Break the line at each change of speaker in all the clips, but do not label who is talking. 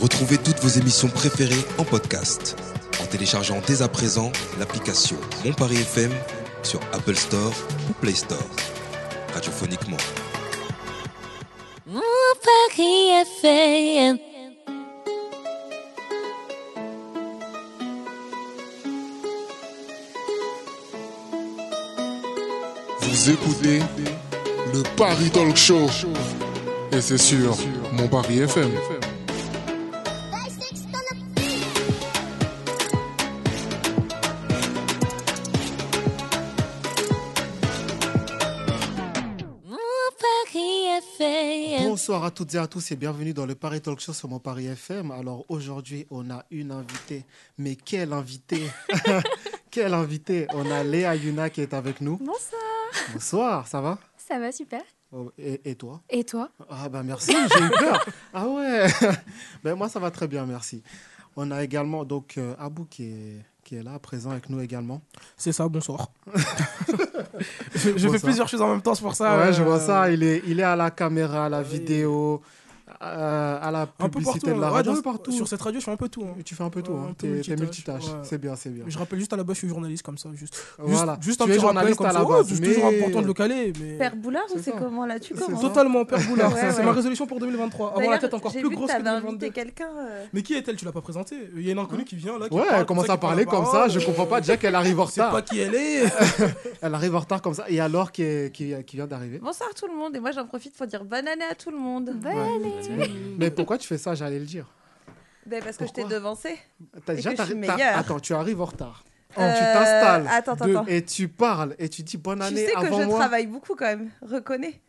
Retrouvez toutes vos émissions préférées en podcast en téléchargeant dès à présent l'application Mon Paris FM sur Apple Store ou Play Store. Radiophoniquement.
Mon Paris
é
FM.
Vous écoutez le Paris Talk Show. Et c'est sur mon Paris FM.
Mon
é
Paris FM.
Bonsoir à toutes et à tous et bienvenue dans le Paris Talk Show sur mon Paris FM. Alors aujourd'hui, on a une invitée. Mais quelle invitée Quelle invitée On a Léa Yuna qui est avec nous.
Bonsoir.
Bonsoir, ça va
Ça va super.
Oh, et, et toi
Et toi
Ah bah merci, j'ai eu peur. Ah ouais ben, Moi, ça va très bien, merci. On a également donc euh, Abou qui est, qui est là, présent avec nous également.
C'est ça, bonsoir. je je fais
Bonsoir.
plusieurs choses en même temps, c'est pour ça.
ouais, je
euh,
vois ça, il est, il est à la caméra, à la
oui.
vidéo, euh, à la
Un peu partout.
publicité de la
ouais,
radio,
dans-
partout.
Sur cette radio, je fais un peu tout. hein.
Tu fais un peu tout,
Ouais,
hein.
un peu
t'es t'es multitâche,
multitâche, ouais.
c'est bien, c'est bien.
Je rappelle juste à la base, je suis journaliste comme ça. Juste, juste-
Voilà.
juste,
Tu
un
es
petit rappel
journaliste
comme
à la
ça.
base,
ouais, c'est
mais-
toujours important de le caler. Mais...
Père Boulard ou
C'est
c'est
ça.
comment là Tu
C'est
commences
ça.
Totalement, Père Boulard.
Ouais,
c'est
ouais.
ma résolution pour 2023. Avoir
D'ailleurs,
la tête encore
j'ai
plus
vu que
grosse que
t'avais invité
2022.
quelqu'un. euh,
Mais qui est-elle Tu l'as pas présentée Il y a une inconnue qui vient là. qui
Ouais,
parle
elle commence
ça,
à
qui prend la
parler comme ça,
parole,
je
euh,
comprends pas. Déjà qu'elle arrive en
Je sais pas
retard.
qui elle est.
Elle arrive en retard comme ça. Et alors qui, est- qui, qui vient d'arriver
Bonsoir tout le monde et moi j'en profite pour dire bonne année à tout le monde.
Bonne
Mais pourquoi tu fais ça J'allais le dire.
Ben, parce que je t'ai
Pourquoi
devancé.
T'as
Et
déjà
que je suis
t'arri-
meilleure.
t'as- Attends, tu arrives en retard. Oh, Tu
Euh,
t'installes.
attends, attends,
de-
attends.
Et tu parles et tu dis bonne
Tu
année
sais que
avant
je
moi.
travaille beaucoup quand même, reconnais.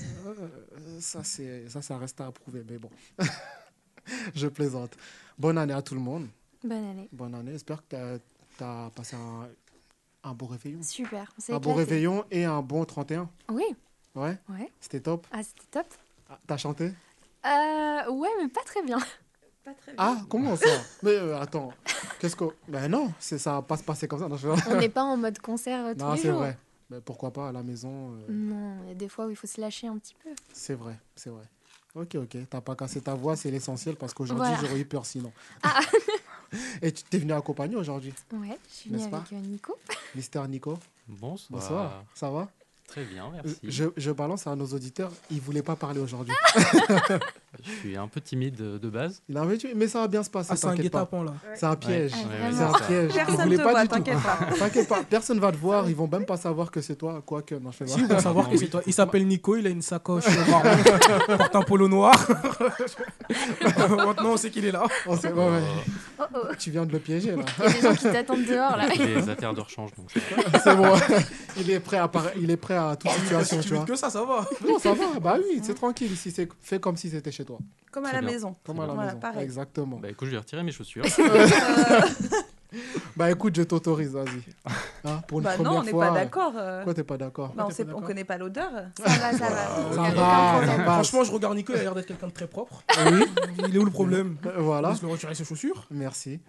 Euh, Ça, c'est ça, ça reste à prouver, mais bon. je plaisante. Bonne année à tout le monde.
année.
Bonne année. J'espère que t'as as passé un, un beau réveillon.
Super. On s'est
Un bon
éclatés.
réveillon et un bon 31.
Oui.
Ouais,
Ouais.
c'était top.
Ah, c'était top.
Ah, T'as chanté
Euh, ouais, mais pas très bien.
Ah. Pas très bien.
Ah, comment ça Mais euh, attends, qu'est-ce que. Ben non, c'est- ça va pas se passer comme ça. Non, je-
On n'est pas en mode concert euh, tous
Non,
les
c'est
jours.
vrai. Mais pourquoi pas à la maison euh,
Non, il y a des fois où il faut se lâcher un petit peu.
C'est vrai, c'est vrai. Ok, ok, t'as pas cassé ta voix, c'est l'essentiel parce qu'aujourd'hui
Voilà. Ah.
j'aurais eu peur sinon. Et tu t'es venu accompagner aujourd'hui,
Ouais, je suis venue
N'est-ce pas
avec euh, Nico.
Mister Nico.
Bonsoir.
Bonsoir, ça va Euh,
Très bien, merci.
je,
Je...
je balance à nos auditeurs, ils voulaient pas parler aujourd'hui.
Ah.
suis un peu timide euh, de base.
Il a un vécu, mais ça va bien se passer,
Ah, c'est un
t'inquiète pas.
guet-apens là.
C'est un piège.
Ah,
ouais,
C'est
vraiment.
un
ça.
piège. Ils
Personne
voulaient
te
pas
voit,
du tout.
t'inquiète pas.
T'inquiète pas, personne va te voir, ils vont même pas savoir que c'est toi, quoique. Non, je fais pas.
Bah, Si, on va savoir
Non,
que c'est
oui.
toi. Il s'appelle Nico, il a une sacoche marron, il porte un polo noir. Maintenant, on sait qu'il est là.
On sait- ouais, ouais.
Euh,
Oh oh,
Tu viens de le piéger là.
il y a des gens qui t'attendent dehors là.
les affaires de rechange, donc ça va.
C'est bon. Il est prêt à par- il est prêt à toute
Ah, Si
situation,
tu
tu vois.
veux que ça, ça va.
Non, ça va. Bah oui, c'est tranquille ici, c'est fait comme si c'était chez toi.
Comme à
Très
la
bien.
maison.
Comme à la
Voilà,
maison.
pareil. Euh.
Exactement.
Bah écoute, je vais retirer mes chaussures.
Bah écoute, je t'autorise, vas-y. Hein, pour une
Bah
première
non, on n'est
fois.
pas d'accord. euh.
Pourquoi t'es pas d'accord
Bah, on,
t'es
sait-
pas
on
d'accord
connaît pas l'odeur.
Ça va, ça va.
Ça
Il y
va,
a aucun problème.
ça va.
Franchement, je regarde Nico, il a l'air d'être quelqu'un de très propre.
Ah Oui,
Il est où le problème
euh, voilà.
Juste le retirer ses chaussures.
Merci.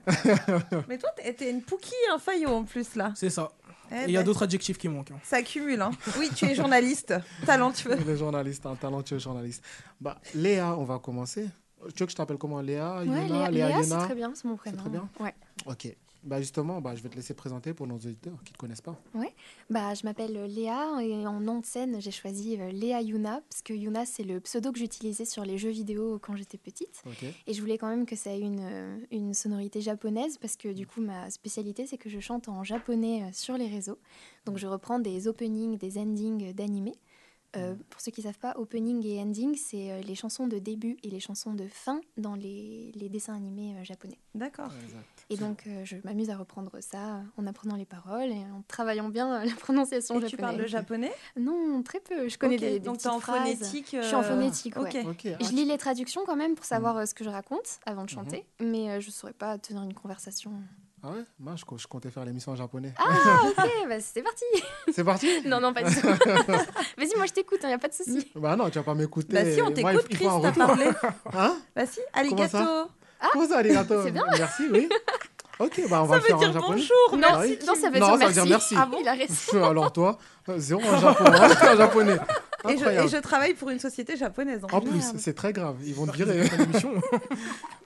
Mais toi, t'es t'es une pouquille, un faillot en plus là.
C'est ça.
Eh
Et il y a
ben,
d'autres adjectifs qui manquent. hein.
Ça cumule, hein. Oui, tu es journaliste, talentueux.
Le journaliste, un talentueux journaliste. Bah Léa, on va commencer. Tu veux que je t'appelle comment Léa,
Ouais,
Yuna,
Léa, Léa, c'est
Yuna
très bien, c'est mon prénom.
très bien
Ouais.
Ok. Bah justement, bah, je vais te laisser présenter pour nos auditeurs qui ne te connaissent pas.
Bah, je m'appelle euh, Léa et en nom de scène, j'ai choisi euh, Léa Yuna parce que Yuna, c'est le pseudo que j'utilisais sur les jeux vidéo quand j'étais petite.
Ok.
Et je voulais quand même que ça ait une, euh, une sonorité japonaise parce que du coup, ma spécialité, c'est que je chante en japonais euh, sur les réseaux. Donc, je reprends des openings, des endings euh, d'animés. Euh,
Mm.
pour ceux qui ne savent pas, opening et ending, c'est euh, les chansons de début et les chansons de fin dans les, les dessins animés euh, japonais.
D'accord.
Exact.
Et donc, euh, je m'amuse à reprendre ça euh, en apprenant les paroles et en travaillant bien euh, la prononciation
Et
japonaise.
tu parles le japonais
Non, très peu. Je connais
Ok,
des, des
Donc
petites
t'es en
phrases.
phonétique.
Je suis en
euh,
phonétique, ouais.
ok.
Ok. Mhm. ah,
Je lis les traductions quand même pour savoir euh, ce que je raconte avant de chanter, mais euh, je ne saurais pas tenir une conversation.
Ah ouais Moi, je, je comptais faire l'émission en japonais.
Ah, ok, bah c'est parti
C'est parti
Non, non, pas du tout. Vas-y, moi je t'écoute, il n'y a pas de souci.
Bah non, tu vas pas m'écouter.
Bah si, on
Moi, il-
t'écoute,
il
Chris,
faut un
t'as
retour.
parlé.
Hein
Bah si,
Comment ça Ah,
arigato.
Comment ça, arigato
c'est bien.
Merci, oui. Ok, bah on va
Ça
le
veut
faire en
dire
japonais. Ah
bonjour.
Non,
oui.
non, ça veut
Non,
dire
ça veut
merci.
dire merci.
Ah bon Il a raison.
Pff, Alors toi, euh, zéro en japonais. en japonais.
Et je,
Incroyable.
et je travaille pour une société japonaise. hein. en
En
fait.
plus,
Merde.
c'est très grave. Ils vont te virer.
L'émission.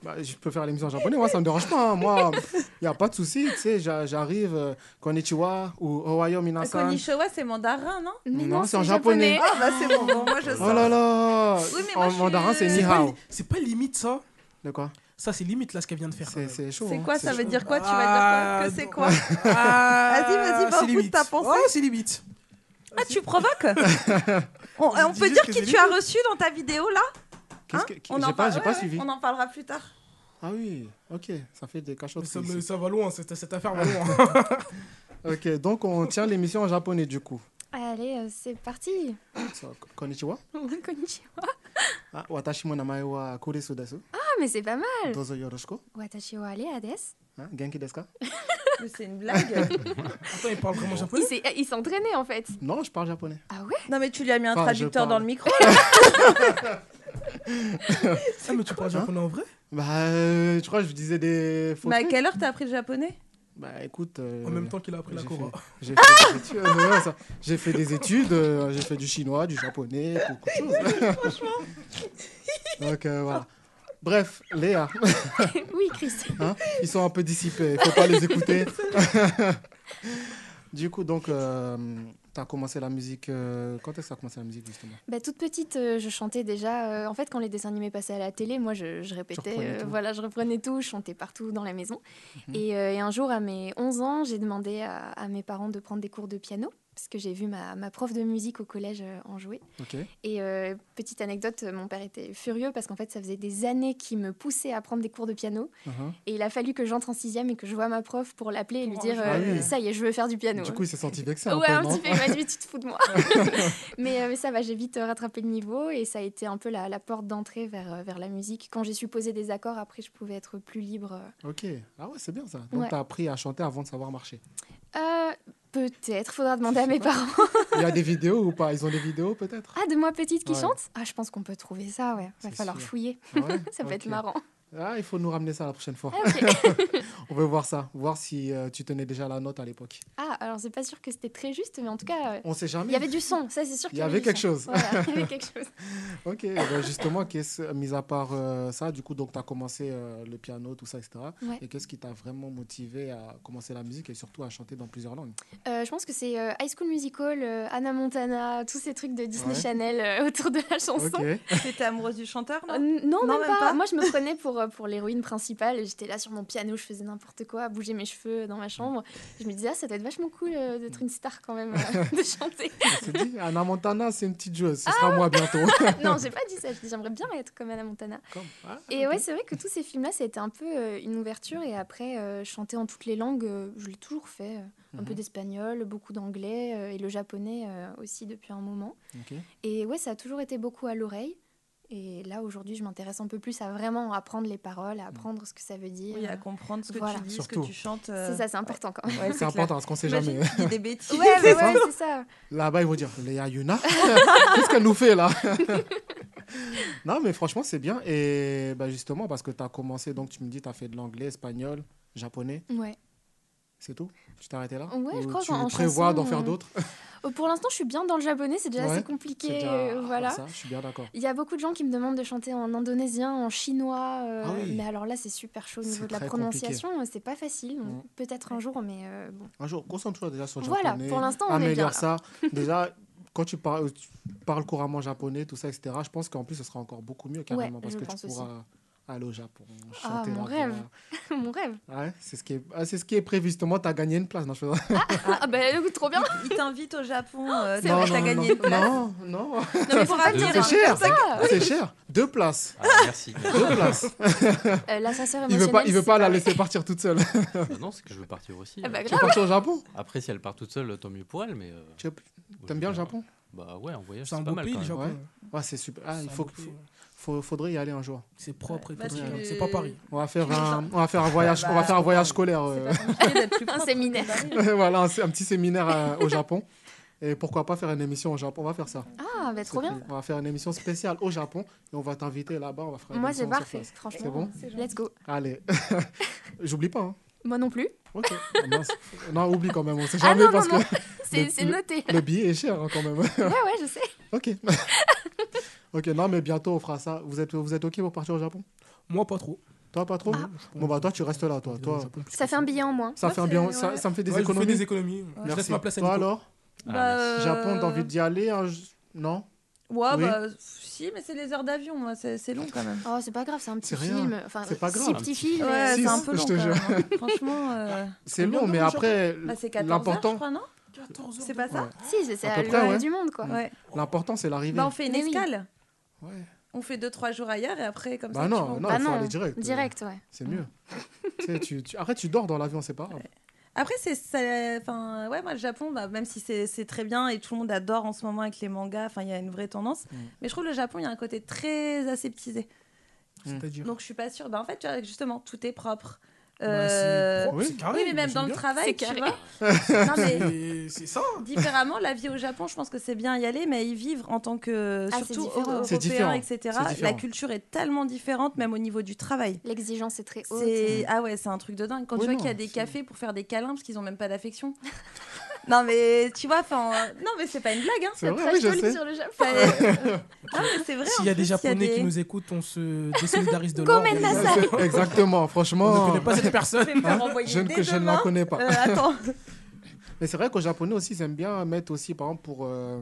Bah, je peux faire l'émission en japonais, moi, ça me dérange pas. hein. Moi, il n'y a pas de souci. Tu sais, j'a- j'arrive, euh, konnichiwa ou ohayo minasan.
Konishiwa, c'est mandarin, non
Mais
Non, c'est en japonais.
Ah bah c'est bon, bon, moi je
Oh
sors.
là là
Oui, mais moi,
En
je suis-
mandarin, c'est ni
C'est pas,
hao.
c'est pas limite ça.
De quoi
Ça, c'est limite là ce qu'elle vient de faire.
C'est c'est chaud.
C'est
hein,
quoi
c'est
Ça
chaud.
veut dire quoi Tu
Ah,
vas dire quoi Que c'est
non.
quoi
Vas-y,
vas-y, vas-y, bafouille ta pensée.
Oh,
Ouais, c'est limite.
Oh, Ah, tu provoques On,
Je
on
dis
peut
juste
dire
que
qui
c'est
tu as reçu dans ta vidéo là
Qu'est-ce
Hein
que-
On en
J'ai pas,
parle-
j'ai
ouais,
pas
ouais,
suivi.
On en parlera plus tard.
Ah oui, ok, ça fait des cachots.
Mais Ça,
ici.
me- ça va loin, cette, cette affaire va loin.
Ok, donc on tient l'émission en japonais du coup.
Allez, euh, c'est parti.
So, konnichiwa.
Konnichiwa.
Ah, watashi mo namae wa Kuresu desu.
Ah, mais c'est pas mal.
Dozo yoroshiku.
Watashi wa ale hades.
Hein, Genki desu ka
Mais c'est une blague.
Attends, il parle vraiment
Il
japonais
s'est- Il s'est entraîné en fait.
Non, je parle japonais.
Ah ouais
non mais tu lui as mis un
Enfin, je
traducteur
parle.
dans le micro. là.
Ah, mais tu parles japonais en vrai
Hein Bah, euh, je crois que je disais des faux
mais à
trucs.
quelle heure t'as appris le japonais
Bah, écoute. euh,
En même temps qu'il a appris la
j'ai
Cora.
fait- J'ai fait, des études, euh, ouais, ça- j'ai fait des études, euh, j'ai fait du chinois, du japonais, beaucoup de choses. Donc euh, voilà. Bref, Léa, Hein,
Oui, Chris.
ils sont un peu dissipés, faut pas les écouter. du coup, donc, euh, t'as commencé la musique. euh, quand est-ce que t'as commencé la musique justement
Bah, toute petite, euh, je chantais déjà. euh, en fait, quand les dessins animés passaient à la télé, moi, je, je répétais.
reprenais
euh,
tout.
voilà, je reprenais tout, je chantais partout dans la maison.
Mhm.
et, euh, et un jour, à mes 11 ans, j'ai demandé à, à mes parents de prendre des cours de piano, parce que j'ai vu ma, ma prof de musique au collège euh, en jouer.
Ok.
Et euh, petite anecdote, euh, mon père était furieux, parce qu'en fait, ça faisait des années qu'il me poussait à prendre des cours de piano.
Mhm.
Et il a fallu que j'entre en sixième et que je vois ma prof pour l'appeler et lui
Oh,
dire
ah
euh,
oui.
Ça y est, je veux faire du piano.
Du coup, il s'est senti vexé
Ouais,
un
un
peu,
petit
non
peu, il m'a dit, tu te fous de moi. mais, euh, mais ça va, j'ai vite euh, rattrapé le niveau et ça a été un peu la, la porte d'entrée vers, euh, vers la musique. Quand j'ai su poser des accords, après, je pouvais être plus libre. euh.
Ok. Ah ouais, c'est bien ça. Donc,
Ouais.
t'as appris à chanter avant de savoir marcher.
Euh, peut-être, faudra demander à mes parents.
Il y a des vidéos ou pas Ils ont des vidéos peut-être
Ah, de moi petite qui
Ouais.
chante Ah, je pense qu'on peut trouver ça, ouais. Va
C'est
falloir
sûr.
fouiller,
Ah ouais
ça peut être
Ok.
marrant.
Ah, il faut nous ramener ça la prochaine fois.
Ah, ok.
On veut voir ça, voir si euh, tu tenais déjà la note à l'époque.
Ah, alors c'est pas sûr que c'était très juste, mais en tout cas, euh,
On sait
il
jamais.
y avait du son, ça c'est sûr
Il
qu'il
y avait
du
quelque
son.
chose.
Voilà, il y avait quelque chose.
Ok, ben justement, qu'est-ce, mis à part euh, ça, du coup, donc tu as commencé euh, le piano, tout ça, etc.
Ouais.
Et qu'est-ce qui t'a vraiment motivé à commencer la musique et surtout à chanter dans plusieurs langues
Euh, je pense que c'est euh, High School Musical, euh, Anna Montana, tous ces trucs de Disney
Ouais.
Channel euh, autour de la chanson.
T'étais amoureuse du chanteur,
Euh,
non
n- non,
Non,
même,
même
pas.
pas.
Moi, je me prenais pour, euh, pour l'héroïne principale. J'étais là sur mon piano, je faisais n'importe quoi, à bouger mes cheveux dans ma chambre. Je me disais, ah, ça doit être vachement cool euh, d'être une star quand même, euh, de chanter.
On s'est dit, Anna Montana, c'est une petite joueuse, ce sera moi bientôt.
Ah! non, j'ai pas dit ça. Je dis, j'aimerais bien être comme Anna Montana.
Comme, ah,
Et ouais, c'est vrai que tous ces films-là, ça a été un peu euh, une ouverture. Et après, euh, chanter en toutes les langues, euh, je l'ai toujours fait. euh, Un peu
Mhm.
d'espagnol, beaucoup d'anglais euh, et le japonais euh, aussi depuis un moment.
ok.
Et ouais, ça a toujours été beaucoup à l'oreille. Et là, aujourd'hui, je m'intéresse un peu plus à vraiment apprendre les paroles, à apprendre ce que ça veut dire.
Oui, à comprendre ce que
Voilà.
tu dis,
Mhm. Surtout.
ce que tu chantes. euh,
C'est ça, c'est important quand même.
ouais,
C'est important parce qu'on sait
Imagine,
jamais.
tu dis des bêtises.
Ouais, mais
C'est
ouais,
ça.
c'est ça.
Là-bas, ils vont dire Léa Yuna, qu'est-ce qu'elle nous fait là Non, mais franchement, c'est bien. Et bah, justement, parce que tu as commencé, donc tu me dis, tu as fait de l'anglais, espagnol, japonais,
Ouais.
c'est tout Tu t'es arrêté là
Ouais, je
Ou
crois
Tu
qu'en
prévois
chanson,
d'en faire
on-
d'autres
Oh, Pour l'instant, je suis bien dans le japonais, c'est déjà
Ouais,
assez
C'est
compliqué.
déjà-
euh,
ah,
voilà.
ça, je suis bien d'accord.
Il y a beaucoup de gens qui me demandent de chanter en indonésien, en chinois. euh,
Ah oui.
Mais alors là, c'est super chaud au
C'est
niveau de la
très compliqué. Mm.
prononciation. euh, C'est pas facile. donc
Ouais.
Peut-être un jour, mais euh, bon.
Un jour, concentre-toi déjà sur le
Voilà,
japonais.
pour l'instant, on est bien,
Améliore
là.
ça. Déjà, quand tu parles, tu parles couramment japonais, tout ça, etc., je pense qu'en plus, ce sera encore beaucoup mieux carrément parce
je
que
pense
tu
aussi.
pourras aller au Japon, chanter
Ah, mon
là-bas.
rêve. Mon rêve.
Ouais, c'est ce, qui est... ah, c'est ce qui est prévu, justement, tu as gagné une place. Non, je fais-
Ah, bah, écoute, trop bien.
Il t'invite au Japon. euh,
C'est
t'as
vrai.
t'as gagné une place.
Non, non,
Non, mais faut pas
C'est
dire.
c'est
hein.
cher.
Ah,
C'est cher. Deux places.
Ah, merci.
Deux places.
euh, L'ascenseur
Il
émotionnel.
veut pas, il veut
c'est
pas la
mal.
laisser partir toute seule.
Bah non, c'est que je veux partir aussi. euh.
Ah, bah,
Tu veux partir au Japon
Après, si elle part toute seule, tant mieux pour elle, mais. euh,
Tu aimes- T'aimes bien le Japon
Bah ouais, en voyage,
C'est un
c'est pas
beau
mal.
pays,
quand
le
même.
Japon.
Ouais, c'est super. Ah,
C'est
il
un
faut,
beau
que-
pays.
faut- faudrait y aller un jour.
C'est propre et
Bah,
tout.
tu-
C'est pas Paris.
On va faire
Tu veux
un,
ça
on va faire un voyage,
bah,
on va faire un
faut
voyage
pas.
scolaire.
C'est
euh,
pas compliqué d'être plus propre.
séminaire.
voilà, un, un petit séminaire euh, au Japon. Et pourquoi pas faire une émission au Japon On va faire ça.
Ah, bah, trop
C'est
bien.
cool. On va faire une émission spéciale au Japon et on va t'inviter là-bas. On va faire une
Moi,
émission
c'est
sur
parfait,
place.
franchement.
C'est bon
Let's go.
Allez, j'oublie pas. hein.
Moi non plus.
Ok. Ah, mince. non, oublie quand même. On sait jamais
non,
parce
non, non.
que
C'est
Le-
c'est noté.
le billet est cher hein, quand même.
Ouais,
Ah
ouais, je sais.
Ok. ok, non, mais bientôt on fera ça. Vous êtes, vous êtes ok pour partir au Japon
Moi, pas trop.
Toi, pas trop Bon, bah, toi, tu restes là, toi. toi.
Ça fait un billet en moins.
Ça,
Moi,
fait un
c'est-
bien,
ouais.
ça, ça me fait des
Ouais, je vous fais
économies.
des économies. Je laisse
Merci.
ma place à
Toi,
Nico. Ah,
alors Japon, t'as envie d'y aller hein, je- Non
Ouais,
Oui.
bah, si, mais c'est les heures d'avion, moi, c'est c'est long quand même.
Oh, c'est pas grave, c'est un
C'est
petit
rien.
film. Enfin,
C'est pas
Six
grave.
petits films.
Ouais,
euh,
c'est un
Six,
peu
je
long.
te
quand même, hein. Franchement, euh,
C'est
combien
long,
de
mais
temps,
après,
bah, c'est 14 heures, je
l'important,
crois, non C'est pas ça
Si, c'est- c'est
À
à
peu
l'autre
près, ouais.
du monde, quoi.
Ouais.
l'important, c'est l'arrivée.
Bah, on fait une
Mais oui.
escale.
Ouais.
On fait 2-3 jours ailleurs et après, comme
Bah
ça. tu
non,
vois.
non,
Bah
il faut
non,
aller direct. euh.
Direct, ouais.
C'est mieux. tu sais, tu, tu- Arrête, tu dors dans l'avion, c'est pas grave.
Après, c'est. ça- Enfin, ouais, moi, le Japon, bah, même si c'est c'est très bien et tout le monde adore en ce moment avec les mangas, enfin, il y a une vraie tendance.
Mm.
Mais je trouve le Japon, il y a un côté très aseptisé.
Hmm.
C'est-à-dire.
Donc, je suis pas sûre. Bah, en fait, tu vois, justement, tout est propre.
Bah, c'est
Euh,
propre,
oui.
c'est carré,
Oui, mais
moi,
même
j'aime
dans le
bien.
travail,
C'est
tu
carré.
vois. non, mais
Et C'est ça.
hein.
différemment, la vie au Japon, je pense que c'est bien y aller, mais y vivre en tant que
Ah, c'est
surtout
différent.
européen,
C'est différent.
etc.
C'est différent.
La culture est tellement différente, même au niveau du travail.
L'exigence est très haute.
C'est ah ouais, c'est un truc de dingue. Quand
Ouais,
tu vois
non,
qu'il y a des
c'est-
cafés pour faire des câlins parce qu'ils ont même pas d'affection. non mais tu vois, enfin, euh, non mais c'est pas une blague. Hein.
C'est vrai,
Trash
oui, je
talk
sais.
sur le Japon.
Enfin, euh, non mais c'est vrai. en
S'il y a des
plus,
Japonais
des-
qui nous écoutent, on se désolidarise de l'ordre.
Gomen nasai.
On
C'est- Exactement,
ne
franchement. Hein
connaît pas cette
Je
personne.
vais me faire envoyer
Je ne,
dès
que je ne la
demain.
connais pas.
Euh, attends.
Mais c'est vrai qu'aux Japonais aussi, ils aiment bien mettre aussi, par exemple, pour euh,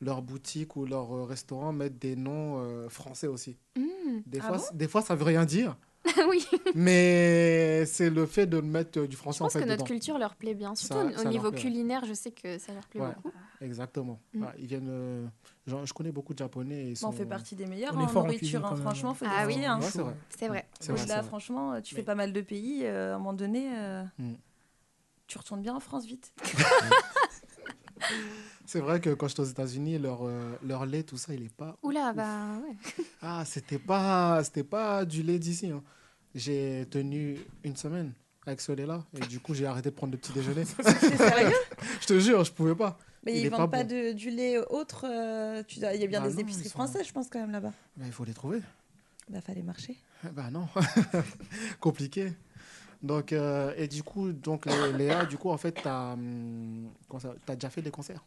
leur boutique ou leur euh, restaurant, mettre des noms euh, français aussi.
Mmh.
Des,
Ah
fois,
bon
c- des fois, ça veut rien dire,
oui, je
mais c'est le fait de mettre euh, du français en
pense
fait
que notre
dedans.
culture leur plaît bien.
Ça-
Surtout au-
ça
au
leur
niveau
plaît, ouais.
culinaire, je sais que ça leur plaît
Ouais.
beaucoup.
Exactement.
Mm.
Voilà, ils viennent. euh, genre, je connais beaucoup de Japonais. et Ils sont...
Bon, Bah, on fait partie des meilleurs
On
hein,
est
en
fort en
nourriture.
cuisine,
hein.
quand même.
Franchement, faut
Ah
des
oui,
oui,
Ouais, c'est vrai.
C'est vrai.
C'est vrai,
là,
c'est vrai.
franchement, euh, tu
Mais-
fais pas mal de pays. euh, à un moment donné, euh,
Mm.
tu retournes bien en France vite.
C'est vrai que quand j'étais aux États-Unis, leur, euh, leur lait, tout ça, il est pas.
Oula, bah ouais.
Ah, c'était pas, c'était pas du lait d'ici. hein. J'ai tenu une semaine avec ce lait-là. Et du coup, j'ai arrêté de prendre le petit déjeuner.
C'est sérieux
je te jure, je pouvais pas.
Mais
Il
ils
est
vendent
pas
pas,
bon.
de, du lait autre. euh, tu dois- il y a bien
Bah
des
non,
épiceries
ils sont-
françaises, je pense, quand même, là-bas.
Mais il faut les trouver.
Bah, fallait marcher.
Eh Ben non, compliqué. Donc, euh, et du coup, donc, Lé- Léa, du coup, en fait, t'as hum, comment ça- t'as déjà fait des concerts.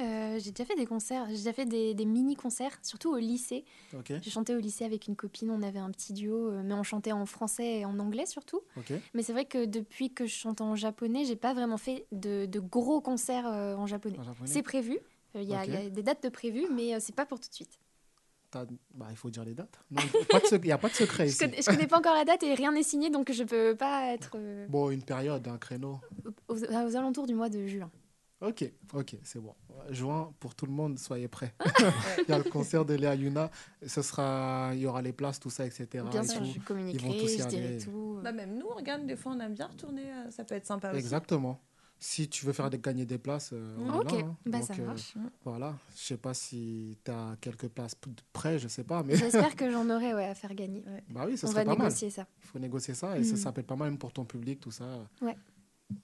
Euh, j'ai déjà fait des concerts, j'ai déjà fait des, des mini-concerts, surtout au lycée.
Ok,
J'ai chanté au lycée avec une copine, on avait un petit duo, euh, mais on chantait en français et en anglais surtout.
ok.
Mais c'est vrai que depuis que je chante en japonais, j'ai pas vraiment fait de, de gros concerts euh, en japonais.
En japonais.
C'est prévu, Euh, il y, a-
Ok.
y a des dates de prévues, mais euh, c'est pas pour tout de suite.
T'as- Bah, il faut dire les dates. Non, pas de sec- Il n'y a pas de secret
Je
ici.
connais, je connais pas encore la date et rien n'est signé, donc je peux pas être euh,
Bon, une période, un créneau.
aux, aux alentours du mois de juin.
Ok, ok, c'est bon. Juin, pour tout le monde, soyez prêts.
Ah,
Il y a le concert de Léa Yuna. Ce sera... Il y aura les places, tout ça, etc.
Bien
et
sûr,
tout.
je communiquerai,
tous y
je dirai
aller.
tout.
Bah, même nous, regarde, des fois, on aime bien retourner. euh, ça peut être sympa
Exactement. Si tu veux faire des- gagner des places, euh, on est
Ok,
là, hein.
bah
Donc,
ça
euh,
marche.
Voilà, je sais pas si tu as quelques places p- de près, je sais pas, mais
J'espère que j'en aurai ouais, à faire gagner.
bah oui, ce
On
serait
va
pas mal.
négocier ça.
Il faut négocier ça et ça
Mm.
s'appelle pas mal même pour ton public, tout ça.
Ouais.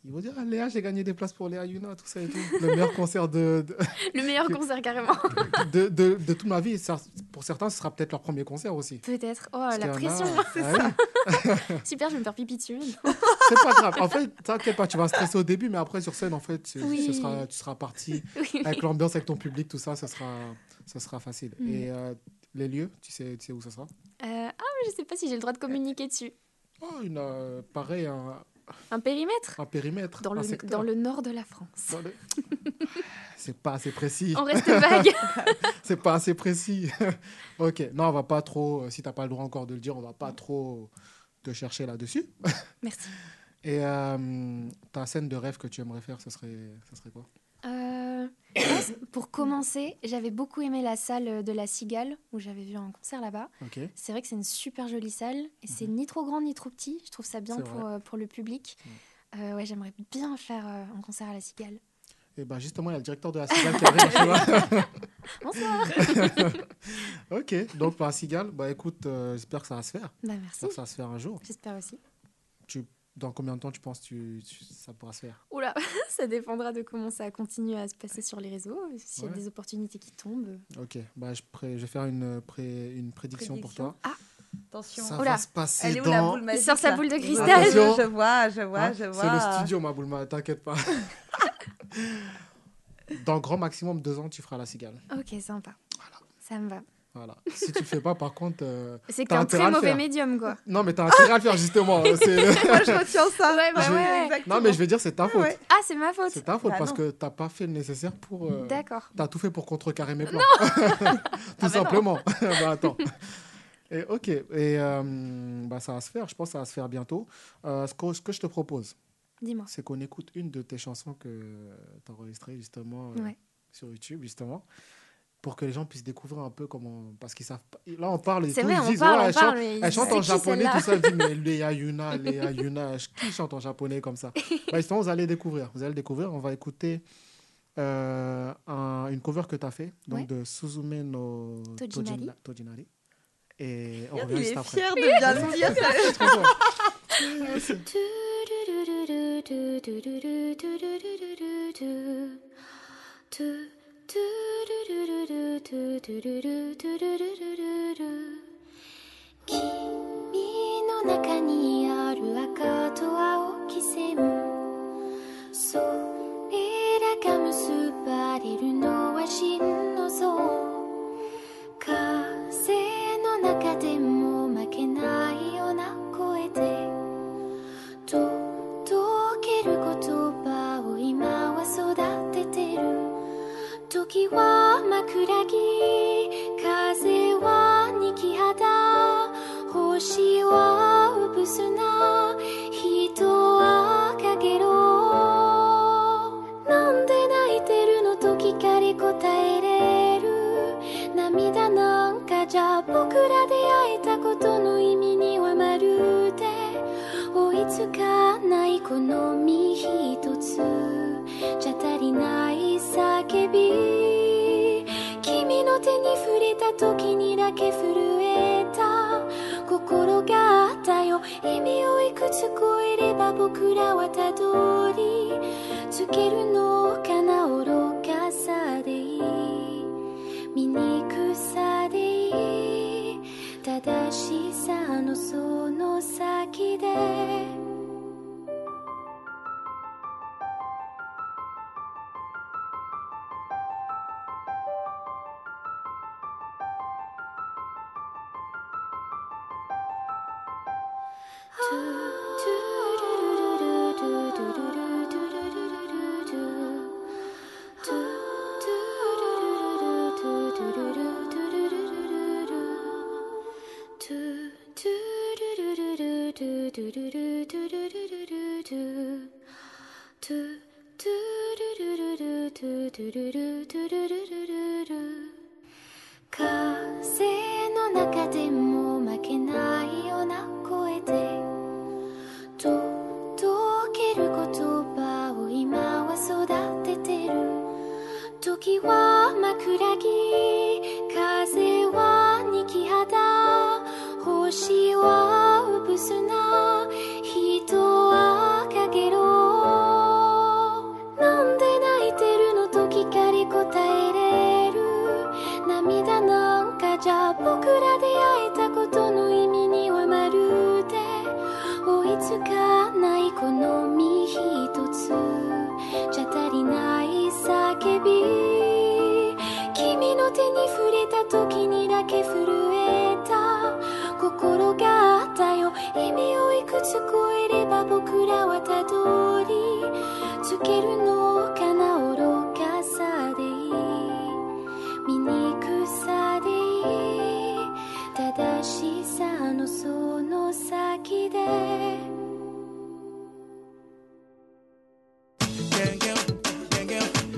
Ils vont dire, ah, Léa, j'ai gagné des places pour Léa Yuna, tout ça et tout. Le meilleur concert de,
Le meilleur
Tu-
concert carrément.
de, de, de- de toute ma vie. Ça- pour certains, ce sera peut-être leur premier concert aussi.
Peut-être. Oh,
Parce
la
qu'il y en a-
pression.
Ah oui,
Super, je vais me faire pipi dessus. Euh,
C'est pas grave. En fait, t'inquiète pas, tu vas stresser au début, mais après, sur scène, en fait, tu,
Oui.
ce sera, tu seras parti
Oui.
avec l'ambiance, avec ton public, tout ça, ça sera, ça sera facile.
Mm.
Et euh, les lieux, tu sais, tu sais où ça sera
Euh, ah, mais je sais pas si j'ai le droit de communiquer dessus.
Oh, une, euh, pareil, un,
Un périmètre
un périmètre,
dans
un
le,
secteur.
dans le nord de la France.
Dans le- C'est pas assez précis.
On reste vague.
C'est pas assez précis. ok, non, on va pas trop. euh, Si t'as pas le droit encore de le dire, on va pas trop te chercher là-dessus.
Mm. Merci.
Et euh, ta scène de rêve que tu aimerais faire, ce serait, ce serait quoi
Euh, moi, c- pour commencer, j'avais beaucoup aimé la salle de la Cigale où j'avais vu un concert là-bas.
Ok. Mhm.
C'est vrai que c'est une super jolie salle et c'est ni trop grand ni trop petit. Je trouve ça bien
C'est
pour, euh, pour le public. Euh, ouais, j'aimerais bien faire euh, un concert à la Cigale.
Et ben justement, il y a le directeur de la cigale qui arrive. tu vois.
Bonsoir.
ok, donc pour la cigale, bah écoute, euh, j'espère que ça va se faire.
Bah, merci.
J'espère que ça va se faire un jour.
J'espère aussi.
Dans combien de temps tu penses que ça pourra se faire
Oula, ça dépendra de comment ça continue à se passer sur les réseaux. euh, S'il y a
Ouais.
des opportunités qui tombent.
Ok, bah je, pré- je vais faire une, pré- une prédiction, pour
Prédiction.
toi.
aussi. Attention.
Ça
Oula.
va se passer
Elle est où
dans...
la boule magique
Il sort sa
là
Ah, boule de cristal.
Attention.
Je vois, je vois,
Hein
je vois.
C'est le studio, ma Boulma, t'inquiète pas. Dans grand maximum deux ans, tu feras la cigale.
Ok, sympa. Ça me va.
Voilà. Si tu le fais pas, par contre. euh,
C'est
T'as
qu'un
intérêt à
très
le
mauvais
faire.
médium, quoi.
Non, mais t'as intérêt à le faire, justement. Oh, hein, C'est-
Moi, je retiens ça.
Ouais, bah
Je-
ouais, ouais.
Non, mais je vais dire, c'est ta faute.
Ouais.
Ah, c'est ma faute.
C'est ta faute
Bah
parce
non.
que t'as pas fait le nécessaire pour. euh,
D'accord. Ah,
T'as tout fait pour contrecarrer mes plans. Tout
non.
simplement. bah attends. Et ok, et euh, bah, ça va se faire, je pense que ça va se faire bientôt. Euh, ce, que, ce que je te propose,
Dis-moi.
c'est qu'on écoute une de tes chansons que tu as enregistrées justement euh,
Ouais.
sur YouTube, justement, pour que les gens puissent découvrir un peu comment. Parce qu'ils savent pas. Là, on parle et
C'est
tout,
vrai,
ils
on
disent,
parle,
ouais,
on
elle
parle.
chante-
mais
elle
c'est
chante en
qui,
japonais,
celle-là
tout ça, elle dit, mais Léa Yuna, Léa Yuna, qui chante en japonais comme ça bah, Justement, vous allez découvrir, vous allez le découvrir, on va écouter euh, un- une cover que tu as fait, donc
Ouais.
de Suzume no
Tojinari.
Tojina- Tojinari. Et on
Il
revient juste
est
après.
fier de bien le dire.
Je suis trop fier.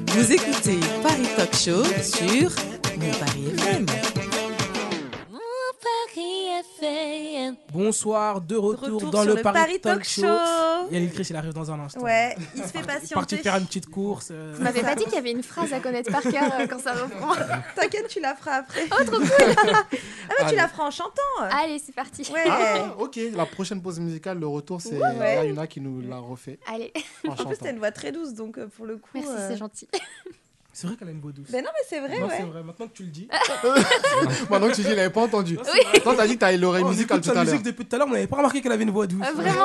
Vous écoutez Paris Talk Show sur Mon Paris FM.
Paris FM.
Bonsoir, de retour, dans
sur
le Paris, Talk Show. Il y a Chris, il arrive dans un instant.
Ouais, il se fait
Il est parti
patienter.
faire une petite course. euh,
Tu m'avais pas dit qu'il y avait une phrase à connaître par cœur euh, quand ça reprend. Oh,
T'inquiète, tu la feras après.
Bah
ah bah,
Allez.
tu la feras en chantant.
Allez, c'est parti.
Ouais.
Ah, ok, la prochaine pause musicale, le retour, c'est
Ouais. Ah.
Léa Yuna qui nous l'a refait
Allez,
en
En
chantant.
plus, t'as une voix très douce, donc euh, pour le coup.
merci,
euh,
c'est gentil.
C'est vrai qu'elle a une voix douce.
Ben non, mais c'est vrai,
Non, c'est
ouais.
vrai, maintenant que tu le dis.
Maintenant que Bah, tu dis, il avait pas entendu.
Non, c'est vrai.
Toi, t'as dit que t'avais l'oreille
Oh, on
musicale
écoute
tout
sa
à l'heure.
Ah,
musique depuis tout à l'heure, on n'avait pas remarqué qu'elle avait une voix douce.
Euh, vraiment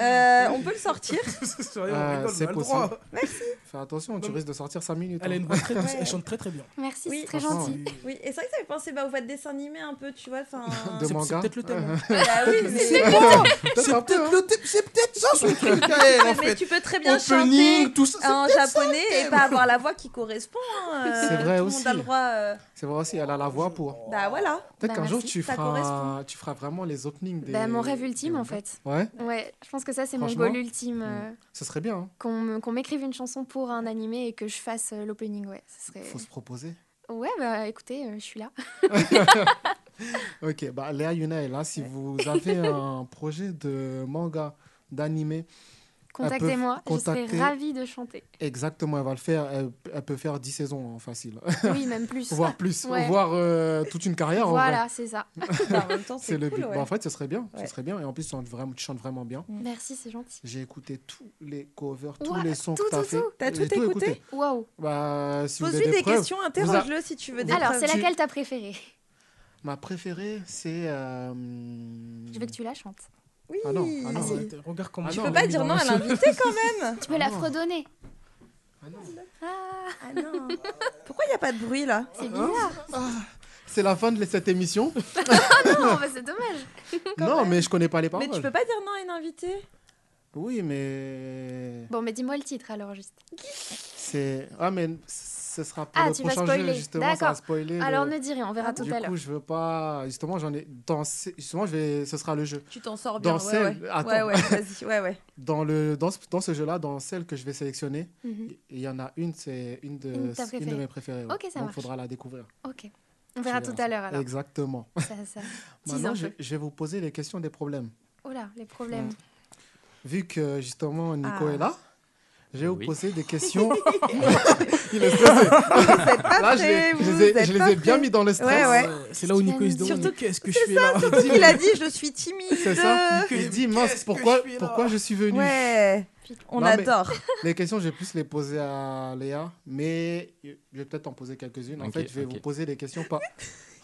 Euh, on peut le sortir.
Sérieux,
Euh,
on rigole,
c'est
on a le droit.
Fais attention, tu
Non.
risques de sortir 5 minutes.
Elle a
hein.
une voix très douce,
Ouais.
elle chante très très bien.
Merci,
Oui.
c'est très
Franchement,
gentil.
Oui, et c'est vrai que ça fait penser bah, aux voix de dessin animé un peu, tu vois. Enfin,
De
C'est c'est
manga. Ah,
peut-être le thème. hein.
bah oui, mais,
Peut-être un peu, hein.
le thème, c'est peut-être ça son
hein,
truc.
mais-
Elle, en
mais
fait.
tu peux très bien chanter
Opening, tout ça. c'est
en
peut-être ça.
japonais et pas avoir la voix qui correspond. hein, euh,
C'est vrai
tout
aussi.
le monde a le droit. euh,
C'est vrai aussi, elle a la voix pour.
Bah voilà.
Peut-être
Bah,
qu'un jour,
merci,
tu
ça
feras,
correspond.
tu feras vraiment les openings des.
Bah, mon rêve ultime,
des
en
mangas.
fait.
Ouais,
Ouais, je pense que ça, c'est mon
Franchement.
goal ultime. euh,
ce serait bien. hein.
qu'on me- qu'on m'écrive une chanson pour un animé et que je fasse euh, l'opening, ouais. ça serait...
Faut se proposer.
Ouais, bah écoutez, euh, je suis là.
Ok, bah Léa Yuna est là. Si vous avez un projet de manga, d'animé,
Contactez-moi, je serais
contacter-
ravie de chanter.
exactement, elle va le faire. Elle, elle peut faire 10 saisons en facile,
Oui, même plus.
voire plus,
Ouais.
voire euh, toute une carrière. en vrai.
voilà, c'est ça.
Bah, en même temps,
C'est le
cool,
but.
ouais.
Bah, en fait, ce serait bien. Ce
Ouais.
serait bien. Et en plus, tu chantes vraiment, tu chantes vraiment bien.
Merci, c'est gentil.
J'ai écouté tous les covers, tous
Ouah,
les sons
tout,
que t'as
tout,
fait.
tout.
T'as
J'ai
tout écouté
Waouh.
Bah, si vous
Pose-lui
avez
des,
des, preuves.
questions, interroge-le si tu veux des
Alors,
preuves.
c'est
tu-
laquelle ta préférée
Ma préférée, c'est. euh,
Je veux que tu la chantes.
Oui.
Ah non, ah
Ah,
non. Vas-y.
ouais, Regarde comment
Ah,
elle
non,
Tu peux
est
pas
dans
dire
le
non à
son.
l'invité quand même.
Tu peux la fredonner.
Ah non.
Ah,
Ah non. Pourquoi il n'y a pas de bruit là
c'est bizarre.
C'est la fin de cette émission.
Ah
Non, bah, c'est dommage.
non, mais je connais pas les paroles.
Mais tu peux pas dire non à une invitée
Oui, mais.
Bon, mais dis-moi le titre alors, juste.
C'est. Ah, mais ce sera pour
Ah,
le
tu vas
prochain jeu,
spoiler.
justement. Ça va
D'accord.
spoiler. le-
Alors, ne dis rien, on verra
Ah
tout
Du
à l'heure.
coup, je veux pas. Justement, j'en ai. Dans... Justement, je vais... ce sera le jeu.
Tu t'en sors bien.
Dans
ouais,
celle-
ouais.
Attends.
ouais, ouais, vas-y. Ouais, ouais.
Dans, le... dans, ce... dans ce jeu-là, dans celle que je vais sélectionner,
Mhm.
il y en a une, c'est une de...
Une de ta
c'est une de mes préférées.
préférée. Ok, ça
Donc,
marche.
faudra la découvrir.
Ok. On verra
Tu
tout
verras ça.
à l'heure alors.
Exactement.
Ça,
Bah,
ça... tease
Maintenant,
un
je...
peu.
je vais vous poser les questions des problèmes. Euh,
Oh là, les problèmes.
Vu que justement Nico
Ah.
est là, je vais vous
Oui.
poser des questions. Il est stressé. Là, je,
prêt,
les- je
vous
les ai,
êtes
je les
pas
ai bien
prêt.
mis dans le stress.
Ouais,
Euh, C'est là où Nico il se demande
Surtout-
mais qu'est-ce que je fais là
Il a dit je suis timide.
C'est ça
Euh,
Il dit mince,
qu'est-ce que
pourquoi,
je suis là
pourquoi je suis venu
Ouais. On
Non, mais-
adore.
Les questions, je vais plus les poser à Léa, mais je vais peut-être en poser quelques-unes. En
Ok,
fait, je vais
ok.
vous poser des questions. Pas...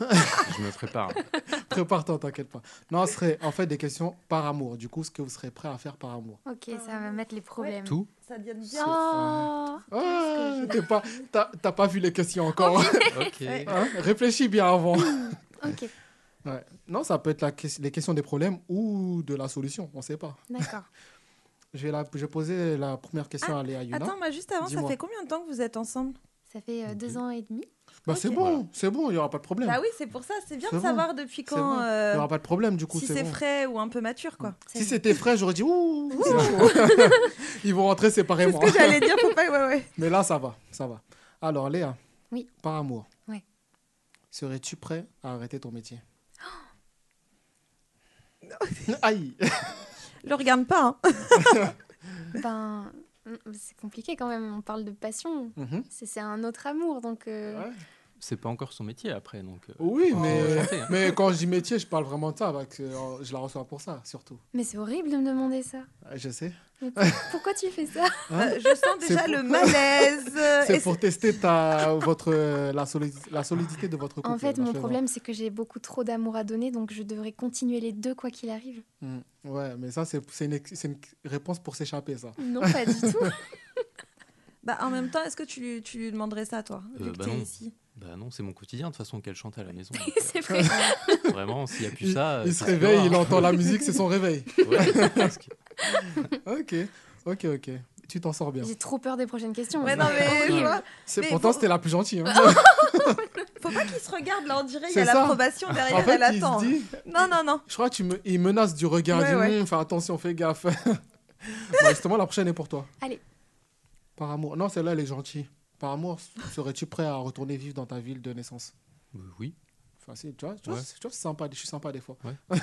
Je me prépare.
Prépare-toi, t'inquiète pas. Non, ce serait en fait des questions par amour. Du coup, ce que vous serez prêt à faire par amour.
Ok, ça va mettre les problèmes.
Tout.
Ça devient
bien.
bien.
Oh,
Ah,
Qu'est-ce que
t'es pas- T'as t'as pas vu les questions encore.
Ok.
Hein Réfléchis bien avant.
ok,
Ouais. Non, ça peut être la que- les questions des problèmes ou de la solution, on ne sait pas.
d'accord.
Je vais, la, je vais poser la première question à Léa Yuna.
Attends, mais juste avant, ça
Dis-moi.
fait combien de temps que vous êtes ensemble
Ça fait euh, deux ans et demi.
Bah, C'est
ok.
bon,
Voilà.
c'est bon, il n'y aura pas de problème.
Bah oui, c'est pour ça. C'est bien
C'est
de
bon.
savoir depuis
C'est
quand.
bon. Il
euh,
n'y aura pas de problème, du coup,
si
c'est
c'est
bon.
frais ou un peu mature, quoi.
Si c'était frais, j'aurais dit ouh, c'est chaud. Ils vont rentrer
C'est
séparément.
ce que j'allais dire. Faut pas. Ouais, ouais.
Mais là, ça va, ça va. Alors, Léa,
Oui.
par amour,
Ouais.
serais-tu prêt à arrêter ton métier Aïe
Le regarde pas. hein.
Ben, mm, c'est compliqué quand même. On parle de passion.
Mhm.
C'est c'est un autre amour, donc. euh,
Ouais.
C'est pas encore son métier après, donc. euh,
Oui,
on va
mais,
chanter, hein.
mais quand je dis métier, je parle vraiment de ça. parce que, euh, je la reçois pour ça, surtout.
Mais c'est horrible de me demander ça.
Euh, Je sais.
Mais pour- pourquoi tu fais ça
Hein
Euh, je sens déjà
pour-
le malaise.
Euh,
C'est
Et
pour tester ta, votre, euh, la, solidi- la solidité de votre couple.
En fait,
non,
mon
je
problème, c'est que j'ai beaucoup trop d'amour à donner, donc je devrais continuer les deux quoi qu'il arrive.
plaisante. Mm. Ouais, mais ça, c'est c'est une, ex- c'est une réponse pour s'échapper, ça.
Non, pas du tout.
Bah, en même temps, est-ce que tu, lui- tu lui demanderais ça, toi
Euh,
vu que
bah
t'es
non.
ici
Bah non, c'est mon quotidien de toute façon qu'elle chante à la maison. donc,
c'est vrai.
euh, Vraiment, s'il n'y a plus ça.
il se réveille, il entend la musique, c'est son réveil. Ok, ok, ok. Tu t'en sors bien.
J'ai trop peur des prochaines questions.
Ouais, non, mais je
Horrible.
vois.
C'est
Mais
pourtant
vous-
c'était la plus gentille. hein.
Faut pas qu'il se regarde, là, on dirait, il y
C'est
a
ça.
l'approbation derrière,
en fait,
elle
il
attend.
se dit,
Non, non, non.
je crois qu'il me... il menace du regard. il
Ouais,
dit,
ouais.
Hum, fais attention, fais gaffe. Bah, justement, la prochaine est pour toi.
Allez.
Par amour. Non, celle-là elle est gentille. Par amour, serais-tu prêt à retourner vivre dans ta ville de naissance
Euh, Oui,
Facile, tu vois, tu vois,
Ouais.
c'est- tu vois, c'est sympa, je suis sympa des fois.
Ça,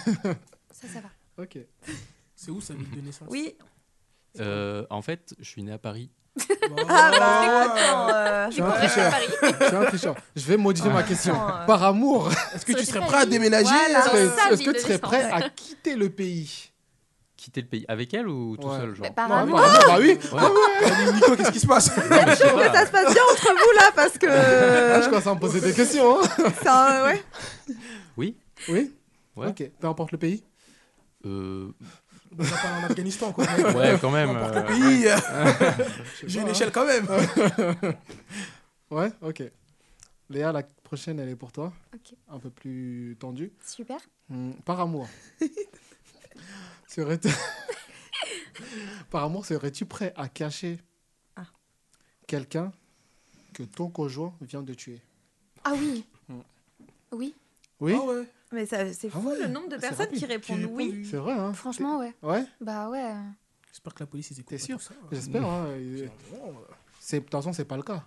ça va.
Ok.
C'est où sa ville de naissance
Oui.
Euh, en fait, je suis né à Paris.
Ah, bah, attends. euh,
Je suis un tricheur. Je suis un tricheur. Je vais modifier
Ah.
ma question.
attends, euh.
Par amour,
Est-ce que
Ça,
tu
c'est
serais
pas
prêt à
dit.
déménager
Voilà.
est-ce
sa
est-ce
ville
que
de
tu serais prêt
naissance.
à quitter le pays
Quitter le pays. Avec elle ou tout
Ouais.
seul genre
Mais par
Non,
amour,
par amour, bah oui.
Ouais.
Euh, Nico, qu'est-ce qui se passe Ah,
Je trouve que ça se passe bien entre vous, là, parce
Là, Ah, je
que.
commence à me poser des questions. hein.
Ça, euh, ouais.
Oui
Oui
Ouais.
Ok, peu importe le pays.
euh,
Déjà pas en Afghanistan, quoi.
Ouais, quand même.
N'importe
euh,
quel pays, euh,
Je sais
j'ai
pas,
une
hein.
échelle quand même.
Ouais, ok. Léa, la prochaine, elle est pour toi.
Ok.
Un peu plus tendue.
Super.
Hmm, par amour. Serais-tu- par amour, serais-tu prêt à cacher
Ah.
quelqu'un que ton conjoint vient de tuer
Ah oui.
Hmm.
Mm.
Oui,
Oui,
Ah ouais.
Mais ça- c'est
Ah
fou
ouais,
le nombre de
c'est
personnes qui
rapide.
Qui
répondent
répond,
oui.
oui.
c'est vrai. Hein
franchement, ouais.
Ouais,
Bah ouais.
J'espère que la police, ils écoutent.
T'es
pas
sûr
tout ça.
j'espère. hein,
Mmh.
et-
Vraiment, euh,
c'est- De toute façon, c'est pas le cas.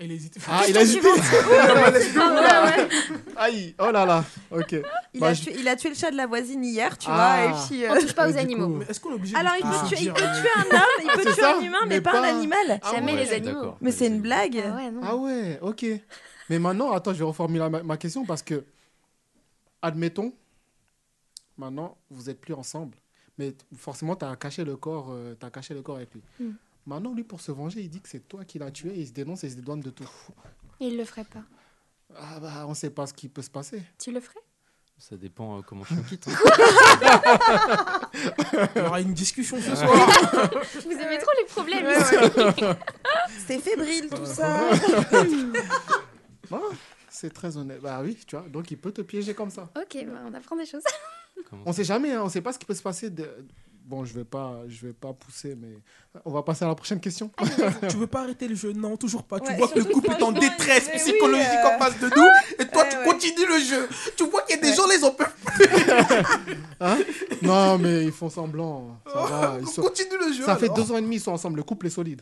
Elle hésite.
Ah, il a hésité
Ah ouais, ouais.
Aïe, oh là là, ok.
Il,
Bah,
a
je-
tué, il a tué le chat de la voisine hier, tu
Ah.
vois. Et puis, euh,
On touche pas
Et
aux
du
animaux.
coup,
Mais est-ce qu'on est obligé de
Alors, il
tout
peut,
se
tuer, il
dire,
peut
euh,
tuer un homme, il peut
C'est
tuer
ça,
un humain,
mais
mais pas
pas-
un animal.
Ah
Jamais
ouais, je
les
suis
animaux.
d'accord.
Mais c'est une blague.
Ah ouais, non.
Ah ouais, ok. Mais maintenant, attends, je vais reformuler ma, ma question parce que, admettons, maintenant, vous êtes plus ensemble, mais t- forcément, tu as caché le corps, euh, t'as caché le corps avec lui.
Mm.
Maintenant, lui, pour se venger, il dit que c'est toi qui l'as tué et il se dénonce et il se dédouane de tout.
Il le ferait pas.
Ah bah, on sait pas ce qui peut se passer.
Tu le ferais
Ça dépend euh, comment tu me hein. quittes. hein.
Il y aura une discussion ce soir.
Vous aimez trop les problèmes.
C'est fébrile tout ça.
Ah, c'est très honnête. Bah oui, tu vois, donc il peut te piéger comme ça.
ok, bah, on apprend des choses.
Comment
On
ça
sait jamais, hein, on sait pas ce qui peut se passer. de- Bon, je vais pas, je vais pas pousser, mais on va passer à la prochaine question.
Ah, tu veux pas arrêter le jeu Non, toujours pas. tu
Ouais,
vois que le
surtout,
couple est en
franchement,
détresse
mais oui,
psychologique
euh.
en face de nous. Et toi,
Ouais,
tu
ouais.
continues le jeu. Tu vois qu'il y a des gens, les ont peuvent
Hein non, mais ils font semblant. Ça va, ils sont-
Ah, Continue le jeu.
Ça fait
alors.
deux ans et demi, ils sont ensemble. Le couple est solide.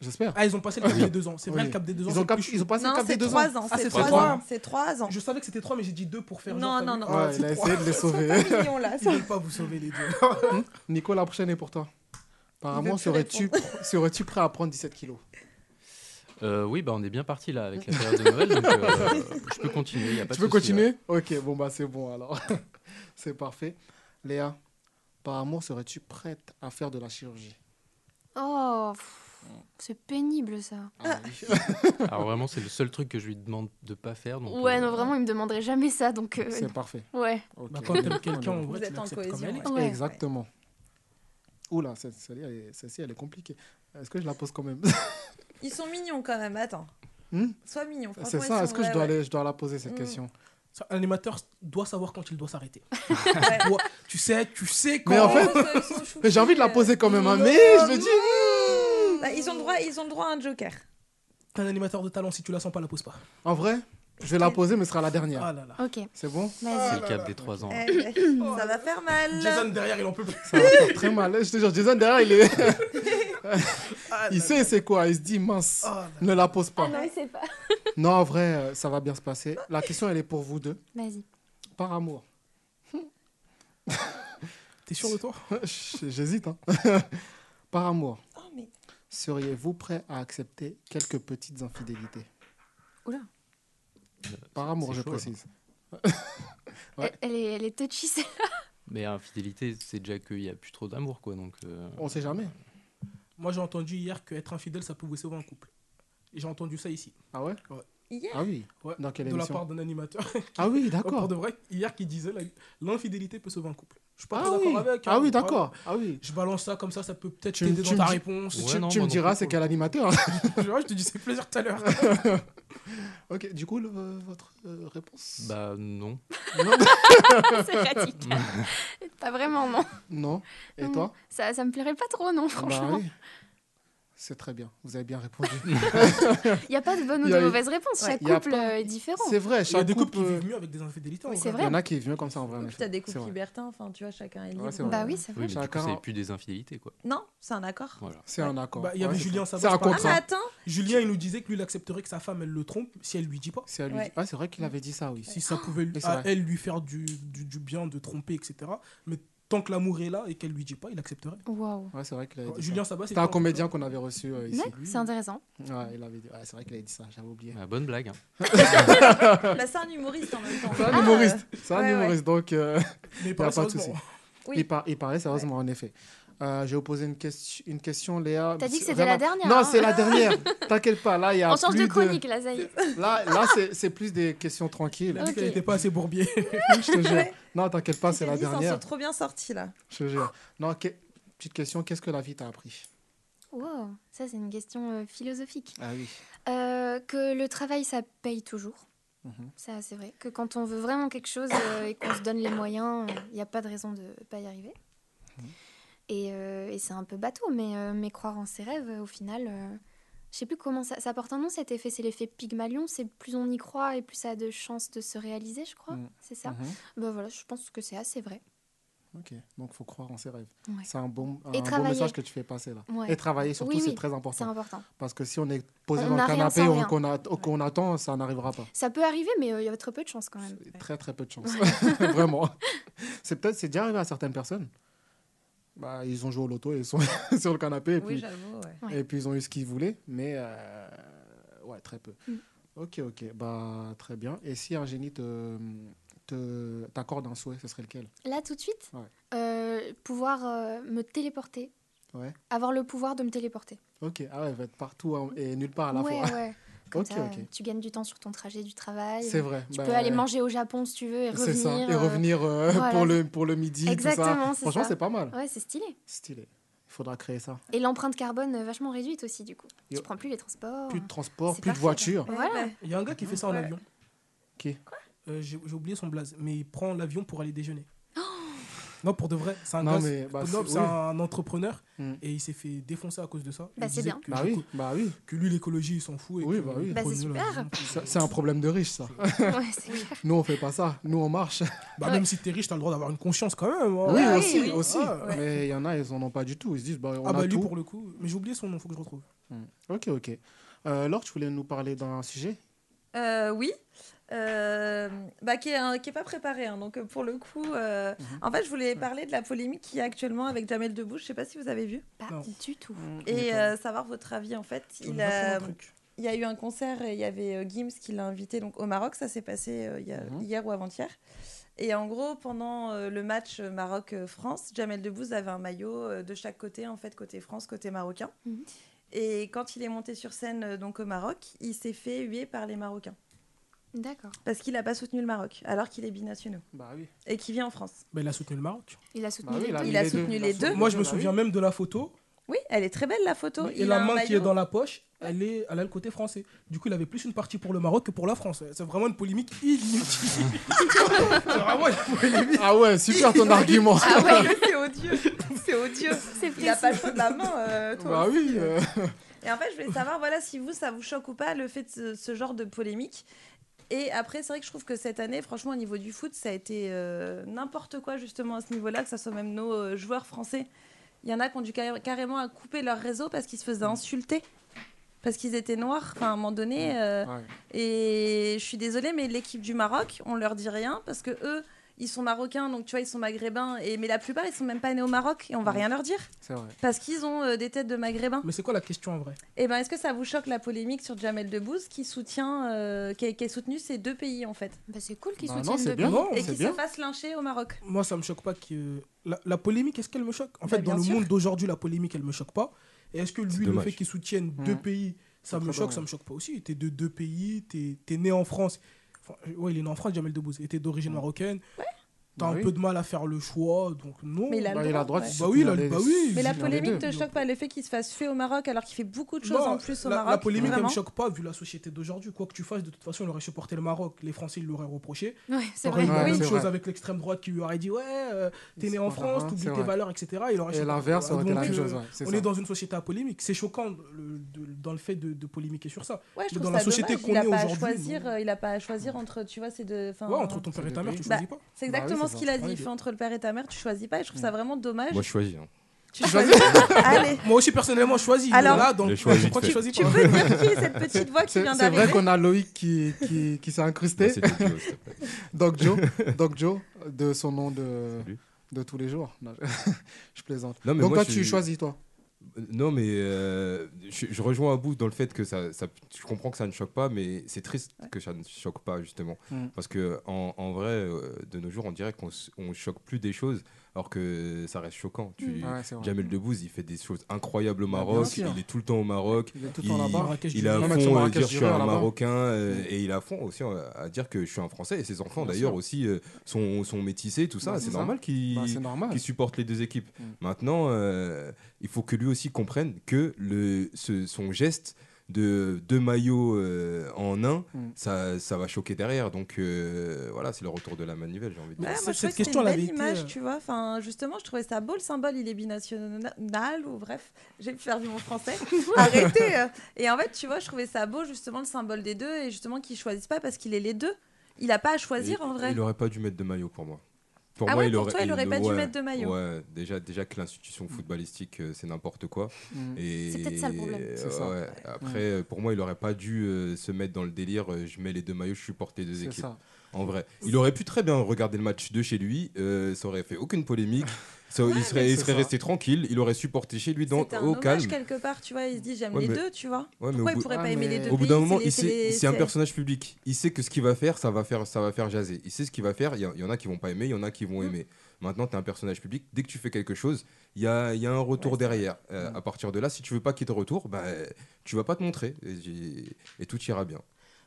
J'espère.
Ah, ils ont passé le cap des deux ans. C'est vrai,
Oui.
le cap des deux ans.
Ils
c'est
ont,
le
cap-
plus
ils ont passé
Non,
le cap
c'est
des deux
3 ans.
Ah,
C'est
c'est
3
trois
ans.
ans.
C'est 3 ans.
Je savais que c'était 3, mais j'ai dit 2 pour faire.
Non,
genre, t'as
non,
vu
non.
ans. Ouais,
c'est
il a
trois.
essayé de les sauver.
Ils sont mignons, là,
Ils
ça.
veulent pas vous sauver, les deux.
Hein Nico, la prochaine est pour toi. Apparemment,
Il veut plus
serais-tu serais prêt à prendre 17 kilos
Euh, oui, bah on est bien parti là avec la période de Noël, donc euh, je peux continuer. y a pas
Tu
de
veux
souci, ouais.
continuer Ok, bon, bah c'est bon alors. c'est parfait. Léa, par amour, serais-tu prête à faire de la chirurgie
Oh, pff, c'est pénible ça.
Ah oui.
Alors vraiment, c'est le seul truc que je lui demande de pas faire. donc,
ouais,
euh,
non, vraiment, il me demanderait jamais ça, donc. euh,
C'est parfait.
ouais.
Ok.
Bah, quand t'aimes quelqu'un, en
Vous
vrai, tu
êtes en
l'acceptes comme
cohésion.
elle est.
ouais.
Ouais.
Exactement. Oula, celle- celle-ci, elle est- celle-ci, elle est compliquée. Est-ce que je la pose quand même
Ils sont mignons quand même, attends.
Hmm
Sois mignon.
C'est
franchement, ils
ça,
sont-
est-ce que
ouais,
je dois,
ouais.
aller- je dois la poser cette
Mm.
question
Ça, Un animateur doit savoir quand il doit s'arrêter.
Ouais.
Toi, tu sais, tu sais quand.
Mais en
Oh,
fait-
ils sont- ils sont
Mais j'ai envie de la
chouchous,
poser quand même, hein,
Non,
mais je me dis.
euh, bah, ils, ont le droit, ils ont le droit à un joker.
T'es un animateur de talent, si tu la sens pas, la pose pas.
En vrai, je vais la poser, mais ce sera la dernière.
Ah là là.
Ok,
C'est bon
Bah,
vas-y.
C'est le cap des 3 ans.
Eh,
hein.
eh,
Oh.
ça va faire mal.
Jason derrière, il en peut plus.
Ça va faire très mal. Je te jure, Jason, derrière, il, est...
Ah
il
là
sait c'est quoi. Il se dit, mince,
là. Ah là
ne la pose pas.
Ah non, il sait pas.
Non, en vrai, euh, ça va bien se passer. La question, elle est pour vous deux.
Vas-y.
Par amour.
là. T'es sûr de toi
J'hésite. hein. Par amour,
Oh, mais-
seriez-vous prêt à accepter quelques petites infidélités
Oula.
Par amour,
c'est
Ah, je
chaud, là.
précise. Ouais.
Elle, elle est, elle est touchy, c'est-
Mais infidélité, c'est déjà qu'il n'y a plus trop d'amour, quoi. Donc, euh,
On sait jamais.
Moi, j'ai entendu hier qu'être infidèle, ça pouvait sauver un couple. Et J'ai entendu ça ici.
Ah ouais
Hier
Ah oui.
Ouais.
Dans quelle
de la
émission
part d'un animateur.
Ah oui,
Pour
d'accord.
de vrai, hier qui disait la- l'infidélité peut sauver un couple. Je suis pas
Ah
très
oui,
d'accord avec. hein,
ah oui
mais
d'accord. Ah oui.
ouais. Je balance ça comme ça, ça peut peut-être
Tu-
t'aider
tu
dans
me
ta
dis-
réponse.
Ouais,
tu
non,
tu
moi
me
non
diras,
plus,
c'est
quoi.
quel animateur
Je vois, je te disais plaisir tout à l'heure.
Ok, du coup, le- votre euh, réponse Bah
bah non.
c'est radical. pas vraiment, non.
Non. Et
Non,
toi
Ça, ça me plairait pas trop, non,
Bah
franchement.
oui. C'est très bien, vous avez bien répondu.
Il y a pas de bonne ou
Il y a-
de mauvaise réponse.
Ouais,
Chaque
il y a
couple euh, est différent.
c'est
Il
vrai,
y a
chaque
des couples
couple,
qui
euh,
vivent mieux avec des infidélités. en
Oui,
vrai.
c'est
il y
vrai.
en a qui vivent comme ça en vrai. en
Et puis
effet.
t'as des couples
C'est vrai.
libertins, enfin tu vois, chacun est libre.
Ouais, c'est vrai.
Bah oui, c'est
Oui, mais
vrai.
du
Chacun-
coup, c'est plus des infidélités, quoi.
Non, c'est un accord.
Voilà.
C'est un accord.
Bah, il y avait
Ouais,
Julien
c'est-
Sabas,
C'est un
par
Ah mais
contrat.
exemple.
attends,
Julien, il nous disait que lui, il accepterait que sa femme, elle le trompe si elle lui dit pas.
C'est à lui.
Ouais.
Ah, c'est vrai qu'il avait dit ça, oui.
Si ça pouvait lui-
Et c'est
à
vrai.
elle lui faire du, du, du bien, de tromper, etc. Mais tant que l'amour est là et qu'elle lui dit pas, il accepterait.
Waouh.
Ouais, c'est vrai qu'il avait dit
Julien Sabas,
C'était un comédien qu'on avait reçu euh, ici.
Ouais, C'est intéressant.
Ouais, il avait dit. Ouais, c'est vrai qu'il avait dit ça, j'avais oublié.
Bah, bonne blague. hein.
bah, c'est un humoriste en même temps.
C'est un
Ah,
humoriste. C'est un
ouais, ouais.
humoriste, donc euh,
Mais
il n'y a
pas
pas de
sérieusement.
souci.
Oui.
Il, par- il paraît sérieusement, en effet. Euh, J'ai posé une, question- une question, Léa.
T'as dit que
C'est-
c'était la
vraiment-
dernière,
Non,
hein.
c'est la dernière. T'inquiète pas, là, il y a.
On change
plus
de chronique, là, ça y est.
Là, là c'est- c'est plus des questions tranquilles.
Elle a dit
Ok.
qu'elle n'était pas assez bourbier.
Je te jure. Non, t'inquiète pas, c'est la
Ils s'en sont
dernière.
trop bien sortis là.
Je te jure. Non, que- petite question, qu'est-ce que la vie t'a appris
Wow, ça, c'est une question euh, philosophique.
Ah oui.
Euh, que le travail, ça paye toujours.
Mhm.
Ça, c'est vrai. Que quand on veut vraiment quelque chose euh, et qu'on se donne les moyens, il n'y a pas de raison de pas y arriver.
Mhm.
Et, euh, et c'est un peu bateau, mais, euh, mais croire en ses rêves, euh, au final, euh, je sais plus comment ça, ça porte un nom cet effet. C'est l'effet Pygmalion. C'est plus on y croit et plus ça a de chances de se réaliser, je crois.
Mhm.
C'est ça.
Mhm.
Ben voilà, je pense que c'est assez vrai.
Ok, donc faut croire en ses rêves.
Ouais.
C'est un bon, un
Et
bon
travailler.
message que tu fais passer là.
Ouais.
Et travailler surtout,
Oui,
c'est
oui,
très
C'est
important.
important.
Parce que si on est posé
On
dans
n'a
le
rien
canapé
sans
ou
rien.
qu'on a- ou qu'on attend, ça n'arrivera pas.
Ça peut arriver, mais euh, il y a très peu de chance quand même.
Très très peu de chance. Vraiment. C'est peut-être c'est déjà arrivé à certaines personnes. Bah, ils ont joué au loto et ils sont sur le canapé et,
Oui,
puis,
j'avoue. ouais.
j'avoue.
et puis ils ont eu ce qu'ils voulaient, mais euh, ouais, très peu.
Mm.
Ok, ok, bah très bien. Et si un génie te te- t'accorde un souhait, ce serait lequel
Là, tout de suite,
Ouais.
euh, pouvoir euh, me téléporter.
Ouais.
Avoir le pouvoir de me téléporter.
Ok, ah ouais, va être partout hein, et nulle part à la
ouais,
fois.
ouais. Comme
Ok,
ça,
ok.
euh, tu gagnes du temps sur ton trajet du travail.
C'est vrai.
Tu
bah,
peux aller manger au Japon si tu veux et
C'est
revenir.
ça. Et
euh,
revenir euh,
voilà.
pour le pour le midi. tout ça.
Exactement, c'est
Franchement,
ça.
c'est pas mal.
Ouais, c'est stylé.
Stylé. Il faudra créer ça.
Et l'empreinte carbone euh, vachement réduite aussi, du coup.
Yo.
Tu prends plus les transports.
Plus de transport,
C'est
plus de
parfait,
voiture.
ça. Voilà.
Ouais,
Il y a un gars qui fait ça en
Ouais.
avion.
Qui
Euh, J'ai j'ai oublié son blaze, mais il prend l'avion pour aller déjeuner.
Oh
non, pour de vrai, c'est un
Non,
gosse.
mais, bah,
Non,
c'est-
c'est
oui.
un entrepreneur
Mm.
et il s'est fait défoncer à cause de ça.
Bah,
Il
c'est
disait
bien.
Que,
Bah oui, bah oui.
que lui, l'écologie, il s'en fout. Et
Oui,
que
bah oui.
il
Bah, c'est
prenait
super.
l'avion pour-
Ça, C'est un problème de riche, ça.
ouais, c'est clair.
Nous, on fait pas ça. Nous, on marche.
Bah,
Ouais.
Même si t'es riche, t'as le droit d'avoir une conscience quand même. hein.
oui,
oui,
aussi,
oui.
aussi.
Ah, ouais.
Mais il y en a, ils en ont pas du tout. Ils se disent, bah, on
Ah,
a
bah lui,
tout. Hmm.
pour le coup. Mais j'ai oublié son nom, faut que je retrouve.
Ok, ok. Euh, Laure, tu voulais nous parler d'un sujet
Euh, oui. Euh, bah, qui est, un- qui est pas préparé. hein. Donc, euh, pour le coup, euh, en fait, je voulais parler de la polémique qu'il y a actuellement avec Jamel Debbouze. Je sais pas si vous avez vu.
Pas
Non.
du tout.
Et euh, savoir votre avis, en fait.
Je
Il
vais prendre un
a,
truc.
il y a eu un concert et il y avait euh, Gims qui l'a invité donc, au Maroc. Ça s'est passé euh, il y a-
Mhm.
hier ou avant-hier. Et en gros, pendant euh, le match euh, Maroc-France, Jamel Debbouze avait un maillot euh, de chaque côté, en fait, côté France, côté marocain.
Mhm.
Et quand il est monté sur scène euh, donc au Maroc, il s'est fait huer par les Marocains
D'accord.
parce qu'il n'a pas soutenu le Maroc, alors qu'il est binational
Bah oui.
et qu'il vit en France.
Bah, il a soutenu le Maroc.
Il a soutenu
Bah oui,
les
là,
deux.
il a soutenu les deux.
Moi, je
Bah
me souviens même de la photo.
Oui, elle est très belle la photo.
Et
Il a
la
un
main qui est
maillot.
dans la poche, elle, est, elle a le côté français. Du coup, il avait plus une partie pour le Maroc que pour la France. C'est vraiment une polémique inutile. c'est vraiment une polémique.
Ah ouais, super ton argument.
Ah ouais, c'est odieux. C'est odieux.
C'est
Il a
précis.
pas le choix de la main. euh, toi
Bah
aussi,
oui.
euh.
euh,
Et en fait, je voulais savoir, voilà, si vous, ça vous choque ou pas le fait de ce, ce genre de polémique. Et après, c'est vrai que je trouve que cette année, franchement, au niveau du foot, ça a été euh, n'importe quoi justement à ce niveau-là, que ce soit même nos euh, joueurs français. Il y en a qui ont dû carré- carrément à couper leur réseau parce qu'ils se faisaient insulter. Parce qu'ils étaient noirs, enfin, à un moment donné. euh,
Ouais.
Et je suis désolée, mais l'équipe du Maroc, on leur dit rien parce que eux, ils sont marocains, donc tu vois, ils sont maghrébins. Et... Mais la plupart, ils sont même pas nés au Maroc et on va rien leur dire
C'est vrai.
parce qu'ils ont euh, des têtes de maghrébins.
Mais c'est quoi la question en vrai
Eh ben, est-ce que ça vous choque la polémique sur Jamel Debbouze qui soutient, euh, qui, a, qui a soutenu ces deux pays en fait
Bah, c'est cool qu'ils
Bah
soutiennent
non, c'est
deux
bien.
pays.
Non,
et
c'est
qui
bien.
se fasse lyncher au Maroc
Moi, ça me choque pas que. La, la polémique, est-ce qu'elle me choque En fait, dans
Bah, bien
le
sûr.
monde d'aujourd'hui, la polémique, elle me choque pas. Et est-ce que lui, le
dommage.
fait qu'il soutienne deux
Mhm.
pays, ça
C'est
me
très
choque,
dommage.
ça me choque pas aussi T'es de deux pays, t'es t'es né en France. Enfin, ouais, il est né en France, Jamel Debbouze. Et t'es d'origine marocaine. T'as
Mmh. Bah
un
oui.
peu de mal à faire le choix, donc non.
Mais il a
Bah,
le
il a
droit.
le droit de
ouais.
Bah oui,
soutenir
là,
les-
bah oui.
Mais la
Soutenir les
polémique
deux.
te choque pas le fait qu'il se fasse tuer au Maroc alors qu'il fait beaucoup de choses
Non,
en plus au
la,
Maroc
la polémique, elle
vraiment.
me choque pas vu la société d'aujourd'hui. Quoi que tu fasses, de toute façon, il aurait supporté le Maroc. Les Français, ils l'auraient reproché.
Ouais, c'est
T'aurais
vrai.
eu la
Ouais,
même
c'est
chose
vrai.
avec l'extrême droite qui lui aurait dit Ouais, euh, t'es
C'est
né en
pas
France,
grave,
t'oublies
c'est
tes
vrai.
valeurs, etc. Il aurait
Et
supporté.
l'inverse, ça aurait été la
Donc,
même
euh,
chose. ouais, c'est
On
ça.
est dans une société à polémique. C'est choquant le- de- dans le fait de, de polémiquer sur ça.
Ouais, je
Mais
trouve
dans la
ça
société
dommage.
qu'on
il a
est
pas à
aujourd'hui,
choisir,
non.
euh, il a pas à choisir entre tu vois ces deux. enfin,
Ouais, entre ton père
c'est
et ta
des
mère,
pays.
tu choisis pas.
C'est
Bah oui,
exactement
c'est
ce
ça.
qu'il a dit.
Ouais,
Il
il est-
fait entre le père et ta mère, tu choisis pas. Et je trouve ça vraiment dommage.
Moi, je choisis. hein.
Tu choisis. Allez.
Moi aussi, personnellement, je choisis.
Alors-
Là, donc,
J'ai choisi
pourquoi
de fait.
tu choisis
Hein Tu
pas
peux dire qui est cette petite voix qui
C'est
vient
c'est vrai
d'arriver
qu'on a Loïc qui, qui, qui s'est incrusté.
Moi, c'était Joe, s'il te plaît.
Doc Joe, Doc Joe, de son nom de,
Salut.
de tous les jours. Non, je, je plaisante.
Non, mais
Donc
moi,
toi,
je
tu
suis-
choisis, toi.
Non, mais euh, je, je rejoins à bout dans le fait que ça, ça- Je comprends que ça ne choque pas, mais c'est triste que ça ne choque pas, justement.
Mm.
Parce que en, en vrai, euh, de nos jours, on dirait qu'on s- on choque plus des choses.
alors que ça reste choquant. Tu,
Mm. Ouais, c'est vrai. Bah,
Jamel Debbouze, il fait des choses incroyables au
bien
Maroc.
sûr.
il est tout le temps au Maroc.
Il est tout le temps là-bas. Marrakech,
il est à
Jura.
fond
Même sur
à
Marrakech,
dire je suis
Jura,
un
là-bas.
Marocain euh, et il est à fond aussi euh, à dire que je suis un Français. Et ses enfants
Bien
d'ailleurs
sûr.
aussi euh, sont, sont métissés, tout ça.
Bah, c'est
c'est
ça.
normal qu'ils
Bah, c'est normal. Mm.
qu'ils supportent les deux équipes. Maintenant, euh, il faut que lui aussi comprenne que le, ce- son geste de deux maillots euh, en un,
Mm.
ça, ça va choquer derrière. Donc euh, voilà, c'est le retour de la manivelle, j'ai envie de
Ouais,
dire.
moi, je trouvais
cette
que c'était
question,
une
elle
belle
avait été,
image,
euh,
tu vois. Enfin, justement, je trouvais ça beau le symbole. Il est binational ou bref, j'ai perdu mon français. Arrêtez. euh. Et en fait, tu vois, je trouvais ça beau justement le symbole des deux et justement qu'ils choisissent pas parce qu'il est les deux. Il a pas à choisir
Et-
en vrai.
Il aurait pas dû mettre de maillot pour moi. Pour
Ah
moi,
ouais,
il
pour
aurait,
toi, il aurait pas dû mettre de maillot. Mm.
Ouais, déjà, déjà que l'institution footballistique, euh, c'est n'importe quoi.
Mm.
Et
C'est peut-être ça le problème.
euh,
C'est ça.
ouais, Après, euh, pour moi, il aurait pas dû euh, se mettre dans le délire. euh, je mets les deux maillots, je supporte les deux
C'est
équipes.
ça.
En vrai, il aurait pu très bien regarder le match de chez lui. euh, ça aurait fait aucune polémique. ça- il serait,
mais
il
c'est
serait
ça.
resté tranquille. Il aurait supporté chez lui dans
C'était un
au calme.
hommage quelque part, tu vois. Il se dit j'aime
Ouais,
les
mais-
deux, tu vois.
Ouais, mais
Pourquoi
au
il
bout-
pourrait
Ah,
pas aimer
mais-
les deux
au bout
pays,
d'un moment,
les-
il sait,
les-
c'est un
c'est-
personnage public. Il sait que ce qu'il va faire, ça va faire, ça va faire jaser. Il sait ce qu'il va faire. Il y, a- il y en a qui vont pas aimer, il y en a qui vont
Mmh.
aimer. Maintenant, tu es un personnage public. Dès que tu fais quelque chose, il y a, il y a un retour derrière.
Mmh.
Euh, À partir de là, si tu veux pas qu'il te retourne, bah, tu vas pas te montrer et, j'ai- et tout ira bien.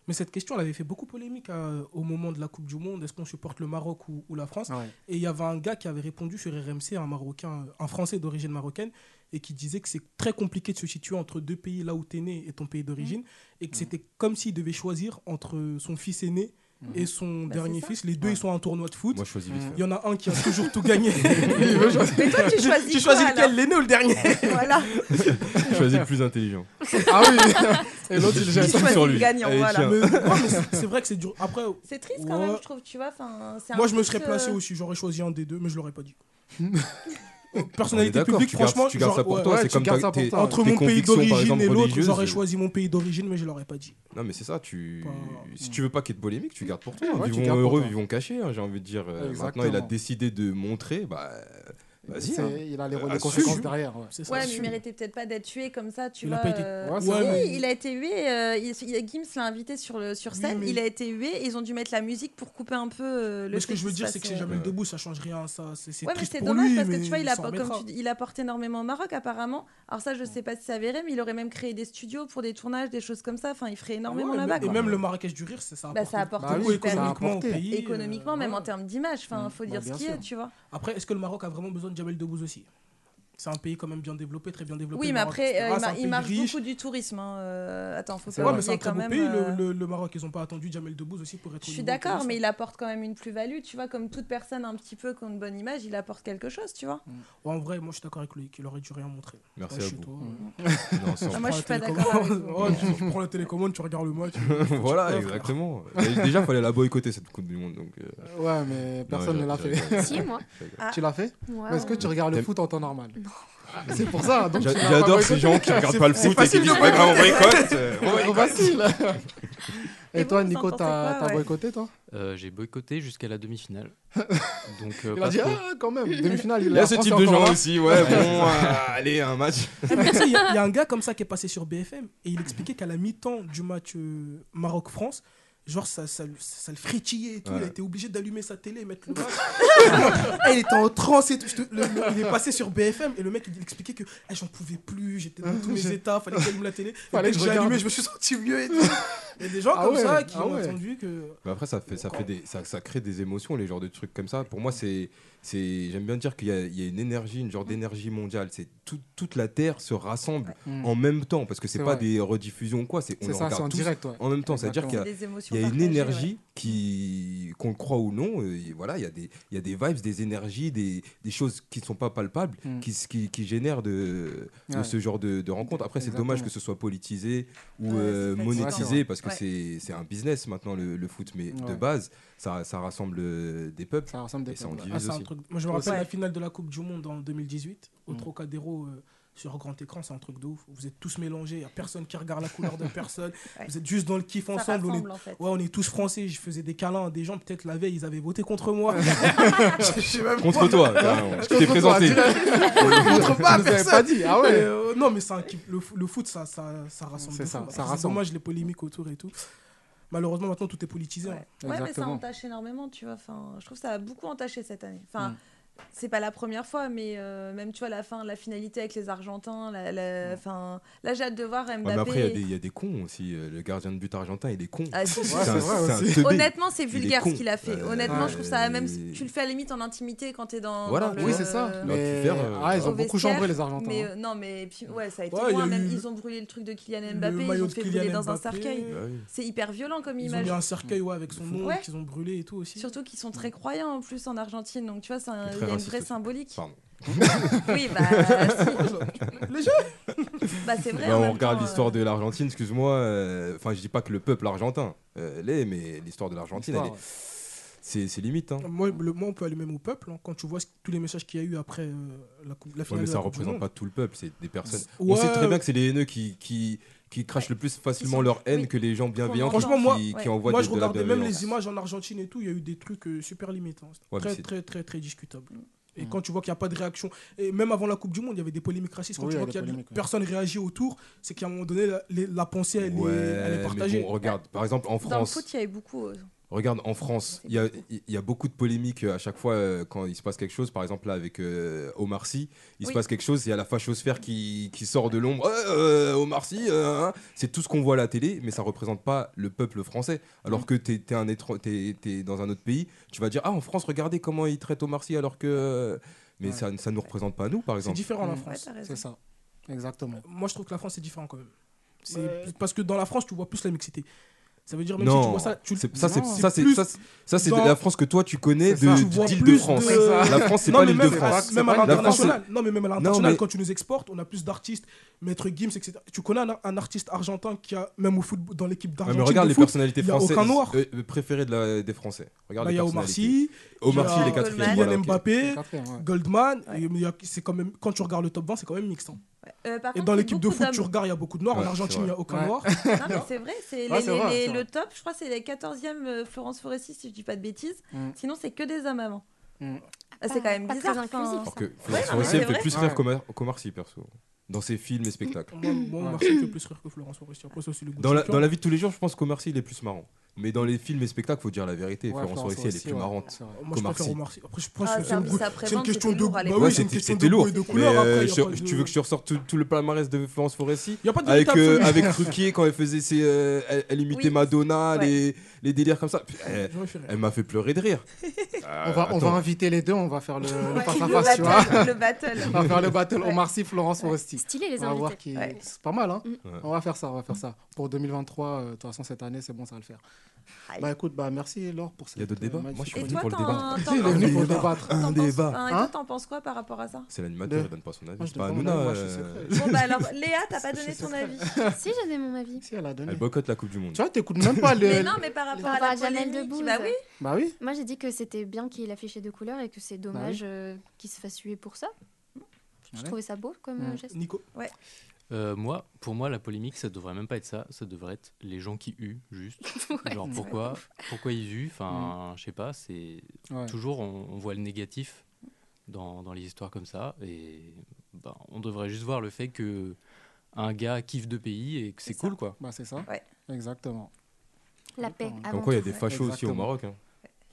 Mais cette question, elle avait fait beaucoup polémique euh, au moment de la Coupe du Monde. Est-ce qu'on supporte le Maroc ou, ou la France
Ouais.
Et il y avait un gars qui avait répondu sur RMC, un Marocain, un Français d'origine marocaine, et qui disait que c'est très compliqué de se situer entre deux pays, là où t'es né et ton pays
Mmh.
d'origine, et que c'était comme s'il devait choisir entre son fils aîné et son
Bah,
dernier
c'est ça.
fils. Les deux, ils sont à un tournoi de foot. Mmh.
Mmh. Moi, je choisis vite.
il y en a un qui a toujours tout gagné.
Mais toi, tu choisis.
tu choisis
quoi,
lequel, l'aîné ou le dernier
alors Voilà.
fait. je choisis le plus intelligent.
Ah oui Et l'autre, il
Je
jette.
tout
choisis
sur
le
lui.
gagnant,
Allez,
voilà.
tiens.
Mais- non, mais c'est- C'est vrai que c'est dur. Après,
C'est triste quand
Ouais.
même, je trouve. Tu vois. Enfin, c'est un
moi, je me
petit,
serais placé
euh,
aussi. J'aurais choisi un des deux, mais je l'aurais pas dit. Oh,
On est
Personnalité
d'accord,
publique,
tu gardes-
franchement,
tu gardes ça
j'aurais-
pour
ouais.
toi.
ouais,
c'est
tu
comme
gardes
ta-
ça pour
tes-
toi.
tes
Entre mon pays
convictions, par
d'origine
exemple,
et l'autre,
religieuses.
j'aurais choisi mon pays d'origine, mais je l'aurais pas dit.
Non, mais c'est ça, tu.
Pas-
Si tu veux pas qu'il y ait de polémique, tu gardes pour toi.
Ouais, tu
vivons
gardes pour
heureux,
toi.
vivons cachés, hein, j'ai envie de dire. Euh, maintenant,
Exactement.
il a décidé de montrer, bah. Vas-y.
C'est-
hein.
Il a les,
Euh,
les
assume.
conséquences derrière. ouais.
C'est ça.
Ouais, mais il méritait peut-être pas d'être tué comme ça, tu
Il a
vois.
pas été-
euh,
Ouais, c'est
oui,
vrai.
il a été hué. euh, il, il- Gims l'a invité sur, le, sur
Oui,
scène.
mais-
Il a été hué. et Ils ont dû mettre la musique pour couper un peu euh, le.
Mais ce que
fait
je veux
qu'il
dire,
se
c'est que
passe,
si jamais
euh,
debout, ça change rien. Ça, c'est c'est
Ouais, mais
triste
c'est
pour
dommage
lui,
parce que
mais
tu vois, il, a,
s'en
comme
remettra.
tu dis, il apporte énormément au Maroc apparemment. Alors ça, je sais pas si c'est avéré, mais il aurait même créé des studios pour des tournages, des choses comme ça. Enfin, il ferait énormément
Ouais,
là-bas.
Et
quoi.
même le Marrakech du rire, c'est ça.
Bah, ça apporte
Bah oui,
beaucoup
ça a
économiquement au
apporté.
pays. euh,
Économiquement, même en
voilà.
termes d'image, enfin,
Mm.
faut
Bah,
dire
bien
ce qu'il y a,
sûr.
tu vois.
Après, est-ce que le Maroc a vraiment besoin de Jamel Debbouze aussi C'est un pays quand même bien développé, très bien développé.
Oui,
le
mais
Maroc,
après,
etc.
euh,
C'est
il,
un
mar- il
pays
marche
riche.
beaucoup du tourisme. hein, euh, Attends, faut
C'est
pas
vrai,
Ouais, mais c'est
oublier
un très
quand
beau
même.
pays, le-
euh,
le le Maroc. Ils ont pas attendu Jamel Debbouze aussi pour être. au
Je suis
niveau au
d'accord,
tourisme.
mais il apporte quand même une plus-value, tu vois, comme toute personne un petit peu qui a une bonne image, il apporte quelque chose, tu vois.
Ouais, En vrai, moi, je suis d'accord avec lui qu'il aurait dû rien montrer.
Mm. Merci
Ouais,
à
chez
vous.
toi,
Non, sans-
Ah, moi, je suis
prends
pas
la
d'accord avec
télécommande.
vous.
Ouais, tu- tu prends la télécommande, tu regardes le match.
voilà, exactement. Dé- Déjà, fallait la boycotter cette Coupe du Monde. Donc, euh,
Ouais, mais personne
non,
ne l'a
j'ai-
fait.
j'ai-
Si, moi.
Tu l'as fait
Moi,
Mais Est-ce que
euh,
tu regardes le
Ah. T'aimes-
foot en temps normal C'est pour ça. Donc
j'a-
tu l'as
J'adore
pas
ces
boycotté.
gens qui regardent pas le
c'est
foot et qui
facile de
disent Ouais, grave, on boycotte euh, on
C'est trop
boycotte.
facile.
Et
Et toi,
vous, vous en
Nico,
pensez
t'as
quoi,
t'as
ouais
boycotté, toi
Euh, J'ai boycotté jusqu'à la demi-finale. Donc, euh,
Il
pas
a dit,
trop.
ah, quand même, demi-finale.
Il y a
la
ce
France
type
est
de
encore
gens
là.
aussi. Ouais, bon, euh, allez, un match.
Ah, mais tu sais, Il y, a il y a un gars comme ça qui est passé sur BFM et il expliquait qu'à la mi-temps du match euh, Maroc-France, genre ça, ça, le- ça le frétillait et tout. Il a
Ouais.
été obligé d'allumer sa télé et mettre le match. Ah, il était en transe et tout. Je te- le- le- il est passé sur BFM et le mec il expliquait que ah, j'en pouvais plus, j'étais dans tous mes états, fallait que j'allume la télé. Et dès
Fallait
que
que je
j'ai
regarde.
allumé, je me suis senti mieux et tout. Il y a des gens
Ah
comme
ouais,
ça qui
ah
ont
ouais.
entendu que.
Mais après, ça, fait, ça, fait des, ça, ça crée des émotions, les genres de trucs comme ça. Pour moi, c'est, c'est, j'aime bien dire qu'il y a, il y a une énergie, une genre d'énergie mondiale. C'est tout- toute la Terre se rassemble
Mm.
en même temps, parce que c'est,
C'est
pas
vrai.
des rediffusions ou quoi. C'est, on
C'est
en
ça, c'est
regarde
en
tous
direct, ouais.
en même temps. C'est-à-dire qu'il y a,
C'est des émotions
il y a une
partagées, ouais.
énergie qui, qu'on le croit ou non, euh, et voilà, il y, a des, il y a des vibes, des énergies, des, des choses qui ne sont pas palpables,
Mm.
qui, s- qui, qui génèrent de, de
Ouais.
ce genre de, de rencontres. Après, c'est
Exactement.
dommage que ce soit politisé ou
Ouais,
euh,
c'est fatigant.
monétisé,
Ouais.
parce que
Ouais.
c'est, c'est un business maintenant, le, le foot, mais de
Ouais.
base, ça, ça rassemble euh, des peuples.
Ça ressemble
Et
des
ça en
peuples.
Ah,
divise
c'est un
aussi.
truc. Moi, je me rappelle
Ouais.
la finale de la Coupe du Monde en 2018 au
Mm.
Trocadéro euh, sur grand écran, c'est un truc de ouf. Vous êtes tous mélangés, il n'y a personne qui regarde la couleur de personne.
Ouais.
Vous êtes juste dans le kiff
Ça
ensemble. On est...
rassemble, en fait.
Ouais, on est tous français. Je faisais des câlins à des gens. Peut-être la veille, ils avaient voté contre moi. Je sais même
Contre toi, carrément. je t'ai
Contre toi,
présenté.
direct.
Contre pas
Je vous avais pas
personne.
dit. Ah
Mais,
ouais.
euh, non, mais c'est un kiff. Le, fo- le foot, ça, ça, ça rassemble.
C'est
de
ça,
fou.
ça
C'est
rassemble.
dommage les polémiques autour et tout. Malheureusement, maintenant tout est politisé. hein.
Ouais, mais ça
Exactement.
entache énormément, tu vois. Enfin, je trouve que ça a beaucoup entaché cette année. Enfin,
Mm.
c'est pas la première fois, mais euh, même tu vois la fin, la finalité avec les Argentins, la,
Mm.
la- enfin, là j'ai hâte de voir Mbappé.
Ouais, mais après, il y a des- il y, a des cons aussi. euh, Le gardien de but argentin, il est con.
Ah, si, si.
C'est un-
Ouais, c'est vrai
c'est un
aussi.
teubé.
Honnêtement, c'est
Il est
vulgaire
con.
ce qu'il a fait.
Euh,
Honnêtement, je trouve ça même.
euh,
Tu le fais à la limite en intimité quand t'es dans.
Voilà.
dans le-
Oui, c'est ça.
euh,
Mais-
Mais...
tu perds, euh,
Ah, ils
au
ont beaucoup
vestiaire,
chambré les Argentins.
Mais
hein.
euh, non, mais puis ouais, ça a été
Ouais, il y
loin.
a
Même
eu
ils ont brûlé le truc de Kylian
Le
Mbappé, ils
maillot
ont
de
fait
Kylian
brûler dans un
Mbappé,
cercueil.
Bah oui.
C'est hyper violent comme
Ils ont
image.
mis un cercueil ouais, avec son nom
Ouais.
qu'ils ont brûlé et tout aussi.
Surtout qu'ils sont très croyants en plus en Argentine, donc tu vois, c'est un-
Très
il y a une
raciste
vraie
aussi.
symbolique.
Pardon.
Oui, bah,
Les jeux
si. bah c'est vrai.
Bah,
en
on
même
regarde
temps,
l'histoire
euh,
de l'Argentine, excuse-moi. euh, Enfin, je dis pas que le peuple argentin euh, l'est, mais l'histoire de l'Argentine, elle est- c'est c'est limite. Hein.
Moi, le- moi, on peut aller même au peuple. hein, quand tu vois ce- tous les messages qu'il y a eu après euh, la, coupe- la
Ouais,
finale.
mais
de
ça
la Coupe du
représente
Monde.
pas tout le peuple, c'est des personnes.
Ouais.
On sait très bien que c'est les haineux qui, qui, qui crachent le plus facilement
sont-
leur haine
oui.
que les gens bienveillants qui,
Franchement, moi-
qui, qui
ouais.
envoient
Moi,
de,
je
de la
regardais même
bienveillance.
les images en Argentine et tout. Il y a eu des trucs euh, super limitants.
Ouais, mais
très,
c'est-
très, très, très discutable. Et
Mm.
quand tu vois qu'il n'y a pas de réaction, et même avant la Coupe du Monde, il y avait des polémiques racistes. Quand
Oui,
tu
il y a
vois qu'il
des
y a de-
polémiques, ouais.
personne réagit autour, c'est qu'à un moment donné, la, les- la pensée, elle,
Ouais,
est, elle est
mais
partagée.
bon, regarde, par exemple, en
Dans le
France,
foot, il y avait beaucoup. euh,
Regarde, en France, il y a, il y a beaucoup de polémiques euh, à chaque fois euh, quand il se passe quelque chose. Par exemple, là, avec euh, Omar Sy, il se
Oui.
passe quelque chose, il y a la fachosphère qui, qui sort de l'ombre. Ouais, euh, Omar Sy, euh, hein. c'est tout ce qu'on voit à la télé, mais ça représente pas le peuple français. Alors que tu es, dans un autre pays, tu vas dire Ah, en France, regardez comment ils traitent Omar Sy, alors que. euh, Mais
Ouais.
ça ne nous représente pas, nous, par
C'est
exemple.
différent la
Mm.
Ouais,
France.
t'as raison.
C'est ça. Exactement.
Euh, Moi, je trouve que la France, c'est différent quand même. C'est
Ouais.
plus- Parce que dans la France, tu vois plus la mixité. Ça veut dire, même si tu
Non,
vois ça, tu
c'est- ça, c'est
Non.
ça, c'est-
Plus
ça, c'est- ça, c'est
dans-
la France que toi, tu connais
C'est ça. Tu
vois
de,
plus
de france
de-
La France, c'est
Non,
pas
mais
l'île de
même-
France.
c'est
Même
pas
à
une- La France,
l'international. Non, mais même à l'international,
mais-
quand tu nous exportes, on a plus d'artistes, Maître Gims, etc. Tu connais un, un artiste argentin qui a, même au football, dans l'équipe
Ah,
d'Argentine.
mais regarde
de
les
foot,
personnalités
il y a
françaises
aucun noir.
euh, euh, préférées de la- des Français. Regarde
bah, Il
les
y a Omar Sy,
personnalités. Omar
il y
Sy,
a
il est quatrième.
Goldman.
voilà,
Kylian
ok.
Mbappé,
Quatrième, ouais.
Goldman. et il y a- C'est quand même quand tu regardes le top 20, c'est quand même mixte. hein.
Euh, par
Et
contre,
dans
c'est
l'équipe de
beaucoup
foot,
d'hommes.
tu regardes, il y a beaucoup de noirs.
Ouais,
en Argentine, il
c'est
n'y a aucun
Ouais.
noir.
Non, mais c'est vrai, c'est
Ouais,
les-
c'est
les-
vrai,
les-
c'est vrai.
le top, je crois, c'est les 14e euh, Florence Foresti, si je dis pas de bêtises.
Mm.
Sinon, c'est que des hommes avant.
Mm.
Ah, c'est quand même
Pas
bizarre.
très
enfin,
inclusif.
Alors que
Ouais,
Florence
non, mais
Foresti,
c'est
elle fait
vrai.
plus rire
Ouais.
qu'Omar- qu'Omar Sy, perso. Dans ses films et spectacles.
Moi, moi, Omar Sy fait plus rire que Florence Foresti. Après, ça, c'est le goût
Dans la,
chacun.
dans la vie de tous les jours, je pense qu'Omar Sy, il est plus marrant. Mais dans les films et spectacles, faut dire la vérité.
Ouais,
Florence Foresti, elle est plus
ouais.
marrante.
C'est vrai.
Moi, je
Omar
préfère
Sy.
Omar Sy. Après, je pense
Ah,
que c'est une
service
goût-
après
c'est une
20,
question
c'était
de.
lourd à
Bah
l'époque.
oui,
Ouais,
c'est une
c'était-
question
c'était
de goût
lourd.
et de
Mais
couleur. Après,
euh,
il y a
je-
pas de-
tu veux que je te ressorte tout, tout le palmarès de Florence Foresti
Il n'y a pas de
avec,
vérité
euh,
absolue.
avec Ruquier quand elle faisait ses. euh, elle, elle imitait
Oui.
Madonna,
Ouais.
les, les délires comme ça. Puis, Elle,
J'aurais fait rire.
elle m'a fait pleurer de rire. Euh,
On va, on va inviter les deux, on va faire le, le
Ouais,
face à
le
face, tu vois.
battle, le battle.
On va faire le battle
Ouais.
Omar Sy, Florence Foresti.
Stylé les
On va voir
invités.
qui.
Ouais.
C'est pas mal, hein.
Mm.
Ouais.
On va faire ça, on va faire ça. Pour 2023, euh, de toute façon, cette année, c'est bon, ça va le faire.
Aïe.
Bah écoute, bah merci Laure pour cette.
Il y a d'autres débats
euh, magnifique-
Moi, je suis
Et
venu
toi,
pour le
t'en-
débat.
t'en-
Il est venu pour
Un débat.
débattre.
t'en
Un
penses-
débat.
hein, Et
Hein
toi, t'en penses quoi par rapport à ça
C'est l'animateur,
Le-
il donne pas son avis.
Moi, je
c'est pas
donne pas
Hanouna.
mon avis, moi, je suis
euh,
secret.
Bon, bah alors, Léa, t'as pas
Parce que
donné
c'est
ton
secret.
avis.
Si j'avais mon avis.
Si elle a donné.
Elle boycotte la Coupe du Monde.
Tu vois, t'écoutes même pas le.
Mais non, mais par rapport
Par
à la
rapport à Jamel
polémique,
Debbouze.
bah oui.
Bah oui. Bah
Moi, j'ai dit que c'était bien qu'il affichait deux couleurs et que c'est dommage euh, qu'il se fasse tuer pour ça. Je
Ouais.
trouvais ça beau comme
Mm.
euh, geste.
Nico.
Euh, moi, pour moi, la polémique, ça devrait même pas être ça. Ça devrait être les gens qui huent, juste. Genre pourquoi, pourquoi ils huent
Mm.
Enfin, je sais pas. C'est
Ouais.
toujours on, on voit le négatif dans, dans les histoires comme ça, et bah, on devrait juste voir le fait que un gars kiffe deux pays et que c'est
C'est ça.
cool, quoi.
Bah c'est ça.
Ouais.
Exactement.
La paix.
Comme
Comme
Avant
quoi, il y a
tout.
des fachos aussi au
Exactement.
Maroc. hein.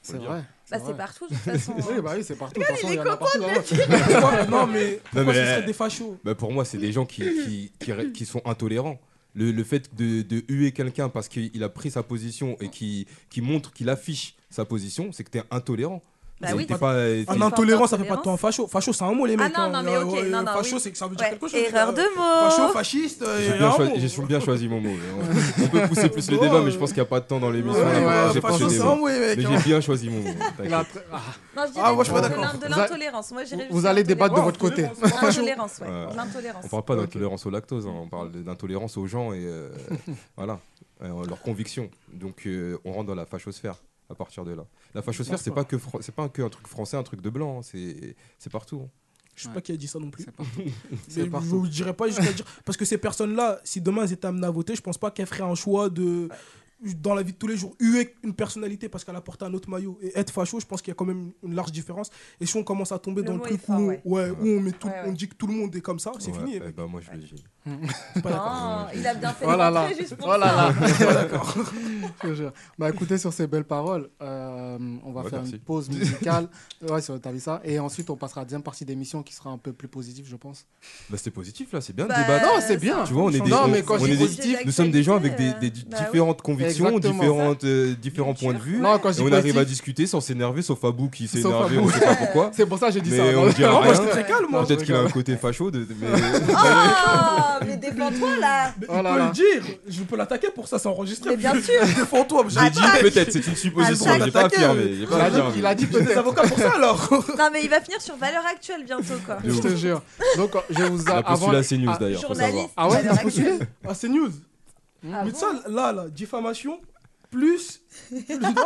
C'est
le
vrai.
Bah c'est
vrai.
partout, de toute façon.
Oui, bah oui, c'est partout. De toute façon,
il
il y
est
en a partout. hein. là-bas.
Pourquoi- Non, mais
Non,
pourquoi ce
mais-
serait des fachos
Bah, pour moi, c'est des gens qui, qui, qui, re- qui sont intolérants. Le, le fait de, de huer quelqu'un parce qu'il a pris sa position et qui, qui montre qu'il affiche sa position, c'est que t'es intolérant.
Bah
T'es-
oui.
t'es pas, euh, t'es-
Un
pas
intolérant, ça fait
intolérant.
pas de toi un facho. Facho, c'est un mot, les mecs.
non, non, mais ok,
Euh,
non, non,
Facho,
oui.
c'est que ça veut dire
Ouais,
quelque chose.
Erreur
Euh,
de
Facho,
mot.
fasciste, euh,
J'ai
et
bien,
un
choisi,
mot.
j'ai bien choisi mon mot. On, on peut pousser plus le
Bon,
débat, mais
euh,
je pense qu'il n'y a pas de temps dans
Ouais,
l'émission.
ouais,
J'ai
ouais,
poussé
Facho,
le
c'est
débat.
un mot, les mecs.
Mais
hein.
j'ai bien choisi mon mot.
Il a
t'inquiète.
tr- ah,
Non, je dirais
Ah, moi, je suis pas
de-
d'accord.
de
Vous
l'intolérance. Moi, j'irais
Vous
juste
allez
l'intolérance.
débattre de votre côté.
C'est pas facho.
L'intolérance, ouais.
Ouais.
L'intolérance.
Euh, On parle pas
Ok.
d'intolérance au lactose, hein, on parle d'intolérance aux gens et euh, voilà, euh, leurs convictions. Donc euh, on rentre dans la fachosphère à partir de là. La fachosphère,
Pense
c'est
pas.
pas que fran- c'est pas que un truc français, un truc de blanc, hein, c'est c'est partout. hein.
Je sais
Ouais.
pas qui a dit ça non plus.
C'est partout.
Mais
C'est
je
partout.
vous dirais pas jusqu'à dire. Parce que ces personnes-là, si demain elles étaient amenées à voter, je pense pas qu'elles feraient un choix de. dans la vie de tous les jours, huer une personnalité parce qu'elle a porté un autre maillot et être facho, je pense qu'il y a quand même une large différence. Et si on commence à tomber
Le
dans le
mot
truc
est fort,
où,
ouais.
ouais, où on, met tout-
Ouais, ouais.
on dit que tout le monde est comme ça, c'est
Ouais,
fini.
eh ben, moi, je le dis.
Pas
Non, Ah, il a bien fait
Oh là
de
là.
rentrer juste pour
Oh là
ça.
là. Je te jure. Bah écoutez, sur ces belles paroles, euh, on va
Ouais,
faire
merci.
une pause musicale. ouais, sur- t'as vu ça. Et ensuite, on passera à la deuxième partie d'émission qui sera un peu plus positive, je pense.
Bah, c'était positif, là, c'est bien de
Bah,
débattre.
Non, c'est bien.
Tu vois, on est des,
Non,
on-
mais quand
on
je
est
dis
des-
positif,
nous sommes des gens avec des, des-
Bah oui.
différentes convictions,
Exactement.
différentes, euh, différents points de vue.
Non, quand je
Et
dis
on arrive à
positif,
discuter sans s'énerver, sauf Abou qui s'est
Sauf
énervé,
Abou.
on sait pas pourquoi.
c'est pour ça que j'ai dit ça. hein.
Mais
Non,
on dira
non, moi,
rien.
je-
Très calme,
Non,
hein.
je Ah
Peut-être qu'il a un
rigole.
côté facho, de, mais
Oh, mais défends-toi là
Mais
Oh là là.
il peut le dire, je peux l'attaquer pour ça, c'est enregistré.
Mais bien sûr.
Défends-toi, je
j'ai
l'ai
dit
dit.
peut-être, c'est une supposition,
Attaque.
j'ai pas
Euh,
affirmé. j'ai
Il
pas
a dit,
affirmé.
il a dit
Des
peut-être.
avocats pour ça alors
Non, mais il va finir sur valeur actuelle bientôt, quoi.
De
Je te
ouf.
jure. Donc, je vous
On a
avant.
postulé à CNews
Ah,
d'ailleurs, faut savoir.
Journaliste,
Ah ouais,
valeur
t'as postulé
actuelle.
Ah, c'est news.
Ah
Mais
bon
ça, là, là, diffamation, plus.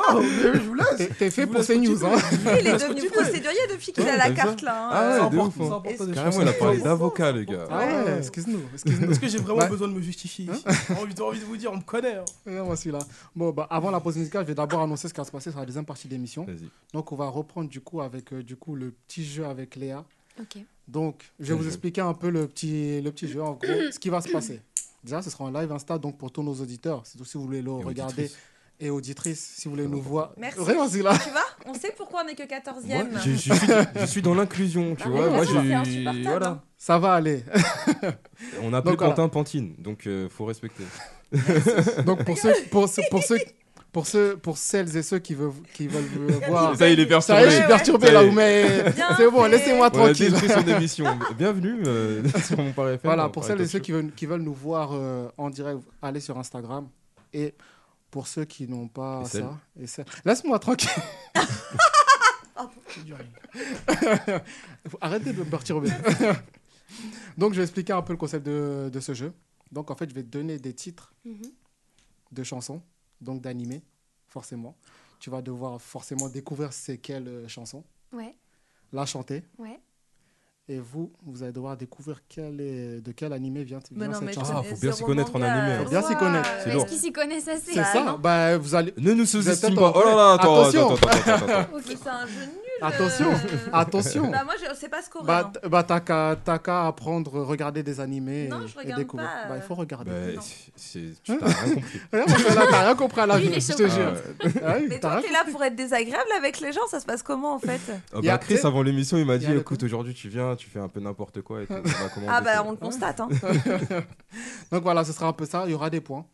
Ah, mais je vous laisse.
T'es- T'es fait
vous
pour
laisse
ces news. hein.
continuer.
Lui, il est
Laisse
devenu
continuer.
procédurier depuis qu'il
Ouais,
a la
t'as vu ça
carte là. hein.
Ah ouais,
C'est
de
important,
ouf, hein.
c'est important de
Carrément,
changer
il a
les
parlé
choses.
d'avocat, les gars.
Ah ouais, excuse-nous. Excuse-nous.
Est-ce que j'ai vraiment
Ouais.
besoin de me justifier ici J'ai envie, j'ai envie de vous dire, on me connaît. hein.
Regarde, moi celui-là. Bon, bah, avant la pause musicale, je vais d'abord annoncer ce qui va se passer sur la deuxième partie de l'émission.
Vas-y.
Donc, on va reprendre du coup avec euh, du coup le petit jeu avec Léa.
Ok.
Donc, je vais
Quel
vous
jeu
expliquer un peu le petit, le petit jeu, en gros, ce qui va se passer. Déjà, ce sera en live Insta, donc pour tous nos auditeurs, surtout si vous voulez le
Et
regarder,
auditrice.
et auditrices, si vous voulez nous voir.
Merci.
Rien, c'est là.
Tu vois, on sait pourquoi on est que 14
Moi,
e
je, je suis, je suis dans l'inclusion, tu
Ah,
vois.
mais
Moi,
ça, c'est
je,
insupportable,
voilà.
hein.
Ça va aller.
On a appelé
Donc, voilà.
Quentin Pantine, donc euh, faut respecter.
Donc, pour ceux, pour, ceux- pour ceux, pour ceux, pour celles et ceux qui veulent, qui veulent euh, voir.
Ça y est, il est
Ça y est, je suis
perturbé.
perturbé
Ça
ouais.
y
là,
est.
mais
Bien
ben, c'est bon,
fait.
laissez-moi
On a
tranquille.
détruit son émission. Bienvenue euh, sur mon pari FM.
Voilà,
dans
pour
Paris
celles et
Talk
ceux
Show.
qui veulent, qui veulent nous voir euh, en direct, allez sur Instagram. Et pour ceux qui n'ont pas
Et celles.
ça, et celles- laisse-moi tranquille.
J'ai dit rien.
Faut- Arrêtez de me perturber. Donc, je vais expliquer un peu le concept de, de ce jeu. Donc, en fait, je vais te donner des titres de chansons, donc d'animés, forcément. Tu vas devoir forcément découvrir c'est quelle euh, chanson,
Ouais,
la chanter.
ouais.
Et vous, vous allez devoir découvrir quel est- de quel animé vient,
Mais
vient
non, mais
cette
je
chanson.
Ah,
connais
faut bien s'y
zéro
connaître en
manga.
animé, hein.
Faut bien s'y connaître.
Ouah,
C'est
ouais.
lourd.
Est-ce qu'ils s'y connaissent assez
C'est ça.
non.
Bah, vous allez.
Ne nous
Vous
sous-estime
êtes
pas. Oh là là, attends,
Attention.
attends, attends, attends, attends.
Ok.
Mais C'est un jeu nul.
Attention,
euh.
attention.
Bah, moi, je sais pas hein. ce qu'on
Bah, t- bah, t'as qu'à t'as qu'à apprendre, euh, regarder des animés
Non,
et-
je
et,
regarde
découvrir.
pas, euh.
Bah, il faut regarder.
Bah,
Non.
c'est- c'est- tu t'as rien compris.
Regarde, parce que là, t'as rien compris à la
Lui,
vie,
il est
je
chaud.
te
Ah,
jure.
ouais.
Ah oui,
Mais
t'as
toi,
rien-
t'es là pour être désagréable avec les gens, ça se passe comment en fait
Ah
y a-
bah, Chris,
t'sais-
avant l'émission, il m'a
y
dit
a le
écoute,
coup.
aujourd'hui, tu viens, tu fais un peu n'importe quoi et tout. on va commander
Ah bah
ça.
on le constate hein.
Donc voilà, ce sera un peu ça. Il y aura des points.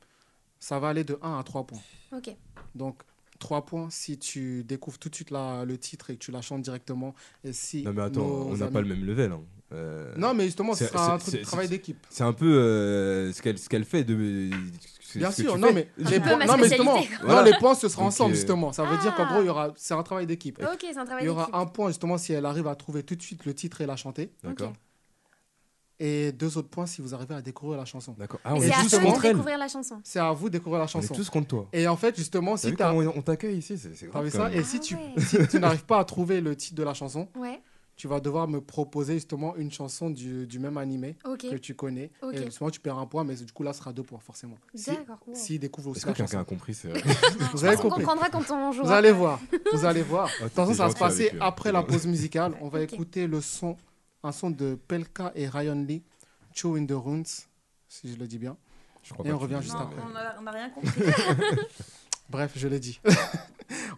Ça va aller de 1 à 3 points.
Ok.
Donc, 3 points si tu découvres tout de suite la- le titre et que tu la chantes directement. Et si
Non, mais attends,
nos
on n'a
amis-
pas le même level. hein. Euh,
Non, mais justement, ce
C'est-
sera un
c'est-
truc de
c'est-
travail
c'est-
d'équipe.
C'est un peu euh, ce qu'elle ce qu'elle fait de. ce- ce
Bien
que
sûr,
tu
non,
fais.
mais
Un
les
peu ma
non, mais
spécialité,
justement,
quoi.
non, les points, ce sera
Donc,
ensemble,
euh,
justement. Ça veut dire qu'en gros, il y aura... c'est un travail d'équipe.
Ok, c'est un travail
Il y aura
d'équipe.
un point, justement, si elle arrive à trouver tout de suite le titre et la chanter.
D'accord.
Ok.
Et deux autres points si vous arrivez à découvrir la chanson.
D'accord. Ah,
Et
on
C'est
est
à
tous
eux de
contre elle.
découvrir la chanson.
C'est à vous de découvrir la
On est
chanson.
tous contre toi.
Et en fait, justement,
T'as
si
vu
t'as-
comment on on t'accueille ici C'est c'est
t'as
grave.
vu
quand
ça,
même.
et si
Ah
tu,
ouais.
si tu n'arrives pas à trouver le titre de la chanson,
Ouais,
tu vas devoir me proposer justement une chanson du, du même animé
ok.
que tu connais.
Ok.
Et justement, tu perds un point, mais du coup, là, ce sera deux points, forcément. Si,
D'accord. wow.
s'il découvre aussi
Est-ce que
la
quelqu'un
chanson.
a compris c'est-
Vous
On
avez compris.
comprendra quand on jouera.
Vous allez voir. Vous allez voir.
Ah,
De toute façon,
t'es
ça va se
gentil avec euh,
passer
eux.
après la pause musicale. On va
Ok.
écouter le son, un son de Pelka et Ryan Lee, Chew in the Runes, si je le dis bien.
Je crois
Et
pas
on
que tu
revient
dis
juste
ça,
Non,
après.
mais-
on a, on a rien compris.
Bref, je l'ai dit.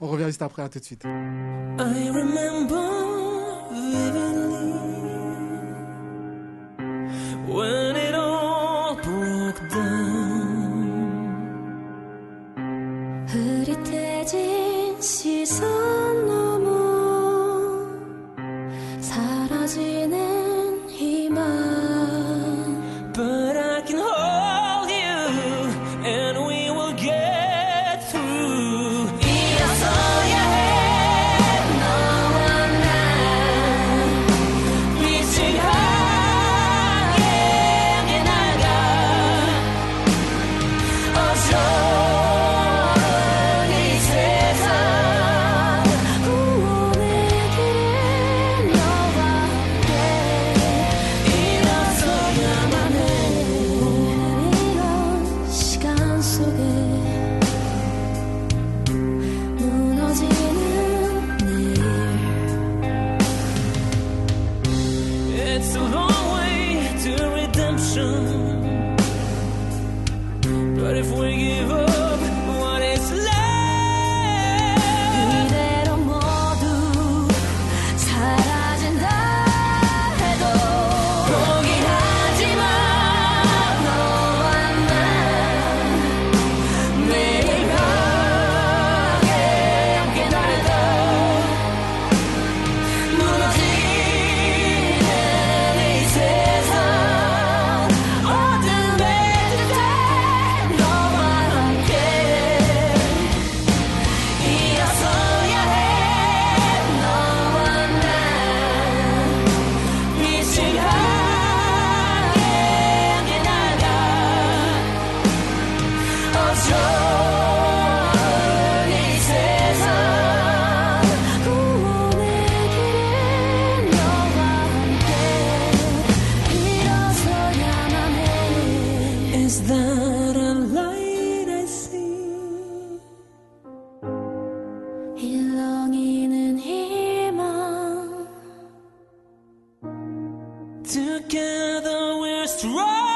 On revient juste après, à tout de suite.
I remember vividly when it all broke down.
흐릿해진 시선 넘어 사라지는 희망
But I can hold you, and we will get through. 이어서야 해 너와 나 빛을 향해 나가 어서 이 세상
Let's roll.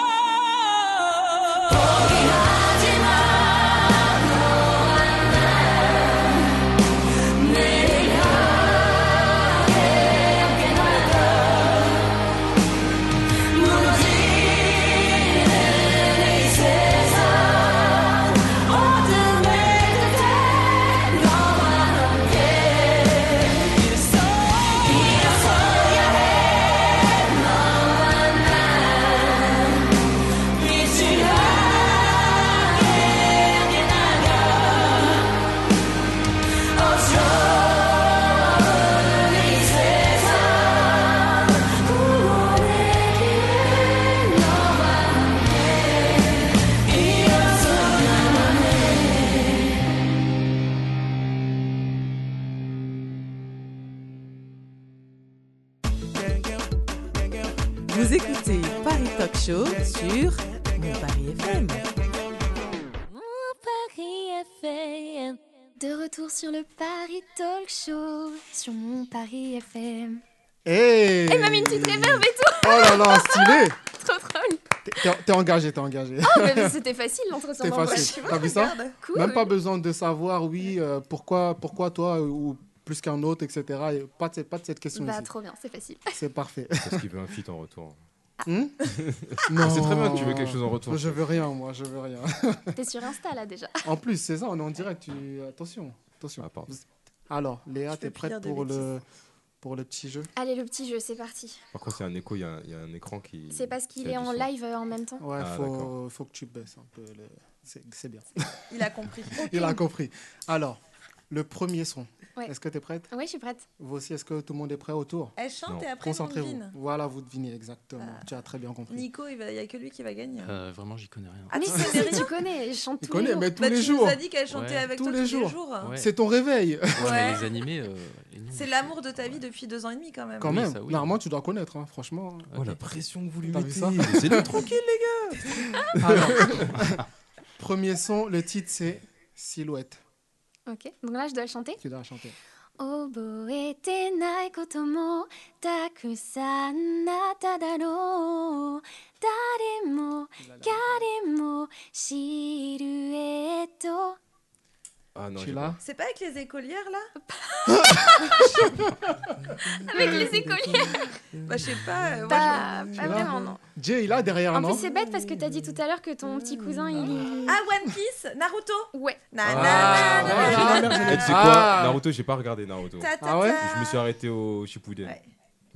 Vous écoutez Paris Talk Show sur Mon Paris FM.
De retour sur le Paris Talk Show, sur mon Paris FM.
Hey
Eh, il m'a mis une petite réverb et tout
Oh là là, stylé
Trop drôle
T'es- T'es t'es engagé, t'es engagé.
Oh, mais c'était facile l'entretien
C'était
d'embauche,
facile.
tu vois,
T'as vu ça
regarde. Cool
Même pas besoin de savoir, oui, euh, pourquoi, pourquoi toi euh, ou plus qu'un autre, etc. Et pas, de, cette- pas de cette question
Bah,
ici.
trop bien, c'est facile.
C'est parfait.
Parce qu'il veut un fit en retour.
Hmm
Mais c'est très bien que tu veux quelque chose en retour.
Bah, Je veux rien, moi, je veux rien.
T'es sur Insta là déjà.
en plus, c'est ça, on est en direct. tu- Attention, attention.
Ah,
Alors, Léa,
Je
t'es
peux plus
prête
dire de
pour le, pour le petit jeu
Allez, le petit jeu, c'est parti.
Par contre, il y a un écho, il y, a un- Ah, il y a un écran qui.
C'est parce qu'il
qui a
est
du son.
en live euh, en même temps.
Ouais,
Ah,
faut,
d'accord.
faut que tu baisses un peu. le- C'est c'est bien.
Il a compris.
Il a compris. Alors, le premier son.
Ouais.
Est-ce que t'es prête
Ah Ouais, je suis prête.
Vous aussi, est-ce que tout le monde est prêt autour
Elle chante Non. et après, on
Concentrez-vous.
devine.
Voilà, vous devinez exactement.
Ah.
Tu as très bien compris.
Nico, il n'y a que lui qui va gagner.
Euh, vraiment, j'y connais rien.
Ah,
mais
tu
si,
connais
si,
rien
tu connais, je chante
Tu
tous
connais,
les jours.
mais tous les
Bah, tu nous
jours.
as dit qu'elle chantait avec toi tous les jours. Ouais.
C'est ton réveil.
Ouais, mais
Ouais.
les animés. euh, les nuls.
C'est l'amour de ta vie depuis deux ans et demi quand même.
Quand même, normalement, tu dois connaître, hein, franchement.
Oh, la
pression que vous lui
mettez. Laissez-le tranquille,
les gars. Alors, premier son, le titre c'est Silhouette.
Ok, donc là, je dois le chanter.
Tu dois la chanter.
覚えてないこともたくさんあっただろう誰も誰もシルエット
Ah non,
Tu
j'ai
l'as
pas.
C'est pas avec les écolières là
Avec les écolières
Bah je sais pas. euh, moi,
Pas,
je-
pas vraiment, non.
Jay, il a derrière,
En
Ah non
plus, c'est bête parce que t'as dit tout à l'heure que ton petit cousin, il...
Ah, One Piece Naruto
Ouais.
Na-
Ah,
na- na- na- na- na-
Eh, tu sais
Ah.
quoi Naruto, j'ai pas regardé Naruto.
Ta- ta- Ah ouais ta.
Je me suis arrêté au Shippuden.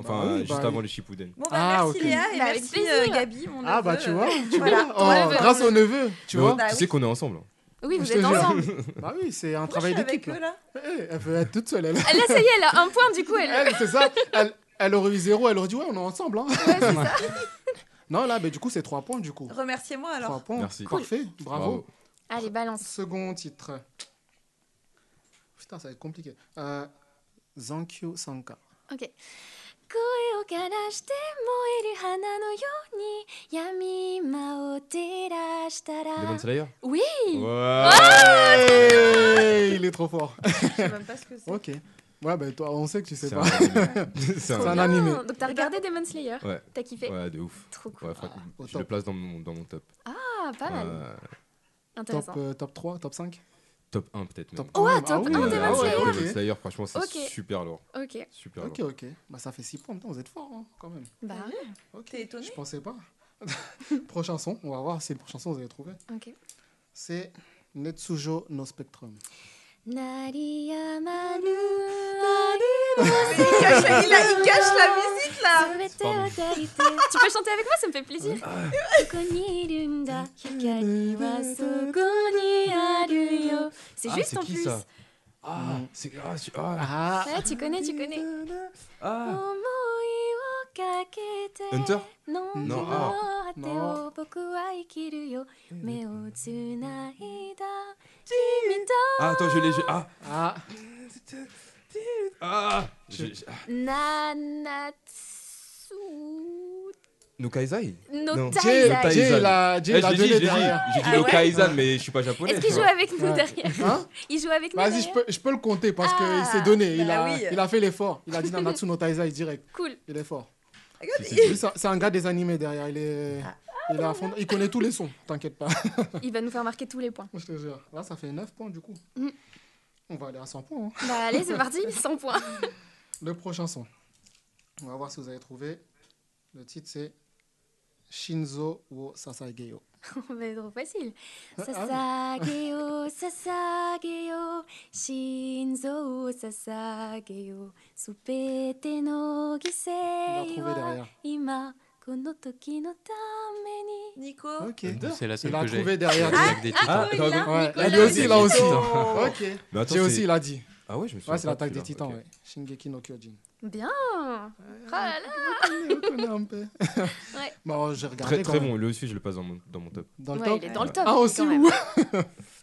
Enfin,
Bah oui,
euh, juste
bah
avant
oui.
le Shippuden.
Bon bah
Ah,
merci
ok.
Léa et
Bah, avec
merci
plaisir.
euh, Gabi, mon
Ah bah
neveu,
tu
euh,
vois, tu
voilà.
vois. Oh,
Ton neveu.
grâce au neveu, tu
Mais
vois.
on-
Bah
Tu sais qu'on est ensemble. hein.
Oui, vous
Je te
êtes
jure.
ensemble.
Bah oui, c'est un
Moi, je
travail
suis avec
d'équipe.
eux
là.
là.
Eh, Elle veut être toute seule, elle.
Là, ça y est, elle a un point, du coup, elle...
Elle, c'est ça. Elle, elle aurait eu zéro, elle aurait dit ouais, on est ensemble. Hein. non, là, mais du coup, c'est trois points, du coup.
Remerciez-moi alors.
Trois points.
Merci.
Parfait, bravo.
Bravo.
Allez, balance.
Second titre. Putain, ça va être compliqué. Euh, Zankyo Sanka.
声を枯らして燃える花のように闇間を照らしたら
Demon Slayer
Oui
Oh, Ouais, Il est trop fort.
Je sais même pas ce que c'est.
ok. Ouais, bah toi, on sait que tu sais
C'est
pas.
un anime. C'est
C'est
un
un
anime.
animé.
Ah, Donc t'as regardé Demon Slayer
Ouais.
T'as kiffé
Ouais, de ouf.
Trop cool.
Ouais, franchement,
au
je
top.
le place dans mon, dans mon top.
Ah, pas mal.
Euh,
Top,
Intéressant.
euh, top 3, top 5
top 1 peut-être.
Top bah
même.
Oh,
1,
ah, top 1,
euh,
Demon
Ah ouais,
Slayer.
Demon Slayer, franchement, c'est
Ok.
super lourd.
Ok.
Super
Ok,
lourd.
ok. Bah ça fait 6 points, putain, vous êtes forts hein, quand même.
Bah,
Ok.
T'es étonné
Je pensais pas. prochain son, on va voir si le prochain son vous avez trouvé.
ok.
C'est Netsujo no Spectrum.
鳴りやまぬ
Il cache la- il a- il cache la musique là
全てを抱いて Tu peux chanter avec moi, ça me fait plaisir.
Ah.
ここにいるんだ光はそこにあるよ C'est
Ah,
juste
c'est
en
qui,
plus.
ça Ah, c'est. Ah, c'est-
Ah
ah.
Ouais, tu connais, tu connais.
Ah.
思いをかけて
Hunter
飲
ah.
みの果てを
あ
僕は生きるよ目をつないだ
Ah, attends, je l'ai. je- Ah
Ah
Ah Je- je- ah.
君と七つ
No Kaizai
No
Non.
Taizai.
No Taizai.
Jay, il a- Jay,
Eh,
il a donné
j'ai dit- j'ai dit-
derrière.
J'ai dit
Ah
No
ouais
Kaizan, mais je suis pas japonais.
Est-ce qu'il
tu
joue
vois.
avec nous
Ouais.
derrière
Hein
Il joue avec nous
Vas-y, je
derrière
peux, je peux le compter parce
Ah,
qu'il s'est donné. Il,
bah
a,
oui.
il a fait l'effort. Il a dit Nanatsu no Taizai direct.
Cool.
Il est fort. Lui, C'est c'est un gars des animés derrière. Il est, il est à fond. Il connaît tous les sons, t'inquiète pas.
Il va nous faire marquer tous les points.
Je te jure. Là, ça fait 9 points du coup.
Mm.
On va aller à 100 points. hein.
Bah allez, c'est parti, 100 points.
Euh,
Le prochain son. On va voir si vous avez trouvé. Le titre, c'est Shinzo wo Sasageyo.
Mais trop facile.
Ah,
Sasageo, Sasageo, Shinzo wo Sasageo, Supete no
On va
Gisei
trouver
wa
derrière.
Ima, Kono Toki no Tameni.
Nico
Ok.
Ah, C'est la seule
Il a
que j'ai.
trouvé derrière.
Le sac des titres.
Ah,
Ah, il a,
Ouais,
Nicolas,
lui aussi,
il
là
a-
aussi.
Oh.
Ok.
Mais attends,
J'ai
c'est-
aussi, il a dit.
Ah ouais, je me souviens.
Ouais, c'est
pas
l'attaque
de
des
celui-là,
titans,
ok.
ouais. Shingeki no Kyojin.
Bien. Oh là là.
On Ah, connaît un peu.
Ouais.
Bon, j'ai regardé.
Très
quand
très
même.
bon, lui aussi je le passe dans mon, dans mon top.
Dans le
Ouais,
top.
il est dans le top.
Ah,
quand
aussi,
même.
ouais.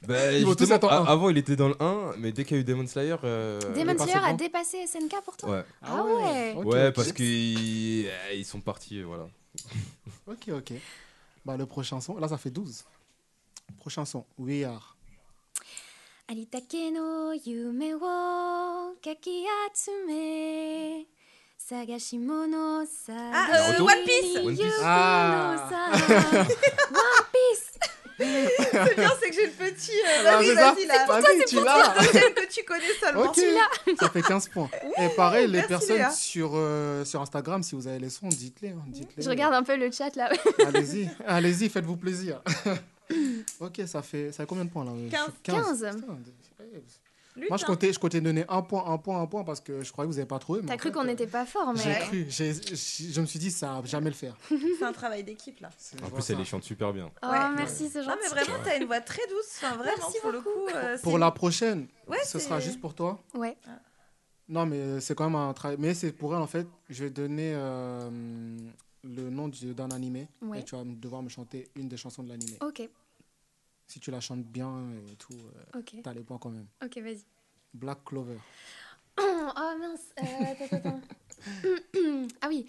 Bah,
Ils vont tous
justement,
être en
a-
un.
avant il était dans le 1, mais dès qu'il y a eu Demon Slayer. euh,
Demon
passé
Slayer a
quand
dépassé SNK pour toi
Ouais,
Ah ouais.
Ok,
ouais
ok.
parce qu'ils eh, ils sont partis, voilà.
Ok, ok. Bah, le prochain son, là, ça fait 12. Prochain son, We Are.
有りたけの夢をかき集め探し物を探
Ah,
し
euh,
Naruto
One Piece
One Piece.
Ah.
さ One Piece
C'est bien, c'est que j'ai le petit. euh,
Ah,
vas-y,
c'est ça.
vas-y, là.
Vas-y, tu l'as.
Le deuxième que tu connais seulement.
Ok, ça fait 15 points. Et pareil, les
merci, Léa.
personnes sur, euh, sur Instagram, si vous avez les sons, dites-les. hein, dites-les.
Je regarde un peu le chat là.
Allez-y, allez-y, faites-vous plaisir. ok, ça fait, ça fait combien de points là
15.
15.
Putain, eh,
Lutte,
Moi, je
hein.
comptais, je comptais donner un point, un point, un point parce que je croyais que vous n'avez pas trouvé. mais
T'as
en
cru
fait,
qu'on
euh,
n'était pas fort,
J'ai
mais
cru, j'ai- j'ai- je me suis dit, ça va jamais le faire.
C'est un travail d'équipe, là.
C'est-
En
voilà,
plus elle
ça.
les chante super bien.
oh
Ouais.
merci c'est
Non,
gentil.
mais vraiment, t'as une voix très douce. Enfin, vraiment,
Merci
pour le coup. euh,
Pour
c'est-
la prochaine,
Ouais,
ce
c'est- Ah.
sera juste pour toi.
Ouais.
Non, mais c'est quand même un travail. Mais c'est pour elle, en fait. Je vais donner euh, le nom du- d'un animé.
Ouais.
Et tu vas me- devoir me chanter une des chansons de l'animé.
Ok
Si tu la chantes bien et tout, euh,
ok
t'as les points quand même.
ok vas-y.
Black Clover.
Oh mince, euh, attends, attends, attends. ah oui.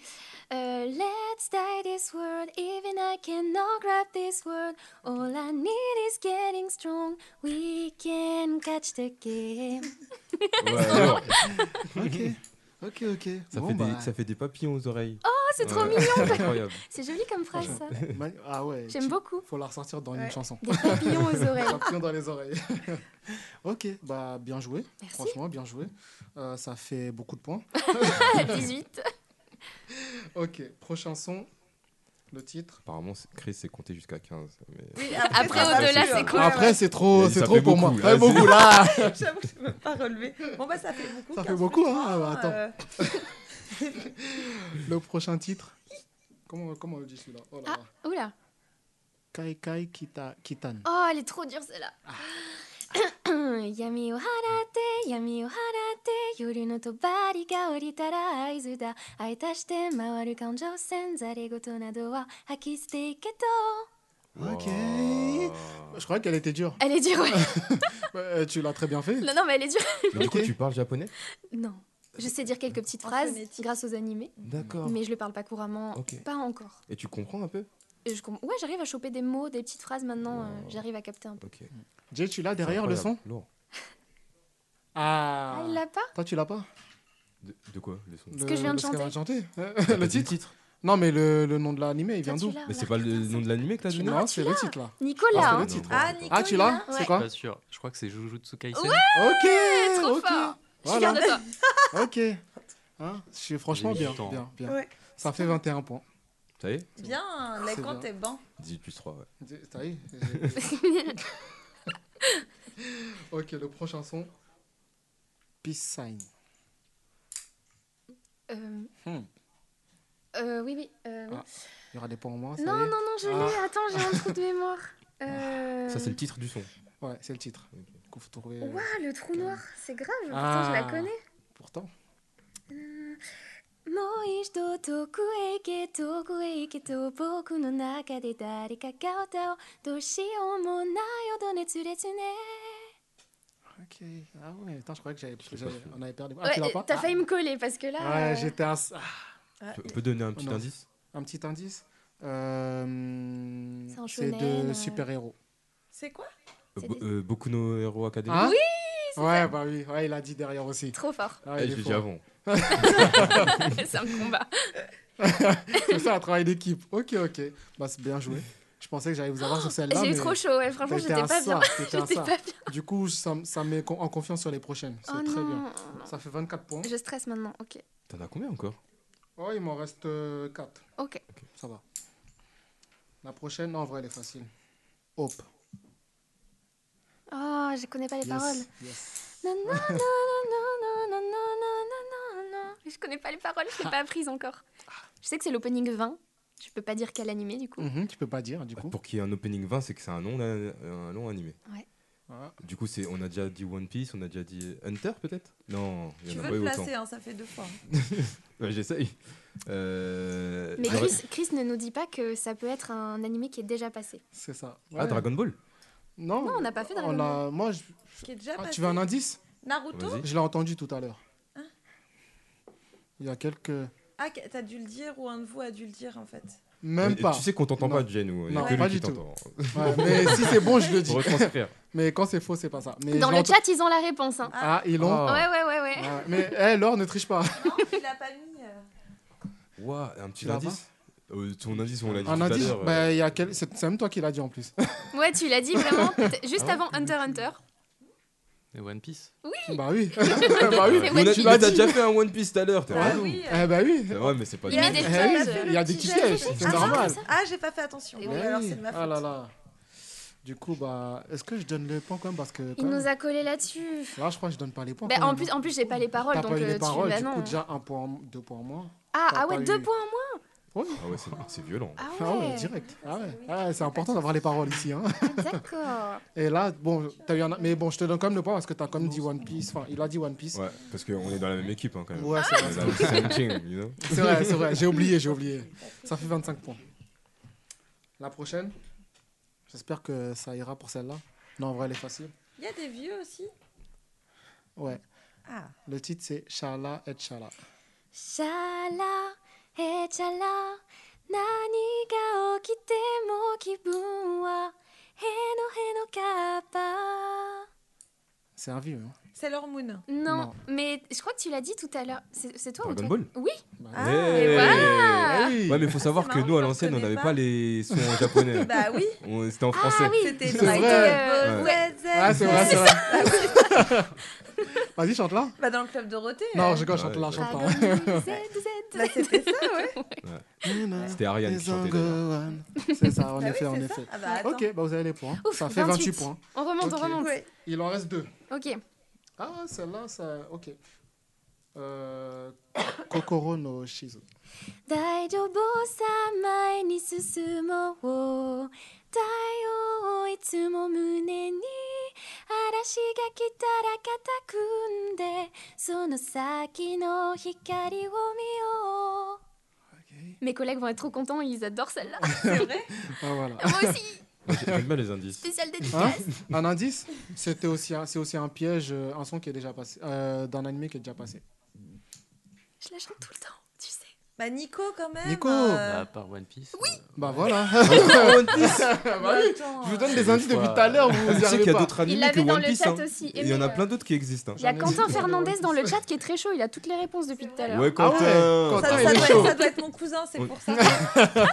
Euh, Let's die this world, even I cannot grab this world. All I need is getting strong. We can catch the game.
Ouais, alors,
Ok, ok, ok.
ça,
Bon,
fait
bah,
des, ça fait des papillons aux oreilles.
Oh, c'est trop
Ouais,
mignon.
c'est Incroyable.
C'est joli comme phrase, ça.
man- Ah ouais.
J'aime
tu-
beaucoup.
Faut la ressortir dans
Ouais.
une chanson.
Des papillons aux oreilles.
Papillon dans les oreilles. ok, bah bien joué.
Merci.
Franchement, bien joué. Euh, ça fait beaucoup de points.
18.
Ok, prochain son. Le titre.
Apparemment c'est- Chris s'est compté jusqu'à 15. Mais...
Oui,
Après,
ça va
au-delà,
plus,
c'est
hein.
cool. Ouais,
Après,
ouais.
c'est
Mais
trop,
ça
c'est trop
fait
pour
beaucoup,
moi.
là,
Ouais,
c'est-
beaucoup là.
J'avoue, je ne peux pas relever. Bon, bah, ça fait beaucoup.
Ça fait
15
beaucoup,
minutes.
hein, bah, attends.
Euh,
Le prochain titre. Comment, comment on le dit celui-là oh là
Ah,
là.
oula.
Kai Kai Kita, Kitan.
Oh, elle est trop dure celle-là. Yami o harate, yami o harate, yoru no tobari ga orita ra aizu da. Aita shite mawaru kanjou sen, zaregoto nado wa haki shite iketo.
Ok.
Wow.
Je croyais qu'elle était dure.
Elle est dure, ouais.
Euh, tu l'as très bien fait.
Non, non, mais elle est dure.
Mais du coup
Ok.
tu parles japonais
Non. Je sais dire quelques petites
En
phrases
phonétique.
grâce aux animés,
D'accord.
mais je le parle pas couramment,
Ok.
pas encore.
Et tu comprends un peu
Et je com- Ouais, j'arrive à choper des mots, des petites phrases maintenant, euh,
Wow.
j'arrive à capter un peu.
Ok.
Jay, tu l'as derrière le son
Lourd.
Ah,
Ah.
il l'a pas
Toi, tu l'as pas
De, de quoi le son
Ce
que je viens de
chanter.
T'as
Euh, le
dit
titre Non, mais le, le nom de l'animé, il
Toi,
vient
Ah,
d'où
tu l'as,
Mais c'est
là.
pas le nom de l'animé que t'as donné
Non, c'est le titre là.
Nicolas,
Ah,
hein.
c'est
hein.
le titre.
Ah, Nico.
Ah, tu l'as
Ouais.
C'est quoi
Pas sûr. Je crois que c'est Jujutsu Kaisen.
Ok,
trop
ok.
fort. je suis
Voilà.
fière de toi.
Ok. Hein, je suis franchement
J'ai mis
bien,
du temps.
bien, bien.
Ouais.
Ça fait 21 points.
Ça y est
Bien, les
C'est
comptes
bien.
est bon.
18 plus 3, ouais.
Ça y est, j'ai- ok, le prochain son. Peace sign.
Euh,
Hmm.
euh, oui, oui. euh,
Ah, Il y aura des points en moins. ça y
non, non,
est Ah.
non, je l'ai. Attends, j'ai un trou de mémoire. Euh...
Ça, c'est le titre du son.
Ouais, c'est le titre. Du coup, faut trouver. euh,
Ouah, le trou noir, c'est grave. Pourtant,
Ah.
je la connais.
Pourtant.
Euh, Moishito toku e ke toku e ke to boku no naka de dare ka kauta o doshio mo nai o done tsuretsune.
Ok. Ah ouais, attends, je croyais que j'avais.
l'ai
j'avais-
pas fait.
On avait perdu. Ah, tu l'as
Ouais,
pas
t'as
Ah.
failli me coller parce que là.
Ouais,
euh,
j'étais à ça.
Tu peux donner un petit
oh non.
indice
Un petit indice. Euh,
C'est un
c'est
shonen,
de
euh.
super-héros.
C'est quoi
C'est Ah
Bo-
des-
euh, Boku no Hero Academy
Hein oui Ouais, bah oui, ouais, il a dit derrière aussi.
Trop fort,
Ah,
Ah,
il
je
est
l'ai dit
fort.
avant.
c'est un combat.
c'est ça, un travail d'équipe. Ok, ok. Bah, c'est bien joué. Je pensais que j'allais vous avoir sur celle-là.
J'ai eu
mais
trop chaud, ouais, franchement,
t'étais
j'étais
à
pas
ça,
bien.
t'étais à
J'étais
ça.
pas bien.
Du coup, ça, me- ça me met con- en confiance sur les prochaines. C'est
Oh
très
non,
bien.
non.
Ça fait 24 points.
Je stresse maintenant, ok.
T'en as combien encore
Oh, il m'en reste 4.
Ok.
Ça va. La prochaine, non, en vrai, elle est facile. Hope.
Oh, je connais pas les
Yes,
paroles.
yes.
Non, non, non, non, non, non, non, non, non, non, non. Je connais pas les paroles, je l'ai pas apprises encore. Je sais que c'est l'opening 20. Je peux pas dire quel animé du coup.
Mm.
Mhm, tu peux pas dire, du coup.
Bah, Pour qu'il y ait un opening 20, c'est que c'est un long, euh, un long animé.
Voilà.
Du coup, c'est, on a déjà dit One Piece, on a déjà dit Hunter peut-être Non, il
Tu
y en a pas
veux te
eu autant.
placer, hein, ça fait deux fois.
Ouais, j'essaye. Euh,
Mais
j'aurais-
Chris, Chris ne nous dit pas que ça peut être un animé qui est déjà passé.
C'est ça.
Ah,
Ouais.
Dragon Ball
Non,
Non, on n'a pas fait Dragon
on a- Moi, je-
Qui est déjà
Ah,
passé.
tu veux un indice
Naruto
Vas-y.
Je l'ai entendu tout à l'heure.
Ah.
Il y a quelques.
Ah, que- t'as dû le dire ou un de vous a dû le dire en fait.
Même
Et
pas.
Tu sais qu'on t'entend
Non.
pas, Jen. ou- il y a
Non,
que lui
pas
qui
du tout.
t'entend.
Ouais, mais si c'est bon, je le dis.
Retranscrire.
Mais quand c'est faux, c'est pas ça. Mais
Dans
je
le
l'entends-
chat, ils ont la réponse. Hein.
Ah, ils l'ont.
Ah.
Ouais, ouais, ouais, ouais.
Ouais, Mais hé, Laure, ne triche pas.
Non, il l'a pas mis. euh.
Ouah, un petit
Tu l'as
indice Euh, Ton indice, on l'a dit
Un
tout à
indice
l'heure. euh,
bah, il y a quel... C'est c'est même toi qui l'as dit en plus.
Ouais, tu l'as dit vraiment peut-être juste
Ah ouais.
avant Hunter x Hunter.
Et One Piece
bah oui. bah oui.
C'est
mais on a-
One
il
Piece.
a déjà fait un One Piece tout à l'heure, t'es
Ah
relou.
oui. euh.
Eh bah oui.
C'est vrai, mais c'est pas
Il
du
met
tout.
des
Eh
pièges.
oui, Il y a des petits pièges,
Ah,
c'est
non,
normal.
comme ça.
Ah, j'ai pas fait attention.
Eh
Bon, alors
oui.
c'est de ma faute.
Ah là là. Du coup, bah, est-ce que je donne le point quand même parce que quand
Il nous
même-
a collé là-dessus.
là, Ah, je crois que je donne pas les points.
Bah,
quand
en
même,
plus,
hein.
en plus j'ai pas les paroles,
t'as
donc
pas eu
euh,
les
tu
paroles,
bah
du coup
non.
déjà un point, en- deux points en moins.
Ah,
t'as
ah ouais,
pas
deux
eu-
points en moins.
Ah ouais, c'est- c'est violent.
Ah ouais,
Ah ouais, direct. Ah ouais. Ah, c'est important d'avoir les paroles ici. Hein.
d'accord.
Et là, bon, t'as eu un... mais bon, je te donne quand même le point parce que t'as quand même dit One Piece. Enfin, il a dit One Piece.
Ouais, parce qu'on est dans la même équipe hein, quand même.
Ouais,
On est dans le same team, you know.
c'est vrai, c'est vrai. J'ai oublié, j'ai oublié. Ça fait 25 points. La prochaine, j'espère que ça ira pour celle-là. Non, en vrai, elle est facile.
Il y a des vieux aussi.
Ouais.
Ah.
Le titre, c'est Shala et Shala.
Shala et Shala 何が起きても気分はへのへのカッパ
C'est un vieux. Hein.
C'est leur moon.
Non,
Non.
mais je crois que tu l'as dit tout à l'heure. C'est c'est toi ou
Dragon
toi
Ball
Oui.
Bah,
Ah,
Hey
voilà.
eh oui.
Ouais, mais faut savoir
c'est
que
marrant,
nous à
je
l'ancienne, on
connais
n'avait pas
pas.
les sons en japonais.
Bah oui.
On- C'était en
Ah
français.
oui.
C'était
C'est
Dragon
vrai.
Ball Z.
Ah, c'est vrai, c'est vrai. Vas-y, chante là.
Bah dans le club Dorothée.
Non,
euh,
je rigole,
Ouais,
chante là, chante
Dragon
là.
Ball Z, Z.
Bah c'était ça, ouais.
C'était Ariane qui chantait. d'ailleurs.
C'est ça, en
Bah oui,
effet, en
c'est ça.
effet.
Ah bah attends.
Ok, bah vous avez les points.
Ouf,
ça fait 28 points.
On remonte,
Ok.
on remonte.
Ouais.
Il en reste deux.
Ok.
Ah, celle-là, ça. Ok. Euh... Kokoro no Shizu.
大丈夫さ前に進もう太陽をいつも胸に嵐が来たら肩組んでその先の光を見よう
Mes collègues vont être trop contents, ils adorent celle-là.
C'est vrai.
Ah, voilà.
Moi aussi,
Moi, j'ai- J'aime bien les indices.
spécial dédicace.
Hein un indice C'était aussi un, c'est aussi un piège, euh, un son qui est déjà passé, euh, d'un animé qui est déjà passé.
Je la chante tout le temps, tu sais.
Bah Nico quand même.
Nico.
Bah,
euh,
À part One Piece. Oui
Bah voilà.
bah oui. attends,
Je vous
euh,
donne des indices depuis tout à l'heure, vous
Tu
y
sais qu'il
arrivez
y a
pas.
d'autres
Il
animés que
l'avait dans
One
le
Piece.
chat
hein.
aussi.
Et Il y en a
Aimé,
plein d'autres qui existent. hein.
Il y a
J'en ai
Quentin
dit.
Fernandez dans le chat qui est très chaud, il a toutes les réponses depuis tout à l'heure.
Ouais,
Ah ouais,
Quentin.
Quentin,
Ça,
il
ça
est
doit
chaud.
être, ça doit être mon cousin, c'est
On-
pour ça.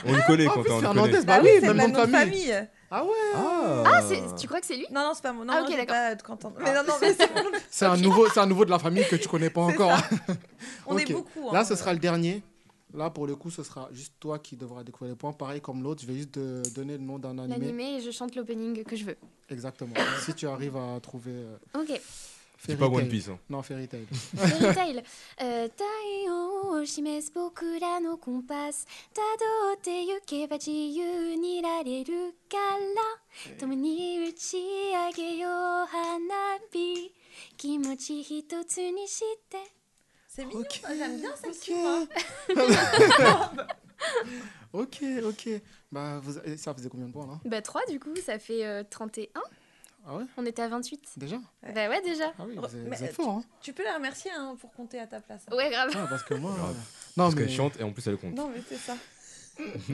On le connaît,
En plus,
Quentin. On le
Fernandez,
connaît.
bah oui,
c'est
même
ma
nom de famille.
famille.
Ah ouais
Ah,
C'est- Tu crois que c'est lui
Non, non, c'est pas mon nom.
Ah, ok,
j'ai
d'accord. Ah.
pas de Quentin. Mais non, non, mais c'est mon nom.
C'est un nouveau, c'est un nouveau de la famille que tu connais pas
C'est
encore.
On
Ok.
est beaucoup.
Là,
hein.
ce sera le dernier. Là, pour le coup, ce sera juste toi qui devras découvrir les points. Pareil comme l'autre, je vais juste te donner le nom d'un animé.
L'animé et je chante l'opening que je veux.
Exactement. si tu arrives à trouver. euh,
Ok.
C'est
Fairy
pas One
Tail.
Piece. hein.
Non, Fairy Tail.
Fairy Tail. Euh,
えー太陽を示す僕らのコンパス辿ってゆけば自由にいられるから共に打ち上げよう花火気持ち一つにして
C'est mignon. ça, J'aime bien cette chanson.
Ok, ok. Bah, vous- et ça faisait combien de points là
Bah 3 du coup, ça fait euh, 31.
Ah ouais
On était à 28.
Déjà
Bah ouais déjà.
Ah oui,
Re-
vous êtes,
mais,
vous êtes
euh,
fort, hein
Tu peux la remercier hein, pour compter à ta place. hein.
Ouais grave.
Ah, parce que moi.
Grave.
euh, Non,
Parce
mais...
qu'elle chante et en plus elle compte.
Non, mais c'est ça.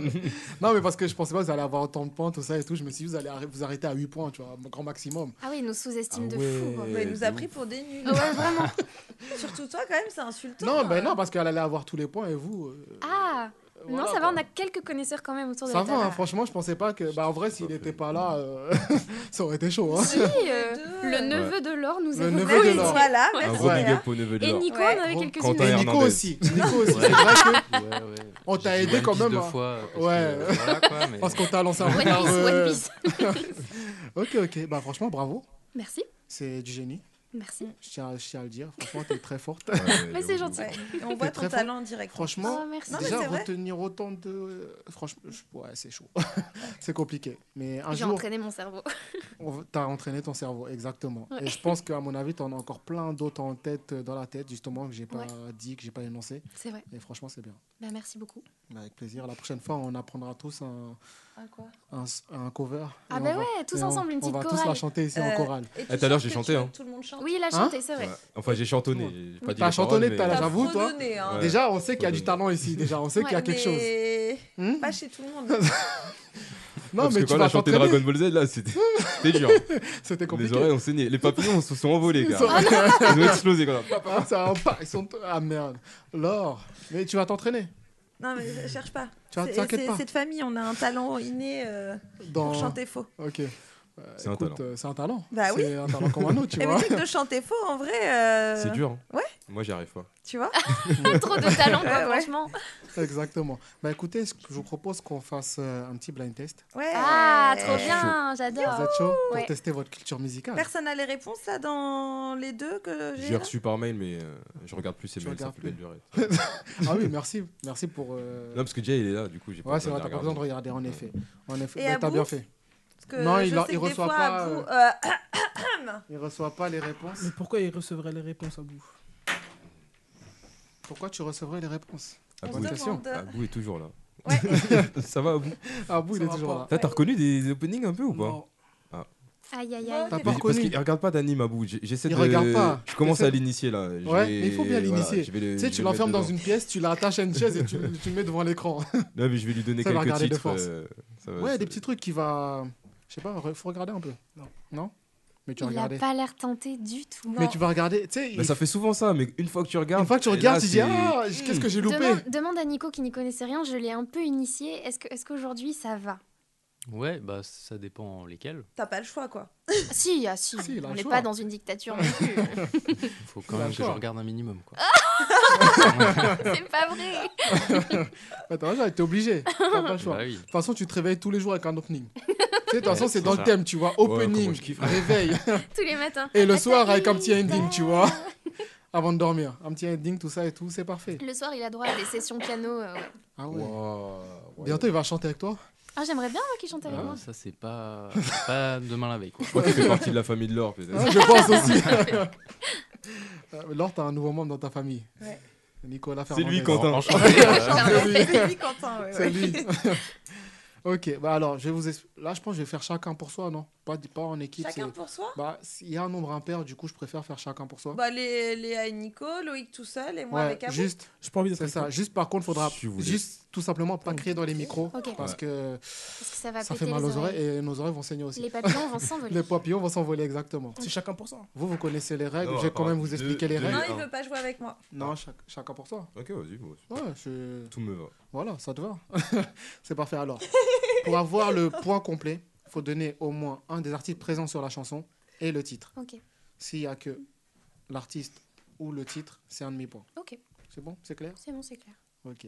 non, mais parce que je pensais pas que vous allez avoir autant de points, tout ça et tout. Je me suis dit, vous allez arrê- vous arrêter à 8 points, tu vois, au grand maximum.
Ah oui, il nous sous-estime
Ah
de
ouais.
hein.
fou. quoi.
Euh,
Mais il nous a
de
pris
Ah
ouf.
pour des nuls.
Ouais vraiment.
Surtout toi, quand même, c'est insultant.
Non, ben non, parce qu'elle allait avoir tous les points et vous. euh,
Ah
voilà,
Non, ça
quoi.
va, on a quelques connaisseurs quand même autour de
Ça
la
va,
table.
hein, franchement, je pensais pas que. Bah, en vrai, s'il n'était pas là, euh, ça aurait été chaud. Hein.
Si, euh, le neveu de l'or nous Ah
Le
a
neveu de
proposé.
Laure.
Voilà,
Un
merci.
gros big
Léa.
up au neveu de
Et
l'or.
Nico,
Ouais.
on avait
Gros-
quelques-unes.
Quentin
Et Nico
Hernandez.
aussi. Nico aussi. C'est vrai que. On t'a aidé quand même,
Deux
hein.
fois, euh, parce que,
Ouais.
euh, voilà, quoi, mais-
Parce qu'on t'a lancé un
One
regard,
Piece,
euh,
One Piece.
Ok, ok. Bah, franchement, bravo.
Merci,
C'est du génie.
merci.
Je tiens, à- je tiens à le dire. Franchement, t'es très forte.
Ouais, ouais,
Mais c'est
j'avoue.
gentil.
Ouais. Et On voit
T'es très
ton
fort.
talent en direct.
Franchement,
Oh, merci.
Non, mais
déjà
c'est vrai.
retenir autant de. euh, Franchement, je- ouais, c'est chaud. c'est compliqué. Mais un
J'ai
jour,
entraîné mon cerveau.
on va- t'as entraîné ton cerveau, exactement.
Ouais.
Et je pense qu'à mon avis, t'en as encore plein d'autres en tête, euh, dans la tête, justement, que j'ai pas dit, que j'ai pas énoncé.
C'est vrai.
Et franchement, c'est bien.
Bah, merci beaucoup.
Mais Avec plaisir. La prochaine fois, on apprendra tous un,
Ah, quoi
un, s- un cover.
Ah
Et
bah
on va-
ouais, tous
et on-
ensemble, une
On
petite
va tous
chorale.
la chanter ici en
Euh,
chorale.
Et
Ah,
tu
tout à l'heure,
chantes
j'ai
que
chanté,
tu-
hein.
Tout le monde chante.
Oui, il a
Hein
chanté, c'est vrai.
Ouais. Enfin, j'ai chantonné. j'ai pas dit
T'as
les
chantonné
paroles,
tout à
mais-
l'heure, j'avoue, toi.
fredonné, hein.
Ouais.
Déjà, on sait qu'il y a du talent ici. Déjà, on sait qu'il y a
Ouais,
quelque chose.
Mais
Hmm
Pas chez tout le monde. hein.
Non,
parce
mais
que
tu
quand on a
vas
chanté
t'entraîner.
Dragon Ball Z, là, c'était c'était dur.
C'était
Les
compliqué.
oreilles ont saigné. Les papillons se sont envolés,
Ils
gars.
sont-
Ils ont explosé, quand même.
Ah, ça va pas, ils sont... Ah merde. Laure, mais tu vas t'entraîner.
Non, mais je- cherche pas.
Tu vois,
C'est-
t'inquiète
c'est-
pas.
C'est de famille, on a un talent inné euh,
Dans...
pour chanter faux.
Ok. Euh,
C'est un
écoute,
talent.
euh, c'est un talent.
Bah oui.
C'est un talent comme un autre, tu
Et mais
vois.
tu sais que de chanter faux, en vrai. euh,
C'est dur. hein.
Ouais.
Moi, j'y arrive pas.
Tu vois
Trop de talent, quoi,
Ouais, ouais.
franchement.
Exactement. Bah écoutez, ce que je vous propose qu'on fasse euh, un petit blind test.
Ouais.
Ah, trop
chaud.
bien,
Vous
j'adore.
êtes chaud
Ouais.
pour tester votre culture musicale
Personne n'a les réponses là dans les deux que j'ai.
J'ai
là
reçu par mail, mais euh, je regarde plus ces
Tu
mails. Ça
regardes
fait belle
plus.
durée.
Ah oui, merci. Merci pour. euh,
Non, parce que Jay, il est là, du coup, j'ai pas
Ouais,
le
c'est
temps
vrai,
de
t'as pas
regarder.
besoin de regarder, en effet. En effet,
Et
bah, t'as
Abou
bien fait.
Parce que
Non,
je
il a-
sais
il
que des
reçoit
fois,
pas,
Abou,
euh,
euh,
Il reçoit pas les réponses.
Mais pourquoi il recevrait les réponses à bout
Pourquoi tu recevrais les réponses
Abou,
Bonne
on se
question.
demande.
Abou est toujours là.
Ouais.
ça va, Abou
Ah, vous, il
Ça
est
va
toujours
pas.
là.
T'as t'as reconnu des openings un peu ou pas
Non.
Aïe, aïe, aïe.
Bon,
T'as
c'est
pas
Mais- Parce
reconnu
qu'il regarde pas d'anime, Abou. J'ai- J'essaie
Il
de.
regarde pas.
Je commence
C'est-
à l'initier là. Je
Ouais,
vais-
mais il faut bien
voilà,
l'initier.
je vais le-
Tu
je
sais,
vais
tu
le
l'enfermes
mettre
dans
dedans.
une pièce, tu l'attaches à une chaise et tu, tu le mets devant l'écran.
Non, mais je vais lui donner
Ça va
quelques
regarder de
titres.
force.
euh, ça va-
Ouais,
ça-
des petits trucs qui va. Je sais pas, re- faut regarder un peu.
Non.
Mais tu vas
Il a
regarder.
pas l'air tenté du tout.
Mais tu vas regarder. Tu sais,
Bah,
il-
ça fait souvent ça, mais une fois que tu regardes.
une fois que tu
et
regardes,
là,
tu dis
c'est-
Ah, j-
Hmm.
qu'est-ce que j'ai loupé
Demande, demande à Nico qui n'y connaissait rien, je l'ai un peu initié. Est-ce que- est-ce qu'aujourd'hui ça va
Ouais, bah ça dépend lesquels.
T'as pas le choix quoi.
Si, ah, si.
Si, il a
on
le
n'est
choix.
pas dans une dictature non plus.
Faut quand
Bah,
même que je
quoi.
regarde un minimum quoi.
Ah
C'est pas vrai.
Attends, j'ai été obligé. T'as pas le choix.
Bah
De
oui.
toute façon, tu te réveilles tous les jours avec un opening. Tu sais, de toute façon,
Ouais,
c'est
c'est
dans le
ça.
thème, tu vois.
comment
Opening,
je kiffe.
réveil.
Tous les matins.
Et le soir, avec un petit ending, tu vois. Avant de dormir. Un petit ending, tout ça et tout, c'est parfait.
Le soir, il a droit à des sessions piano. euh, ouais.
Ah ouais.
Wow, ouais.
Bientôt, il va chanter avec toi.
Ah, j'aimerais bien moi, qu'il chante avec
Ah,
moi.
ça c'est pas... c'est pas demain la veille quoi.
Je crois qu'il fait partie de la famille de l'or, peut-être.
Hein, je pense aussi. Euh, Laure, t'as un nouveau membre dans ta famille.
Ouais.
Nicolas
C'est
Fernandez.
lui, Quentin.
C'est lui, Quentin. ouais, ouais.
C'est lui. ok, bah alors, je vais vous exp- là, je pense que je vais faire chacun pour soi, non pas, pas en équipe.
Chacun
c'est-
pour soi
Bah, s'il y a un nombre impair, du coup, je préfère faire chacun pour soi.
Bah, les, Léa et Nico, Loïc tout seul et moi
ouais,
avec Abou.
juste,
J'ai pas envie d'être
c'est
avec
ça. Juste, par contre, faudra
Si vous voulez.
juste tout simplement pas crier dans les micros
Ok.
parce
Ouais.
que
Parce que ça va
ça
péter
fait mal
les
aux
oreilles.
oreilles et nos oreilles vont saigner aussi.
Les papillons vont
Les,
s'envoler.
papillons vont s'envoler exactement.
C'est chacun pour ça.
Vous, vous connaissez les règles.
Non,
je vais
à
quand même
part
vous
deux-
expliquer les
deux-
règles.
Non,
lui,
il
hein.
veut pas jouer avec moi.
Non, chac- chacun pour soi.
Ok, vas-y, bon,
Ouais, je-
tout me va.
Voilà, ça te va. c'est parfait alors. Pour avoir le point complet, faut donner au moins un des artistes présents sur la chanson et le titre.
Ok,
S'il n'y a que l'artiste ou le titre, c'est un demi-point.
ok,
C'est bon C'est clair
c'est bon, c'est clair.
Ok.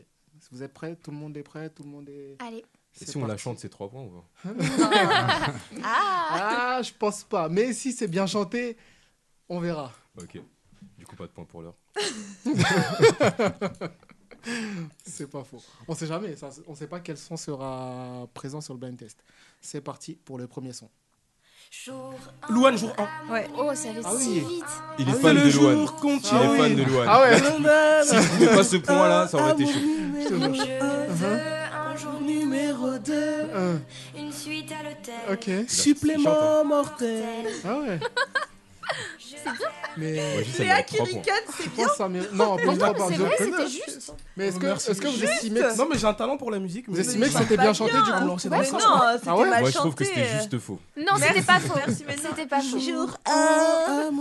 Vous êtes prêts Tout le monde est prêt Tout le monde est...
Allez.
Et
C'est
si on la
parti.
chante, c'est 3 points ou pas
Ah
Ah, je pense pas. Mais si c'est bien chanté, on verra.
Ok. Du coup, pas de points pour l'heure.
C'est pas faux. On sait jamais. ça- on sait pas quel son sera présent sur le blind test. C'est parti pour le premier son.
Louane, jour 1.
Ouais.
Oh, ça va
Ah
si
oui.
vite.
Il est
Ah oui.
fan
C'est
de
le
Louane.
jour qu'on
Il
Ah
est
oui.
fan de Louane.
Ah ouais
Si tu pouvais pas ce point-là, ça
Ah,
aurait été chaud.
Je te jure.
Un jour numéro 2,
Euh,
Une suite à l'hôtel.
ok.
supplément mortel.
Ah ouais. Mais.
Régis, elle est à trois points.
c'est
Je pense que ça mérite- Non, en plus, trois par
c'est
deux.
vrai, c'était juste.
Mais est-ce que,
Merci.
est-ce que vous
Juste.
estimez que
Non, mais j'ai un talent pour la musique.
Vous estimez que c'était bien chanté du
bien.
coup
Alors, c'est
Mais
dans
non,
le sens.
c'était
Ah ouais
mal
Moi, je trouve que
chanté.
c'était juste faux.
Non, c'était
Merci.
pas Ah, faux.
Merci, mais non.
C'était pas faux. Oh,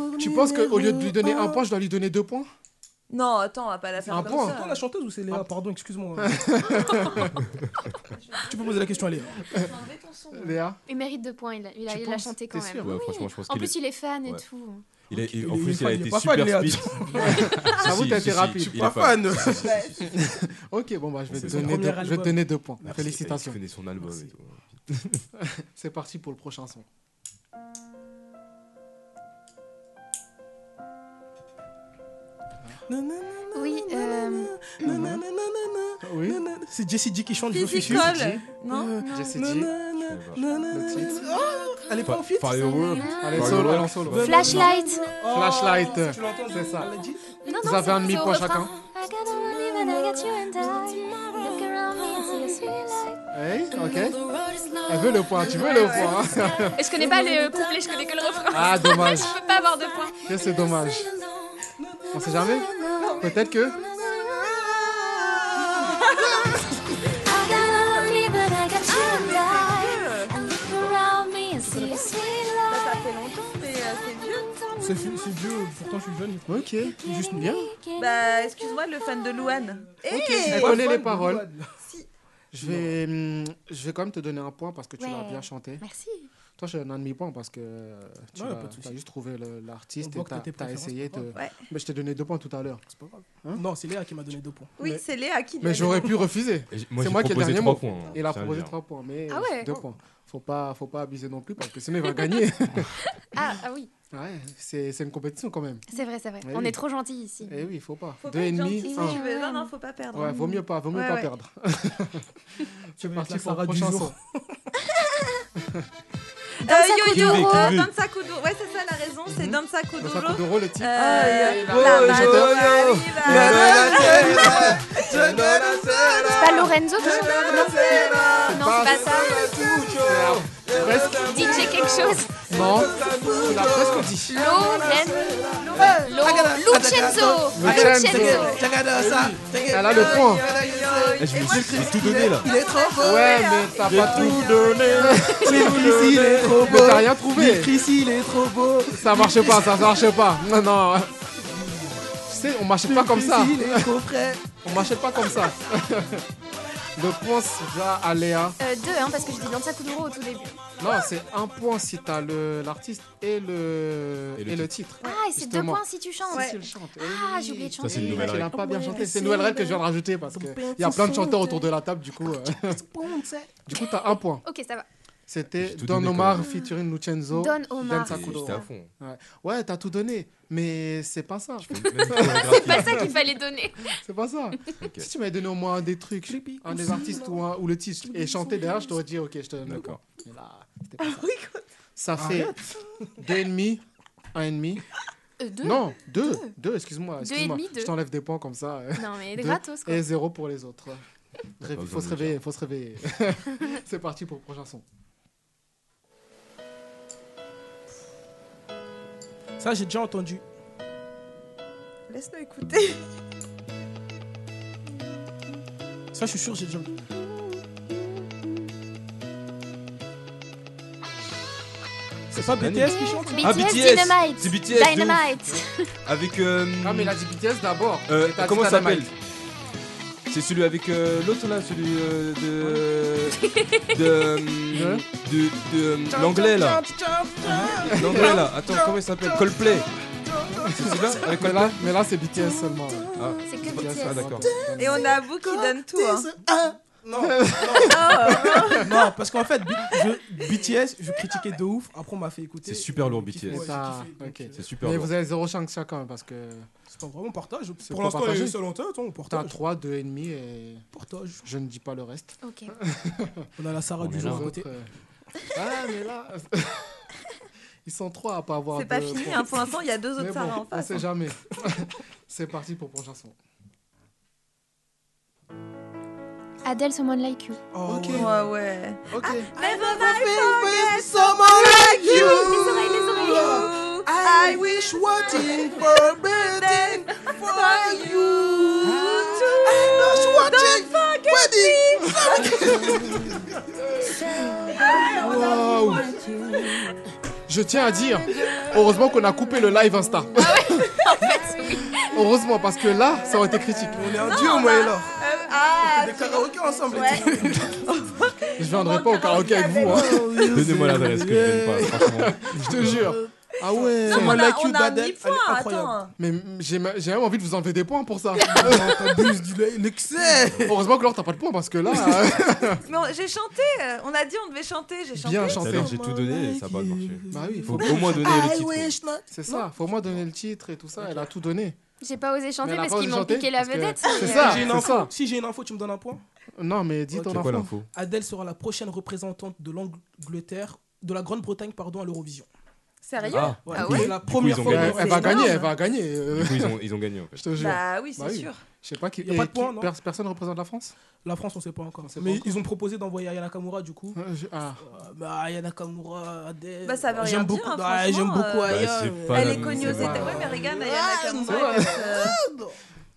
Jour
Tu penses qu'au lieu de lui donner un point, je dois lui donner deux points
Non, attends, on va pas la faire
Un
comme
point.
C'est toi la
ça.
chanteuse ou c'est Léa Pardon, excuse-moi. tu peux poser la question à Léa.
Enlever ton son.
Léa
Il mérite deux points, il a, il a,
Tu
il a
penses
chanté quand
T'es
même.
sûr
Ouais,
Oui.
franchement, je pense
en
qu'il
plus, il est fan et
Ouais.
tout.
Il a- il-
Il
en
est
plus, il
fan,
a
il est
été
pas fan, il est
super speed.
J'avoue,
Si,
t'as
si,
été
si,
rapide.
si, il est
Pas fan.
Ok, bon, bah, je vais, te
C'est son
donner
premier
deux, je vais
album.
te donner deux points.
Merci,
Félicitations.
Il connaît son album
Merci.
et tout.
C'est parti pour le prochain son.
Oui, euh,
Oui
C'est Jessie J qui chante, je suis sûr.
Physical, non
Jesse J.
Le
Le titre.
Elle est pas en fit
Firework.
Allez, solo, allons solo.
Flashlight.
Flashlight.
Tu l'entends
C'est ça.
elle l'a dit.
Non, non,
Vous avez
c'est-
un demi
c'est au
point
refrain.
chacun.
I got a money when I got you and I. Look around me and see a sweet light.
Hey, ok. Elle veut le point, tu veux le point. hein
Et je connais pas les couplets, je connais que le refrain.
Ah, dommage.
Je peux pas avoir de points.
Que C'est dommage. On sait jamais Peut-être que.
I got a money when I got you and I. And look around me and see a sweet light.
Ça, ça fait longtemps, mais euh, c'est vieux.
C'est fi- c'est vieux, pourtant je suis jeune.
Ok.
Juste
bien.
Bah, excuse-moi, le fan de Louane.
Elle
Eh
connaît les paroles.
Si.
Je vais, hum, je vais quand même te donner un point parce que tu l'as
Ouais.
bien chanté.
merci.
Toi, je te donne un demi-point parce que euh, tu
Ouais,
as,
pas de souci.
juste trouvé le- l'artiste
On voit
et
que
t'as
t'as tes
t'as
préférences,
essayé
pas
de.
grave.
Ouais.
Mais je t'ai donné deux points tout à l'heure.
C'est pas grave.
Hein
Non, c'est Léa qui m'a donné deux points.
Oui,
Mais-
c'est Léa qui
Mais
l'a
j'aurais
dit.
pu refuser.
Et j- Moi,
C'est
j'ai
moi qui ai le
proposé
dernier
trois
mot.
points. hein,
Il a
ça, je veux
proposé
dire.
3 points, mais
Ah ouais.
deux points. Faut pas, faut pas abuser non plus parce que sinon il va gagner.
Ah, ah oui,
ouais, c'est c'est une compétition quand même.
c'est vrai, c'est vrai.
Eh
On
oui.
est trop gentils ici.
Eh oui, faut pas.
Faut
deux
pas
et
être gentil
demi,
si
un.
tu veux. Non, non, faut pas perdre.
Ouais, vaut mieux pas, vaut mieux
Ouais,
pas
ouais.
perdre.
Tu
C'est
veux
parti
être
pour
la
le
Sarah
prochain
du
son.
Euh,
Dansaku
Yo-Yo,
Doro.
euh, Dansaku Doro. Ouais, c'est ça la raison, c'est Dansaku
Mhm. Dans
Doro.
sa d'euros, le titre.
Euh,
la
la
main
Madonna arriva.
C'est pas Lorenzo qui chante Non, c'est pas ça.
Presque.
DJ quelque chose.
Non, tu l'as presque dit.
Lorenzo. Lo- Lucenzo. Lucenzo.
Elle a le point.
Eh, Je me suis dit, j'ai tout donné là.
Ouais, mais t'as pas tout donné.
il est trop
Mais t'as rien trouvé.
Chrissy, il est trop beau.
Ça marche pas, ça, ça marche pas. Non, non. Tu sais, on m'achète pas comme ça.
il est trop près.
On m'achète pas comme ça. Le point va à Léa.
Euh, Deux, hein, parce que je dis Danza Kuduro au tout début.
Non, c'est un point si t'as le- l'artiste et le, et le, titre.
Ah, et c'est deux
Justement.
points si tu chantes.
Si, il chante.
Ah, j'ai oublié de
Ça, c'est une
chanter.
nouvelle
Il a
règle.
pas bien chanté. C'est une nouvelle règle que je viens de rajouter parce qu'il y a plein de chanteurs autour de la table. Du coup, euh, du coup t'as un point.
Ok, ça va.
C'était
J'ai tout
Don
donné
Omar
quand
featuring Lucenzo.
Don Omar.
Danza
Et
Kuduro.
J'étais à fond.
Ouais, t'as tout donné, mais c'est pas ça.
C'est pas ça qu'il fallait donner.
C'est pas ça. Si tu m'avais donné au moins un des trucs, un des artistes ou, un- ou le titre et chanté derrière, je t'aurais dit ok, je te donne le
D'accord.
point. Mais là, c'était pas ça. Ça fait deux et demi, un et demi.
Euh, Deux
Non, deux, deux, excuse-moi.
Deux et
excuse-moi.
demi, deux.
Je t'enlève des points comme ça. euh,
Non, mais
Deux.
gratos, quoi.
Et zéro pour les autres. Il
besoin
faut se
de le
réveiller, faut se réveiller. C'est parti pour le prochain son.
Ça, j'ai déjà entendu.
Laisse-nous écouter.
Ça, je suis sûr, j'ai déjà entendu. C'est pas BTS qui chante
BTS,
Ah, BTS.
Dynamite.
C'est BTS, de ouf.
Dynamite.
Avec. euh,
Ah, mais il a dit BTS d'abord.
euh,
Et t'as dit
Comment ça s'appelle
Dynamite.
C'est celui avec euh, l'autre là, celui euh, de. de. euh,
Hein
de. de, euh, l'anglais là. L'anglais là. Attends, comment il s'appelle Coldplay. C'est celui-là Avec
Mais
Coldplay
là, mais là c'est BTS seulement. ouais.
Ah,
C'est que
BTS, ah,
BTS.
d'accord.
Et on a Abou qui donne tout. hein.
Ah, Non,
Oh,
non, parce qu'en fait, B- je- BTS, je critiquais de ouf. Après, on m'a fait écouter.
C'est super lourd,
J'ai kiffé,
BTS.
ouais, j'ai
Ça,
kiffé, donc,
ok.
euh,
C'est super
Mais
lourd.
vous avez 0,5 chacun parce que
C'est pas vraiment partage.
C'est
Pour
pas
l'instant,
partagé.
les seuls en tête, on
t'as
partage.
3, 2,5 et
Partage.
je ne dis pas le reste.
Ok.
On a la Sarah
On
du
est
jour
là.
à
Les
côté.
autres, euh, Ah, mais là. Ils sont 3 à pas avoir.
c'est pas
de-
fini, hein. pour l'instant, il y a deux
Mais
autres Sarah en
bon, on
face. hein.
sait jamais. C'est parti pour le prochain son.
Adele, Someone Like You. Ah,
Oh,
Ok.
ouais.
Ouais, ouais.
Ok.
Never mind,
Someone like you.
les oreilles, les oreilles.
I wish waiting for birthday for you. I wish waiting wedding.
Waouh. Je tiens à
Ah,
dire, heureusement qu'on a coupé le live Insta. Heureusement, parce que là, ça aurait été critique.
On Oh, est un duo, moi et Laure.
Euh, ah,
On fait des karaokés ensemble. et
ouais.
Je viendrai pas au karaoké avec vous. hein.
Donnez-moi l'adresse que je ne pas, franchement.
Je te jure. Ah ouais.
Non,
On
Moi,
a,
la queue
on a un
d'Adèle,
petit
elle est
point,
incroyable.
attends.
Mais j'ai ma- j'ai même envie de vous enlever des points pour ça.
tout. Non, T'abuses du l'excès.
Heureusement que Laure, t'as pas de points parce que là. euh,
Mais on- j'ai chanté, euh, on a dit on devait chanter, j'ai chanté.
Bien
Tout à
chanté.
l'heure, j'ai tout donné et ça n'a pas marché.
Bah oui,
Il
faut
faut au moins donner
Ah
le
I
titre.
wish not.
C'est ça, faut au moins donner le titre et tout ça. Elle a tout donné.
J'ai pas osé chanter
Mais elle a
parce
pas
qu'ils
osé
m'ont
chanter
piqué la
parce que-
vedette.
C'est
mais,
ça.
euh,
j'ai une
c'est
info. Si j'ai une info, tu me donnes un point.
Non, mais dis ton
C'est quoi
enfant.
l'info
Adèle sera la prochaine représentante de l'Angleterre, de la Grande-Bretagne, pardon, à l'Eurovision.
Sérieux
Ah,
Ouais.
Ah ouais
C'est la
coup,
première
ils ont
fois.
gagné.
Elle,
qu'on
elle
fait
va
ça.
gagner, elle va gagner. euh,
Du coup, ils ont, ils ont gagné en fait.
je te jure.
Bah oui, c'est
Bah oui.
sûr.
Je sais pas qui.
Y a pas de
et
point,
qui-
non
pers- Personne représente la France
La France, on sait pas encore.
sait pas
Mais
encore.
ils ont proposé d'envoyer Ayana Kamura, du coup.
Euh, je- ah.
Euh, Bah, Ayana Kamura, Adèle.
Bah, ça veut rien
J'aime
dire,
beaucoup,
hein,
bah,
franchement,
j'aime beaucoup
euh,
Aya,
Bah, c'est
mais-
pas
Elle
la-
est connue aux
c'est pas-
États-Unis, mais regarde, elle
Ah,
a
c'est
Kamura. elle est, euh,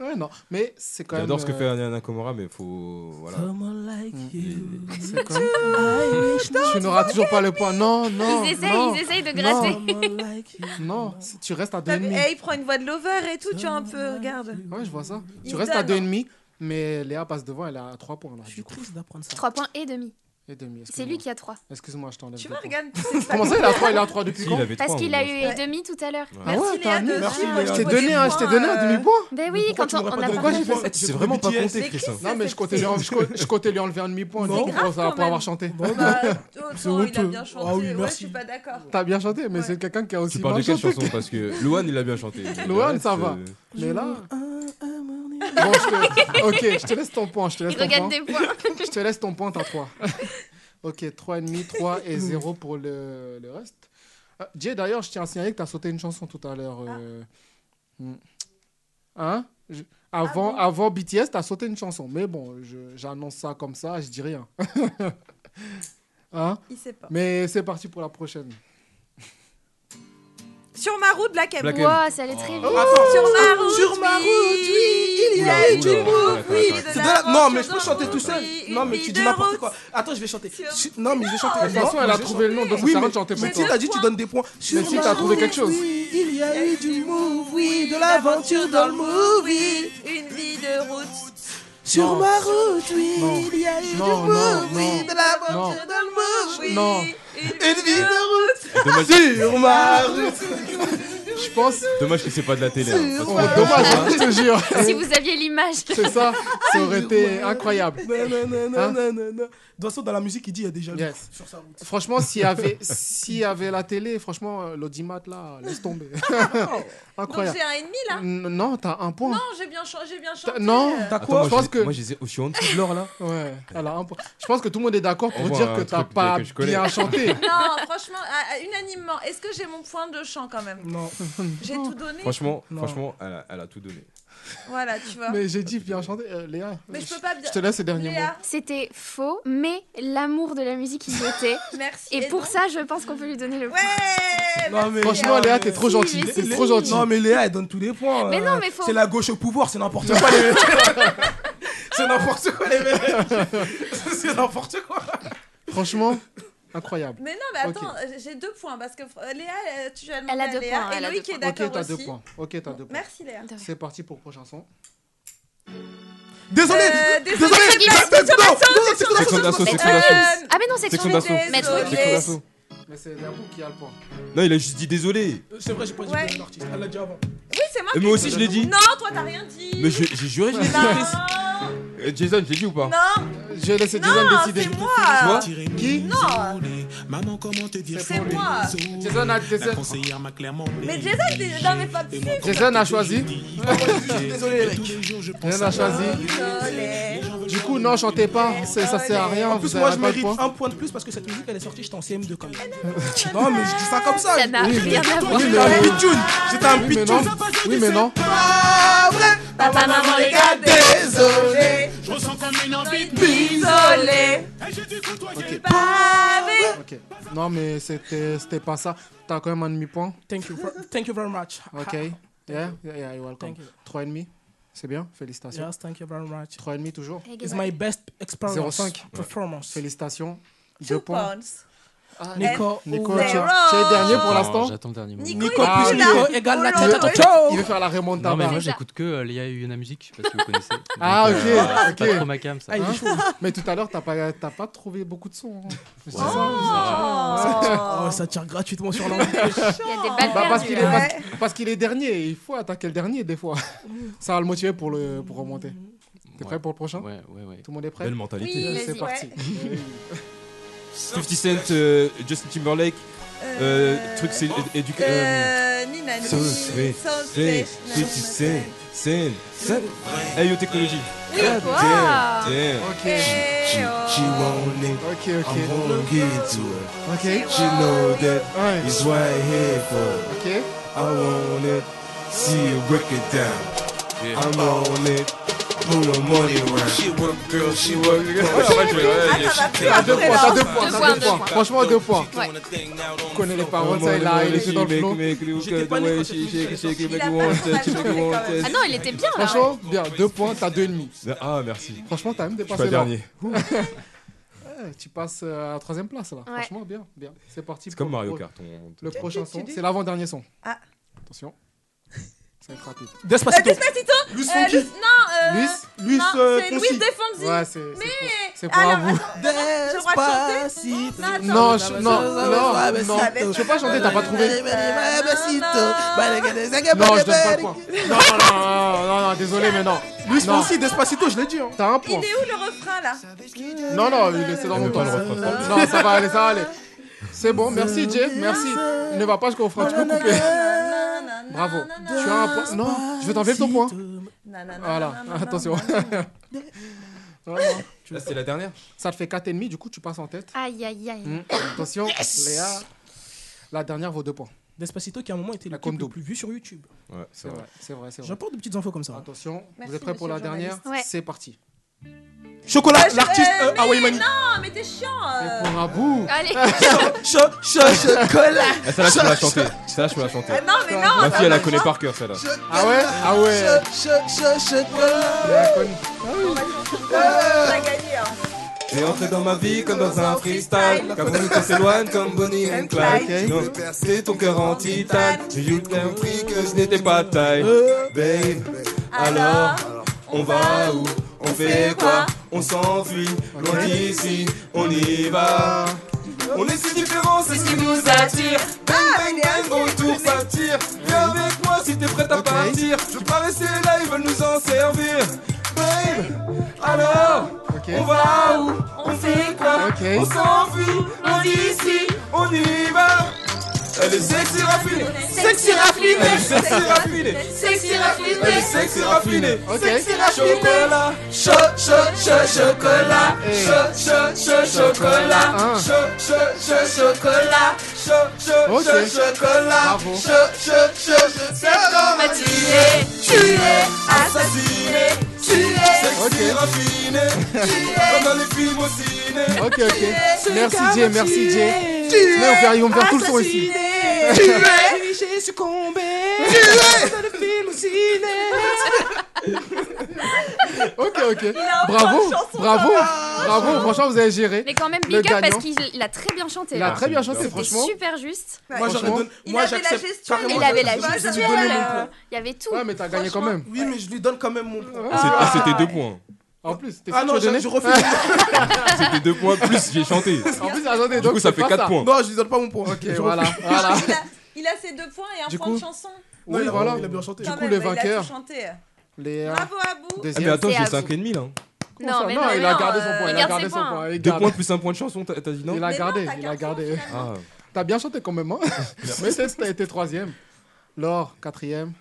Ouais, non. Mais c'est quand même.
J'adore ce que
euh,
fait Anna Komora, mais faut. Voilà.
Someone like you.
Mm. c'est quand même- Tu n'auras toujours pas le point. Non, non.
Ils essayent,
non,
ils essayent de
non,
gratter.
Someone like you.
Non, si euh, tu restes à deux
T'as vu,
ennemis.
eh, il prend une voix de lover et tout, tu vois, un peu, regarde.
Ouais, je vois ça. Tu
Il
restes à
donne,
deux
hein.
ennemis, mais Léa passe devant, elle a trois points là.
Je
du
suis
coup.
triste d'apprendre ça.
Trois points et demi.
Et demi.
C'est
excuse-moi.
lui qui a trois.
Excuse-moi, je t'enlève. deux
Tu vois,
points.
regarde, tu sais que ça
Comment ça, il a trois Il a trois depuis
Si,
quand
il avait
Parce
trois, hein.
qu'il
on
a
dit.
eu
Ouais.
demi tout à l'heure.
Ouais.
Ah ouais,
Merci,
t'as
Léa,
mis.
de
Merci,
suivre
Léa.
le
Je t'ai
niveau
donné,
des
un- je t'ai donné un
points, euh,
demi-point.
Ben oui,
pourquoi
quand
tu
on,
m'aurais pas
on a
donné
pas
Pourquoi
le
j'ai
partagé.
fait
point
ça
C'est vraiment pas
BTS.
compté, Christian.
Mais
Non, mais je comptais lui en- je co- je comptais lui enlever un demi-point
C'est
du coup, pour-
grave quand
pour avoir
même.
chanté.
Bah, autant il a
honteux.
bien chanté.
Ah oui,
ouais, je
merci.
suis pas d'accord.
T'as bien chanté, mais
Ouais.
c'est quelqu'un qui a aussi
Tu
bien
parles de quelle
chanté.
chanson Parce que Luan, il a bien chanté. Mais le
Luan,
reste,
ça va.
euh,
Mais là. Bon, je te... Ok, je te laisse ton point. Je te laisse
Il
ton
regarde
point.
des points.
Je te laisse ton point, t'as 3. ok, 3,5, 3 et 0 pour le, le reste. Ah, Jay, d'ailleurs, je tiens à signaler que t'as sauté une chanson tout à l'heure. euh. Hmm. Hein Je- avant,
bon
avant BTS, t'as sauté une chanson. Mais bon, je- j'annonce ça comme ça, je dis rien. hein
Il sait pas.
Mais c'est parti pour la prochaine.
Sur ma route, Black M.
Black M.
Waouh, ça allait très
Oh.
vite.
Sur ma route,
Sur ma route, oui, il y
Oula,
a eu
oula,
du
oula,
mou.
attends,
Oui,
attends,
c'est
attends.
de la- Non, mais je peux
Dans
chanter
la
tout seul.
rue,
Non, mais
une
tu
fille
dis
de
n'importe
route.
quoi. Attends, je vais chanter.
Sur-
Su- Non, mais je vais chanter.
De toute façon, elle a trouvé le nom, donc ça sert à rien de chanter
Mais
pour
si
toi.
t'as dit, tu donnes des points. Sur
si
ma
t'as trouvé
route,
quelque chose.
oui, Il y a eu du move, oui, de l'aventure dans le movie.
Une vie de route.
Sur
Non.
ma route, oui,
Non.
il y a eu
Non,
du
non,
move,
non,
oui, de l'aventure
non.
dans le movie.
Non.
Une
Une vie de route.
Dommage,
Sur ma route.
Je pense.
dommage que c'est pas de la télé. hein.
Sur
Oh,
ma route.
dommage, hein, je te jure.
Si vous aviez l'image.
C'est ça, ça aurait été incroyable.
Non, non, non, non,
Hein
non, non, non. De toute façon, dans la musique, il dit il y a déjà le
Yes.
sur sa route.
Franchement, s'il y avait, s'il y avait la télé, franchement, euh, l'audimat là, laisse tomber.
Donc
Incroyable.
j'ai un ennemi là.
N- Non, t'as un point.
Non, j'ai bien chan- j'ai bien
T'as-
chanté.
Non,
euh.
T'as
Attends,
quoi
moi,
je pense
j'ai-
que-
Moi, je les ai- je suis en dessous de l'or là.
ouais, elle a un point. Je pense que tout le monde est d'accord
On
pour
voit
dire
un
que t'as
truc
pas
que je connais.
bien chanté.
Non, franchement, à- à- unanimement, est-ce que j'ai mon point de chant quand même
Non.
J'ai tout donné.
Franchement,
Non.
franchement, elle a, elle a tout donné.
Voilà, tu vois. Mais,
Mais j'ai dit bien chanté, Euh, Léa.
je peux pas bien.
Je te laisse les derniers
Léa,
C'était faux, mais l'amour de la musique y était.
merci.
Et pour
donc-
ça, je pense qu'on peut lui donner le
Ouais
point.
Non, mais-
mots.
hein.
Franchement, Léa, t'es trop
Si,
gentille.
mais si,
T'es
si.
trop gentille.
Non, mais Léa, elle donne tous les points.
Mais
euh,
non, mais faut-
C'est la gauche au pouvoir, c'est n'importe quoi, les mecs. C'est n'importe quoi, les mecs. C'est n'importe quoi.
Franchement, incroyable.
Mais non, mais attends, euh, j'ai deux points parce que euh, Léa, euh, tu as demandé
Elle a deux
à Léa
points,
et
elle a
Loïc
deux
est
Ok,
d'accord
t'as
aussi.
deux points. Ok, t'as deux points.
Merci Léa.
De rien.
C'est parti pour le prochain son.
Désolé.
Euh,
Désolé.
désolé,
Non, non, non, section
Section
d'assaut,
d'assaut,
section
section
Euh,
d'assaut.
Ah, mais non, c'est
Section
que
d'assaut.
désolé.
Maître Gims.
Section d'assaut.
Mais c'est Léa qui a le point.
Non, il a juste dit désolé.
C'est vrai, j'ai pas dit
Ouais.
que c'était un artiste. Elle l'a dit avant.
Oui, c'est moi
Euh,
Et
qui
moi aussi, je l'ai dit.
Non, toi t'as rien dit.
Mais je- j'ai juré, je l'ai dit. Chris.
Non,
Euh, Jason, je l'ai dit ou pas
non,
Je vais laisser Jason
non,
décider.
c'est moi.
Tu vois Qui
Non,
Maman, comment te dire
c'est moi.
Jason a, Jason-
conseillère m'a clairement
Mais Jason, t'es dans mes pas dessus.
Jason a choisi.
Désolé, les mecs.
Jason a choisi.
Désolé.
Du coup, non, chantez pas, c'est-
Oh,
ça sert à rien.
En plus,
vous
moi, je
avez pas de
mérite
point.
un point de plus parce que cette musique, elle est sortie, j'étais en CM2 quand même.
Non, mais je dis ça comme ça.
Ça n'a rien à voir.
Oui,
J'étais un
mais,
pitchoun. J'étais un
oui, mais non.
pitchoun.
Oui, mais non.
Pas vrai.
Papa, maman, les gars, désolé.
Je ressens comme une
Désolé.
Ok.
Pavé.
Ok. Non, mais c'était c'était pas ça. T'as quand même un demi-point.
Thank you, ver- thank you very much.
Ok. Yeah, yeah, yeah, you're welcome.
Thank you.
Trois et demi. C'est bien. Félicitations.
Yes, thank you very much.
Trois et demi toujours.
It's my best experience.
0,5.
Performance.
Félicitations. Deux
Two
points.
points.
Ah,
Nico,
Nico,
oh,
tu tu es dernier pour
Non,
l'instant.
J'attends le dernier moment.
Nico,
Nico
Ah,
plus
oui.
Nico égale la
Oh là
tête
là.
Il veut faire la remontada.
Non, mais moi
C'est ça.
j'écoute que euh, Lia et Yuna Music, je sais pas si vous connaissez. Donc,
Ah, ok,
euh, c'est
ok.
Pas trop ma cam, ça.
Ah, il est
Hein
chaud.
mais tout à l'heure, t'as pas, t'as pas trouvé beaucoup de sons. hein. C'est
Ouais.
ça.
Oh,
Oh.
ça tire gratuitement sur l'angle.
Il y a des balles
Bah, parce
perdues.
qu'il est,
hein.
parce- parce qu'il est dernier, et il faut attaquer le dernier des fois. Ça va le motiver pour, le, pour remonter. T'es prêt pour le prochain
Ouais, ouais, ouais.
Tout le monde est prêt
Belle mentalité.
Oui.
C'est
vas-y.
parti.
50 Cent, euh, Justin Timberlake, euh, truc, c'est
Euh,
éducation.
Euh, Nina, Nina,
Sauce, oui,
sauce,
Hey,
oui,
50 Cent, Cent, Cent. Hey, yo, technologie.
Oui,
God
wow.
damn, damn.
Ok,
Eh, oh.
ok, ok.
gonna give it to her.
Ok,
She know that
ouais,
is what I here for.
ok.
I want it, see you break it down. I'm on it, pull the money around. She work, girl, she work.
Ah, T'as deux points, t'as deux points,
Deux
t'as
points,
deux
deux
points.
points.
Franchement, deux points.
Ouais.
Tu connais les paroles, ça, il a- il était dans le flow.
J'étais pas né quand cette musique est sortie.
Il a pas fait ça, quand même.
Ah non, il était bien là.
Franchement, bien, deux points, t'as deux et demi.
Ah, merci.
Franchement, t'as même
Je suis
dépassé
pas le
là.
dernier.
Ouais, Tu passes euh, à la troisième place là. Franchement, bien, bien. C'est parti.
C'est
pour
comme
le
Mario
pro-
Kart. on- on-
Le prochain
tu-
son,
tu-
c'est l'avant-dernier son.
Ah.
Attention. Ça va être rapide.
Euh,
Despacito.
Despacito
Luis
euh, Luis- Non, euh,
Luis, Luis
non,
euh,
c'est
Fonsi.
Luis de Fonsi.
Ouais, c'est c'est pour- c'est pour
Alors,
vous.
attends, j'ai le droit de chanter
Despacito.
Non, attends.
Non, je- non,
Ah,
non,
bah,
non.
ça
va être-
Je peux pas chanter, t'as pas trouvé. Non,
Non,
je donne pas le point. Non, non, non, non, non, désolé, mais non.
Luis
Non.
Fonsi, Despacito, je l'ai dit. hein.
T'as un
Il est
point.
où le refrain là
Non, non, il est c'est dans
Elle
mon
veut pas
temps.
le reprendre.
Non, ça va aller, ça va aller. C'est bon, merci Jay, merci. Ne va pas jusqu'au refrain, tu peux couper.
Nanana,
Bravo.
nanana,
Tu as un point. Non, je vais t'enlever ton point.
nanana,
Voilà,
nanana,
attention. Non, non.
Là, c'est la dernière
Ça te fait 4,5, du coup, tu passes en tête.
Aïe, aïe, aïe.
Hmm. Attention, Léa. La dernière vaut deux points.
Despacito qui à un moment était
La
le
com
clip le
double.
plus vu sur YouTube.
Ouais,
C'est vrai, c'est vrai, c'est vrai.
J'apporte des petites infos comme ça. hein.
Attention, vous
Merci,
êtes prêts pour la
monsieur le
dernière
journaliste.
Ouais.
C'est parti.
Chocolat,
je-
l'artiste
euh,
euh,
ah
mais
Hawaii Mani.
Non, mais t'es chiant. euh.
Pour un bout.
Allez,
Chaud, chaud, chocolat.
Ah, Celle-là, je peux la chanter. Celle-là, je peux la chanter.
Ah, Non, mais non.
Ma fille, elle la connaît par cœur, celle-là.
Ah ouais Ah ouais
Chaud, chaud, chaud, chocolat.
La conne.
On a gagné. hein.
J'ai entré dans ma vie comme dans un freestyle. Quand on s'éloigne comme Bonnie and Clyde.
Clyde.
Non, percer ton cœur en titane. J'ai eu compris que ce n'était pas de taille.
Euh.
Babe, alors, on va où On fait quoi On s'enfuit, loin d'ici, on y va. On est si différents, c'est ce qui nous attire.
Ah,
Bang, bang, bang, autour ça tire. Viens avec moi si t'es prête à partir. Je veux pas rester là, ils veulent nous en servir. Babe, alors,
Ok.
on va où On fait quoi
Ok.
On s'enfuit, on dit ici, on y va. Elle est sexy raffinée,
Sexy raffiné.
elle est sexy raffinée,
Sexy
elle est
raffiné.
sexy raffinée.
Ok.
Sexy raffiné.
Chocolat,
Chaud, chaud, chaud, chocolat.
Hey.
Chaud, chaud, chaud, chocolat.
Un.
Chaud, chaud, chaud, chocolat. Chaud, chaud,
Ok.
chaud, chocolat.
Bravo.
Chaud, chaud, chaud, chaud- Septembre m'a tué, tué, assassiné, tué,
Ok,
raffinée, comme dans les films au ciné.
ok, ok.
tué.
Merci
Celui
Jay,
qui m'a
merci
tué.
Jay.
Tué,
Mais on fait- ils vont me faire tout le son ici.
assassiné, tué.
J'ai succombé dans le film au ciné.
Ok, ok.
Il a un point de
Bravo,
chanson,
bravo, bravo. Franchement, vous avez géré.
mais quand même,
Le
big up
gagnant.
parce qu'il il a très bien chanté.
Il a
là.
très bien chanté,
C'était
franchement.
super juste.
Moi, j'aurais
Franchement.
donné-
Il
moi,
avait la
j'accepte
gestuelle,
carrément,
Il avait
je-
la
je-
gestuelle.
je lui
gestuelle.
donnais mon
gestuelle.
point.
Il y avait tout.
Ouais, mais t'as gagné quand
Franchement,
même.
Oui, mais je lui donne quand même mon point.
Ah, C'était deux points.
En plus, t'es
Ah non, je, je refuse.
C'était deux points plus, j'ai chanté.
En plus, attendez,
Du
donc
coup, ça
c'est
fait
pas
quatre points.
non, je lui donne pas mon point.
Ok, voilà, voilà.
Il a- Il a ses deux points et un
Du
point
coup,
de chanson.
Non,
Oui,
il a-
voilà.
Il a bien chanté.
Du
Quand
coup,
même, bah,
le
il a tout
vainqueur.
chanté.
Léa,
Bravo à vous.
Ah, mais
deuxième.
attends,
C'est à
j'ai
vous.
5,5 là.
Non, mais
non,
non,
il
mais
a
non,
gardé
euh,
son point. Il a
garde
gardé
ses
son
points.
point. Il
Deux
garde.
points plus un point de chanson, t'as t'as dit non
Il a
Mais non,
gardé,
t'as
il a
qu'un
gardé.
point,
Ah,
T'as bien chanté quand même, hein Mais c'est- t'as été troisième. Laure, quatrième.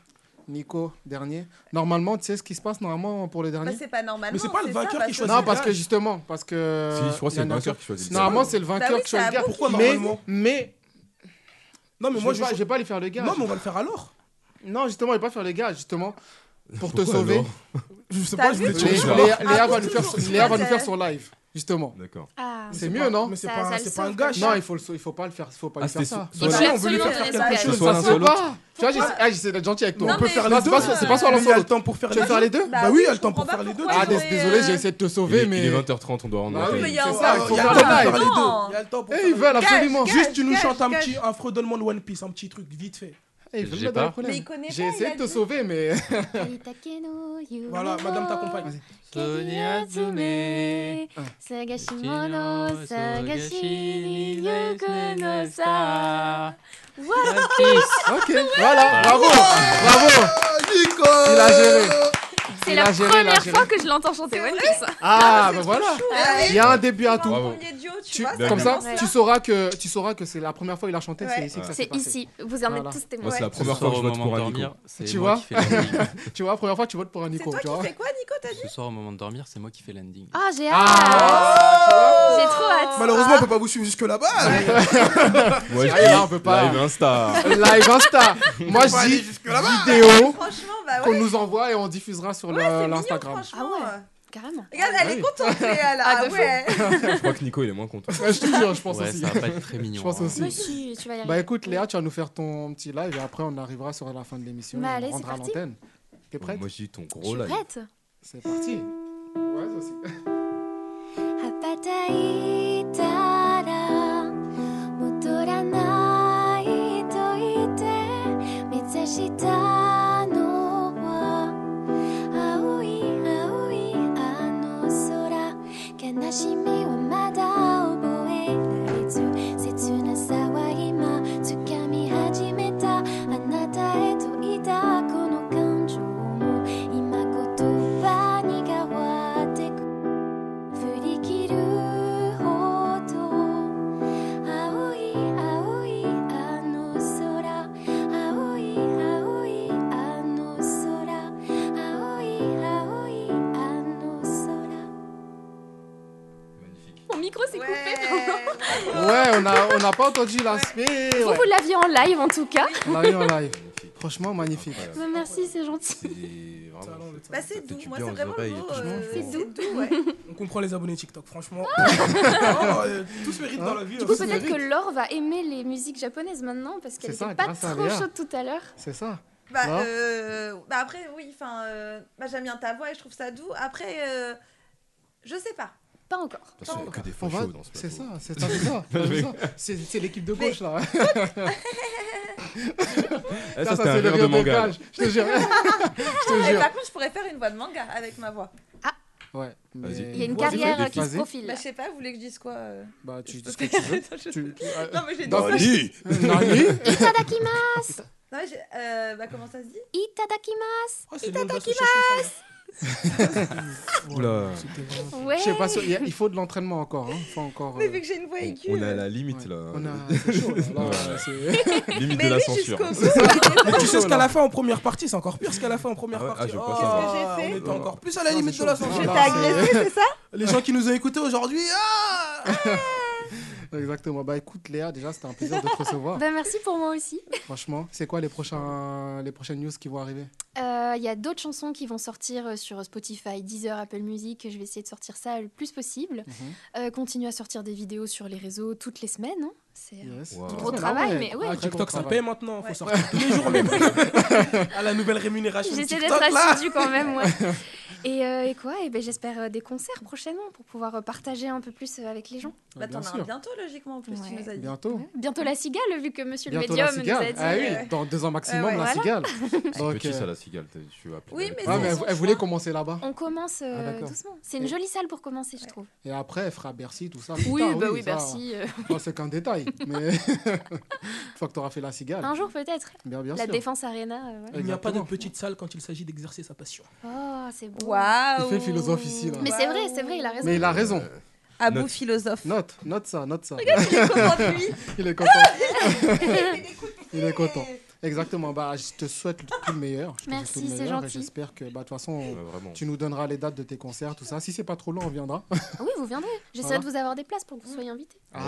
Nico, dernier. Normalement, tu sais ce qui se passe normalement pour les
Bah,
derniers
c'est pas normal.
Mais c'est pas le vainqueur qui choisit.
Non, parce que justement, parce que.
Si, je crois que
il y
c'est
en
le
a
vainqueur
qui-
qui choisit.
Normalement, c'est le vainqueur
Bah oui,
qui
c'est
choisit
à
le gars.
vous.
Pourquoi
mais,
normalement
mais,
Non, mais
je,
moi,
vais
je.
pas, je vais pas les faire les gars.
Non, mais on va le faire alors.
Non, justement, je vais pas faire les gars, justement. Pour te
Pourquoi
sauver,
alors
Je sais
T'as
pas, je
vu
voulais
Toujours
Léa,
ça.
Léa- Léa
Ah,
va
toujours
nous faire,
ça.
Léa va nous faire son live, justement.
D'accord.
Ah,
Mais
C'est
c'est
mieux,
pas-
non
mais c'est Ça- pas- ça le c'est pas un sauve gâche. quand
Non,
même.
il faut, le- il faut pas le faire. Faut pas
Ah,
lui faire
c'était
ça.
so- soit Bah, l'un, on voulait lui faire absolument, faire quelque c'est chose. soit l'un, soit l'autre.
Faut pas. Tu vois, j'essa- ah, j'essaie d'être gentil avec toi.
Non, On peut mais- faire les
Non, c'est
deux.
pas soit- C'est pas soit l'un,
Mais il y a
soit
le
l'autre.
temps pour faire
Tu veux
les
faire
deux
les deux
Bah oui, il y a le temps
pour faire
les
deux. Ah, dés- désolé,
euh,
j'ai essayé de te sauver, mais.
Il est 20h30, on doit rendre
Bah oui,
l'antenne.
mais il y a-
C'est
ah,
ça,
il
faut
y a
qu'on
un temps.
parle.
les deux.
Il y a le temps pour faire
ils
les
veulent
deux.
absolument.
Juste, tu nous chantes un petit un Frodo de One Piece, un petit truc vite fait.
ils veulent me mettre dans le problème.
Mais il connaît
J'ai
pas,
essayé
il
de
a
te
dit.
sauver, mais.
Oh,
Voilà, madame t'accompagne.
探し物を探しに行くのさ What
Ok, voilà, bravo, bravo.
Nico
Il a géré.
C'est
Il
la
a géré, il a
première
géré.
fois que je l'entends chanter One Piece.
Ah, bah voilà. Il y a un début à tout.
Tu-
vois, c'est
Comme ça,
vraiment ça.
tu sauras que tu sauras que c'est la première fois qu'il a chanté.
Ouais.
C'est ici que ça s'est
C'est
passé.
ici. Vous en êtes tous témoins. Moi, c'est la
première fois que je vote pour un Nico. C'est
Tu
moi
vois,
qui fais la
tu vois, première fois tu votes pour un Nico. tu vois.
quoi, Nico T'as dit
Ce soir, au moment de dormir, c'est moi qui fais l'ending.
Ah, j'ai hâte.
Ah,
J'ai trop hâte.
Malheureusement, on peut pas vous suivre jusque là-bas.
Ah, bah.
Ouais,
Ah, là, on
je-
peut pas.
Live Insta.
Live Insta. Moi,
On peut
je dis
aller jusque là-bas.
vidéo
Franchement, bah ouais.
qu'on nous envoie et on diffusera sur le- l'Instagram.
Franchement. Ah ouais.
Carrément.
Regarde, elle
Ah
est
oui.
contente, Léa, là.
Ah,
Ah
de fou.
ouais.
Je crois que Nico, il est moins content.
Ouais, je te jure, je pense
Ouais,
aussi.
ça va pas être très mignon,
Je pense
hein.
aussi.
Mais si, tu vas y arriver.
Bah écoute, Léa, tu vas nous faire ton petit live et après on arrivera sur la fin de l'émission.
Bah,
et on
allez, c'est
rendra
parti.
l'antenne. T'es prête
Moi, je dis ton
Je
gros
suis
live.
prête.
C'est parti. Ouais, ça aussi.
羽ばたいたら戻らないと言って目指 したのは青い青いあの空悲しみはまだ覚えないず切なさは今掴み始めたあなたへといたこの感情も今言葉に変わってく振り切るほど青い青いあの空青い青いあの空青い青いあの空
Mon micro s'est coupé.
Ouais, on a, on n'a pas entendu la
Vous,
ouais.
vous l'aviez en live en tout cas.
On l'a eu en live. Franchement, magnifique.
Bah, merci, c'est gentil.
Bah, c'est doux. Moi, c'est
aux
vraiment le
oreilles et
mot.
tout.
euh,
C'est
C'est doux, ouais. Ah.
On comprend les abonnés TikTok, franchement. Oh, euh, Tous méritent dans la vie.
Du
hein,
coup,
tous
peut-être que
méritent.
Laure va aimer les musiques japonaises maintenant parce qu'elle
C'est ça,
n'était pas
grâce à
trop
Léa.
chaude tout à l'heure.
C'est ça.
Bah,
Non
euh, bah après, oui, enfin, euh, bah, j'aime bien ta voix et je trouve ça doux. Après, euh, je sais pas.
Pas encore.
Parce qu'il y a que des
On
faux
va-
chauds dans ce
C'est
plateau.
ça, c'est ça, c'est ça,
Non, je
c'est
vais-
ça. C'est c'est l'équipe de gauche là.
Eh,
Ça, ça,
Ça, c'était un
c'est le
rire de
rire de
manga.
plage. Je te jure. te
Et
jure.
par contre, je pourrais faire une voix de manga avec ma voix.
Ouais. mais-
Vas-y.
Il y a une
Vas-y,
carrière
vas-y,
euh, qui se
vas-y.
profile.
Bah, je sais pas, vous voulez que je dise quoi euh
Bah, tu dis ce que tu veux. Tu- tu- euh,
Non, mais j'ai dit
dans-
ça.
Nani
Itadakimasu
Non, mais j'ai- euh, bah, comment ça se dit
Itadakimasu
Ah,
c'est le nom de
bah,
la
Oula.
Ouais.
Euh, Je sais pas, si- il y a- il faut de l'entraînement encore. Hein. Faut encore
Mais
euh,
vu que j'ai
Oh
une voix aiguë.
On est à la limite, là.
on a- c'est
hein.
chaud, là, là,
Ouais.
c'est-
Limite
Mais
de la
lui,
censure.
jusqu'au bout,
C'est ça.
il
Mais tu sais ce qu'elle
là.
a fait en première partie, c'est encore pire ce qu'elle a fait en première
Ah ouais, ah,
partie.
j'ai pas
Oh,
ça.
Qu'est-ce que j'ai
on
fait
était encore plus à la limite de la censure.
Je t'ai
Là,
agressé, c'est ça
c'est- Les gens qui nous ont écoutés aujourd'hui, ah
Exactement. Bah écoute Léa, déjà c'était un plaisir de te recevoir.
Bah, merci pour moi aussi.
Franchement, c'est quoi les prochains les prochaines news qui vont arriver
Euh, Il y a d'autres chansons qui vont sortir euh, sur Spotify, Deezer, Apple Music. Je vais essayer de sortir ça le plus possible.
Mhm.
Euh, continue à sortir des vidéos sur les réseaux toutes les semaines. hein. C'est euh,
Yes.
du gros travail, mais ouais.
Ah, très gros
TikTok, ça
travail.
paye maintenant, faut sortir tous les jours même. à la nouvelle rémunération.
J'essaie
TikTok,
d'être
là.
assidue quand même, ouais. Et, euh, et quoi et ben, J'espère euh, des concerts prochainement pour pouvoir euh, partager un peu plus euh, avec les gens.
Bah, t'en
bien
as un
sûr.
bientôt, logiquement, en plus, tu
Ouais.
nous as dit.
Bientôt.
Bientôt la cigale, vu que monsieur
Bientôt
le
la
médium nous a
cigale.
dit.
Ah oui,
euh,
dans deux ans maximum
ouais,
la
voilà.
cigale.
C'est
Donc,
petit,
euh,
ça, la cigale. t'es- Tu appelles.
Oui,
ouais,
mais c'est
Ah, mais elle,
son
elle voulait
choix.
commencer là-bas.
On commence euh,
Ah, d'accord.
doucement. C'est une
Et-
jolie salle pour commencer, je trouve.
Et après, elle fera Bercy, tout ça.
Oui,
Putain,
bah oui,
ça,
merci. euh,
bon, c'est qu'un détail. Mais une fois que tu auras fait la cigale.
Un jour peut-être.
Bien, bien
La
sûr.
Défense Arena. euh, voilà.
Il n'y a pas de petite salle quand il s'agit d'exercer sa passion.
Oh, c'est beau.
Waouh
Il fait le philosophe ici. Là.
Mais c'est vrai, c'est vrai, il a raison.
Mais il a raison.
À
Note.
bout Ah philosophe.
Note, note ça, note ça.
Il est content de lui.
Il est content. Il est content. Exactement. Bah, je te souhaite tout le meilleur. Je te souhaite
Merci,
tout le
c'est
meilleur et
gentil.
J'espère que, bah, de toute façon,
Ouais, vraiment.
tu nous donneras les dates de tes concerts, tout ça. Si c'est pas trop long, on viendra.
Ah oui, vous viendrez. J'essaierai de vous avoir des places pour que vous soyez invités.
Ouais.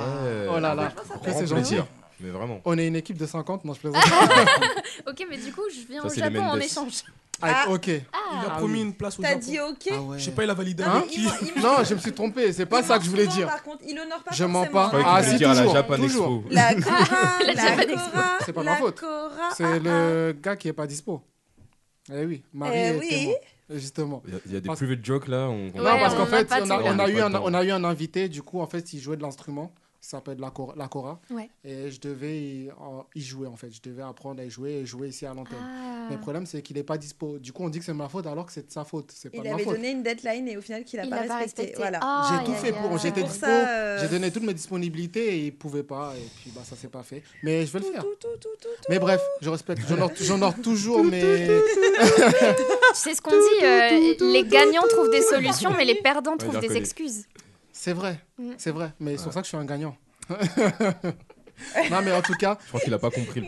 Oh là là, que c'est
Grand
gentil.
plaisir. Mais vraiment.
On est une équipe de 50, non, je plaisante.
Ok, mais du coup, je viens
Ça,
au
c'est les
Japon en
Mendes.
échange.
Ah, ok.
Il a
Ah
promis
oui.
une place au
T'as
Japon.
dit ok
Ah
Je sais pas, il a validé
Hein
avec qui.
Non, je me suis trompé, c'est pas ça que je voulais dire.
Par contre, il honore pas
Je mens
forcément,
pas.
hein.
Ah, si,
dire à la
toujours.
Japan
toujours.
Expo.
La Cora,
La
la,
Japan Expo.
Cora,
C'est pas
la
ma faute.
Cora,
C'est
ah,
le gars qui est pas dispo. Eh oui, Marie
Eh
est
oui.
témoin, Justement.
Il y a- il y a des
Parce-
private jokes là. on-
Non, parce qu'en fait, on a, on, a eu un,
pas le
on a eu un invité, du coup, en fait, il jouait de l'instrument, ça s'appelle la, cor- la cora,
Ouais.
et je devais y, en- y jouer, en fait. Je devais apprendre à y jouer et jouer ici à l'antenne.
Ah.
Mais le problème, c'est qu'il n'est pas dispo. Du coup, on dit que c'est ma faute alors que c'est de sa faute. C'est pas
Il
de ma
avait
faute.
donné une deadline et au final qu'il a
Il
pas
l'a pas
respecté.
respecté.
Voilà.
Ah,
J'ai tout fait pour, j'étais
pour
dispo,
ça, euh,
j'ai donné toutes mes disponibilités et il pouvait pas, et puis bah, ça s'est pas fait. Mais je vais le faire. Mais bref, je respecte, j'honore j'honore toujours mes.
Tu sais ce qu'on dit, euh, les gagnants trouvent des solutions, mais les perdants trouvent
j'ai
des
reconnu.
excuses.
C'est vrai,
Mm.
c'est vrai, mais c'est pour ça que je suis un gagnant. non, mais en tout cas.
Je crois qu'il a pas compris le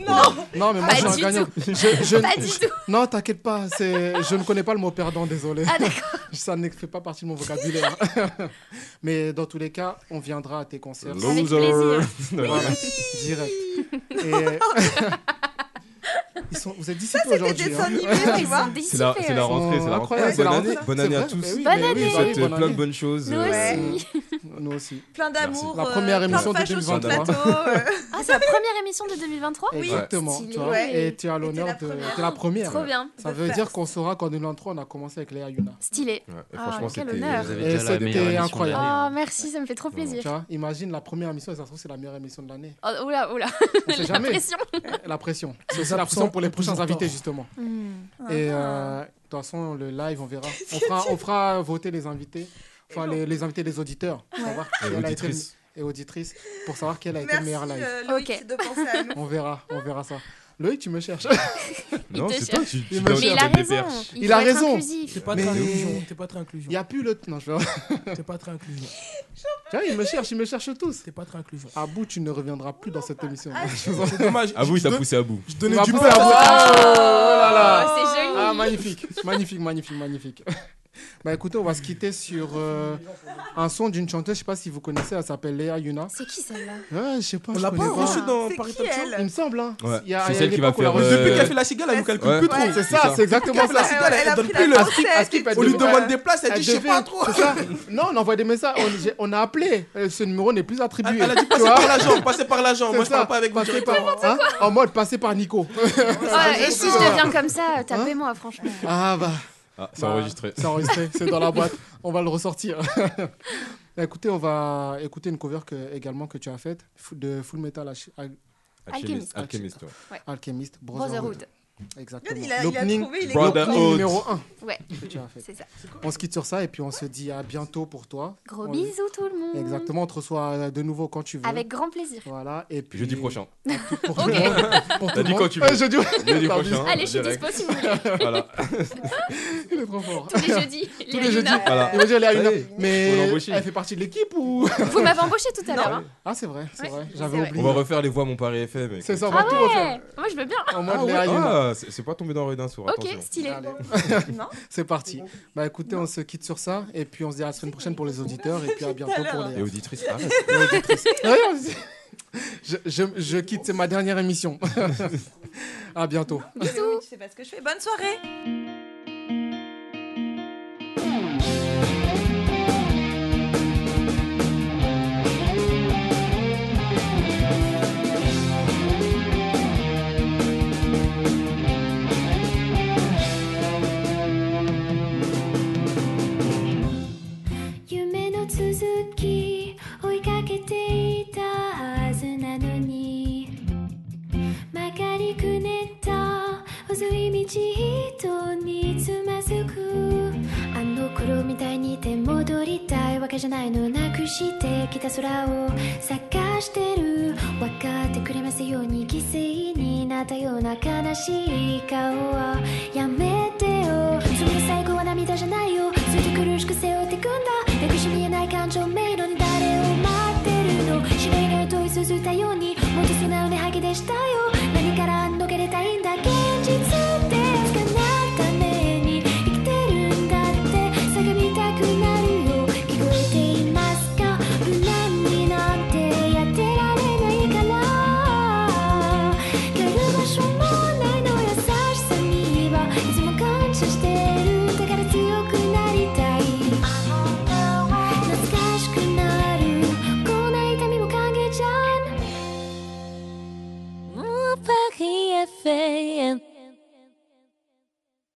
Non, mais moi
Pas
je suis un
du
gagnant.
tout.
Je- je-
Pas du tout.
Non, t'inquiète pas, c'est- je ne connais pas le mot perdant, désolé.
Ah, d'accord.
Ça ne fait pas partie de mon vocabulaire. mais dans tous les cas, on viendra à tes concerts.
Avec Loser. plaisir.
Voilà, direct. Et- Ils sont, vous êtes dissipés aujourd'hui. hein.
C'est la, c'est la rentrée, c'est la rentrée.
Incroyable, c'est
Bonne
la rentrée. C'est
année, bonne année
vrai,
à tous.
mais oui,
Bonne
mais oui,
année.
Vous souhaite
bonne
euh, plein de
année.
bonnes choses.
Nous
euh,
aussi.
Nous aussi.
plein d'amour,
La
euh,
première émission de
plein de fachos sur le
2023.
plateau, euh.
Ah, c'est la première émission de 2023
Exactement.
Stylé.
tu vois.
Ouais.
Et tu as l'honneur de.
première.
T'es la première.
Trop bien.
Ça
De
veut
faire.
dire qu'on saura qu'en 2023, on a commencé avec Léa Yuna.
Stylé.
Ouais, et
Ah,
franchement,
quel
c'était-
honneur.
vous avez
Et
déjà la hein. meilleure
c'était
émission de
incroyable.
l'année,
Ah, merci, ça me fait trop plaisir.
Tu vois, imagine la première émission et ça se trouve, c'est la meilleure émission de l'année.
Oh, oula, oula.
On sait
La
jamais.
pression.
La pression. C'est aussi la pression pour les prochains invités, justement.
Hmm. Ah,
Et euh, de toute façon, le live, on verra. On fera, on fera voter les invités, enfin les, les invités des auditeurs, pour
Ouais.
savoir
Et
quelle a été le-
auditrices. Oh,
et auditrices, pour savoir quel a été le
Merci
meilleur live.
euh, Loïc
Ok.
de penser à nous.
On verra, on verra ça. Loïc, tu me cherches.
Non,
Il te
c'est toi,
cherche.
tu, tu
Il
dois
me
Mais il
faire
a
des
raison.
perches.
Il
Il
faut
a
être
raison.
inclusif.
T'es pas
Mais
très
de ouf.
inclusion. T'es pas très inclusion.
Il n'y a plus le. Non, je vais-
T'es pas très inclusion.
Tu vois, il me cherche, il me cherche tous.
T'es pas très inclusion.
À bout, tu ne reviendras plus dans cette émission.
Ah,
C'est dommage.
À Ah, vous, il
je,
t'a
don-
poussé à bout.
je
Il
donnais
m'a
du
poussé
beurre.
à bout. Ah, oh là là.
Oh, c'est joli.
Ah, magnifique, magnifique, magnifique, magnifique. Bah écoutez, on va se quitter sur euh, un son d'une chanteuse, je sais pas si vous connaissez, elle s'appelle Léa Yuna.
C'est qui celle-là
Ouais, je sais pas,
On
je
l'a pas
connais pas.
reçue dans
C'est
Paris
qui
Top Show.
Il
elle
me semble, hein.
Ah Ouais.
Il y a- il
C'est
y a
celle
une
qui va
époque où on
faire.
l'a reçue.
Depuis
euh,
qu'elle fait la cigale, elle vous calcule
Ouais.
plus trop.
Ouais.
C'est ça, c'est exactement
Depuis qu'elle
ça.
fait la cigale, elle
Elle a
donne
pris
plus
la
le.
À Skip, à Skip, elle
On lui
devait-
demande des places, elle
elle
dit je sais
devait-
pas trop.
c'est ça. Non, on envoie des messages, on, j'ai- on a appelé, euh, ce numéro n'est plus attribué.
Elle elle a dit
tu
passer
vois
par l'agent, passer par l'agent.
C'est
Moi je
ça,
parle pas avec vous.
passez
directement.
par- hein, En mode passé par Nico.
Ouais, Ah, Et si je deviens comme
Hein
ça, tapez-moi, franchement.
ah bah.
Ah, c'est
Bah,
enregistré.
C'est enregistré, c'est dans la boîte. On va le ressortir. Bah, Écoutez, on va écouter une cover que, également que tu as faite fou- de Full Metal Alch- Al-
Alchemist.
Alchemist, ouais.
Alchemist Brotherhood.
Brotherhood.
Regarde,
Exactement.
il a, il a
L'opening
trouvé, il est
Brother Oath.
content.
l'opening numéro 1
Ouais,
que tu as fait.
c'est ça.
On se quitte sur ça et puis on se dit à bientôt pour toi.
Gros
On-
bisous tout le monde.
Exactement, on te reçoit euh, de nouveau quand tu veux.
Avec grand plaisir.
Voilà, et puis.
Jeudi prochain.
Pour tout le monde. Pour tout
T'as
le
dit
monde.
quand tu
Ouais,
veux.
jeudi-
Jeudi
Pardon,
prochain.
Allez, je suis
direct.
dispo si vous voulez.
Voilà.
Il est trop fort.
Tous les jeudis.
Tous
Léa
les jeudis.
Luna.
Voilà.
Il va dire, elle a une
Allez,
heure. Mais
faut l'embaucher.
elle fait partie de l'équipe ou.
Vous m'avez embauché tout à l'heure. hein.
Ah, c'est vrai, c'est
Ouais,
vrai.
c'est
J'avais
vrai.
On
oublié.
va refaire les voix mon Paris FM. mec.
C'est ça, on va
Ah
tout refaire.
ouais Moi je veux bien.
En mode
Ah, ouais.
Léa Yuna.
Ah, c'est c'est pas tombé dans le d'un sourd.
Ok,
attention.
stylé.
Allez.
Non
C'est parti. Bah écoutez, on se quitte sur ça et puis on se dit à la semaine prochaine pour les auditeurs et puis à bientôt pour
Et
les,
auditrice, arrête.
les auditrices. Ouais, on se- je, je, je quitte, c'est ma dernière émission. à bientôt.
Mais oui, tu sais pas ce que je fais. Bonne soirée
夢の続き追いかけていたはずなのに曲がりくねった細い道人につまずくあの頃みたいに手戻りたいわけじゃないのなくしてきた空を探してる分かってくれますように犠牲になったような悲しい顔はやめてよそれ最後は涙じゃないよついて苦しく背負ってくんだ抱きし見えない感情迷路に誰を待ってるの白いの問い続いたようにもっと素直に吐き出したよ何から逃れたいんだ現実で捕まるために生きてるんだって叫びたくなるよ聞こえていますか無難になんてやってられないから帰る場所もないの優しさにはいつも fait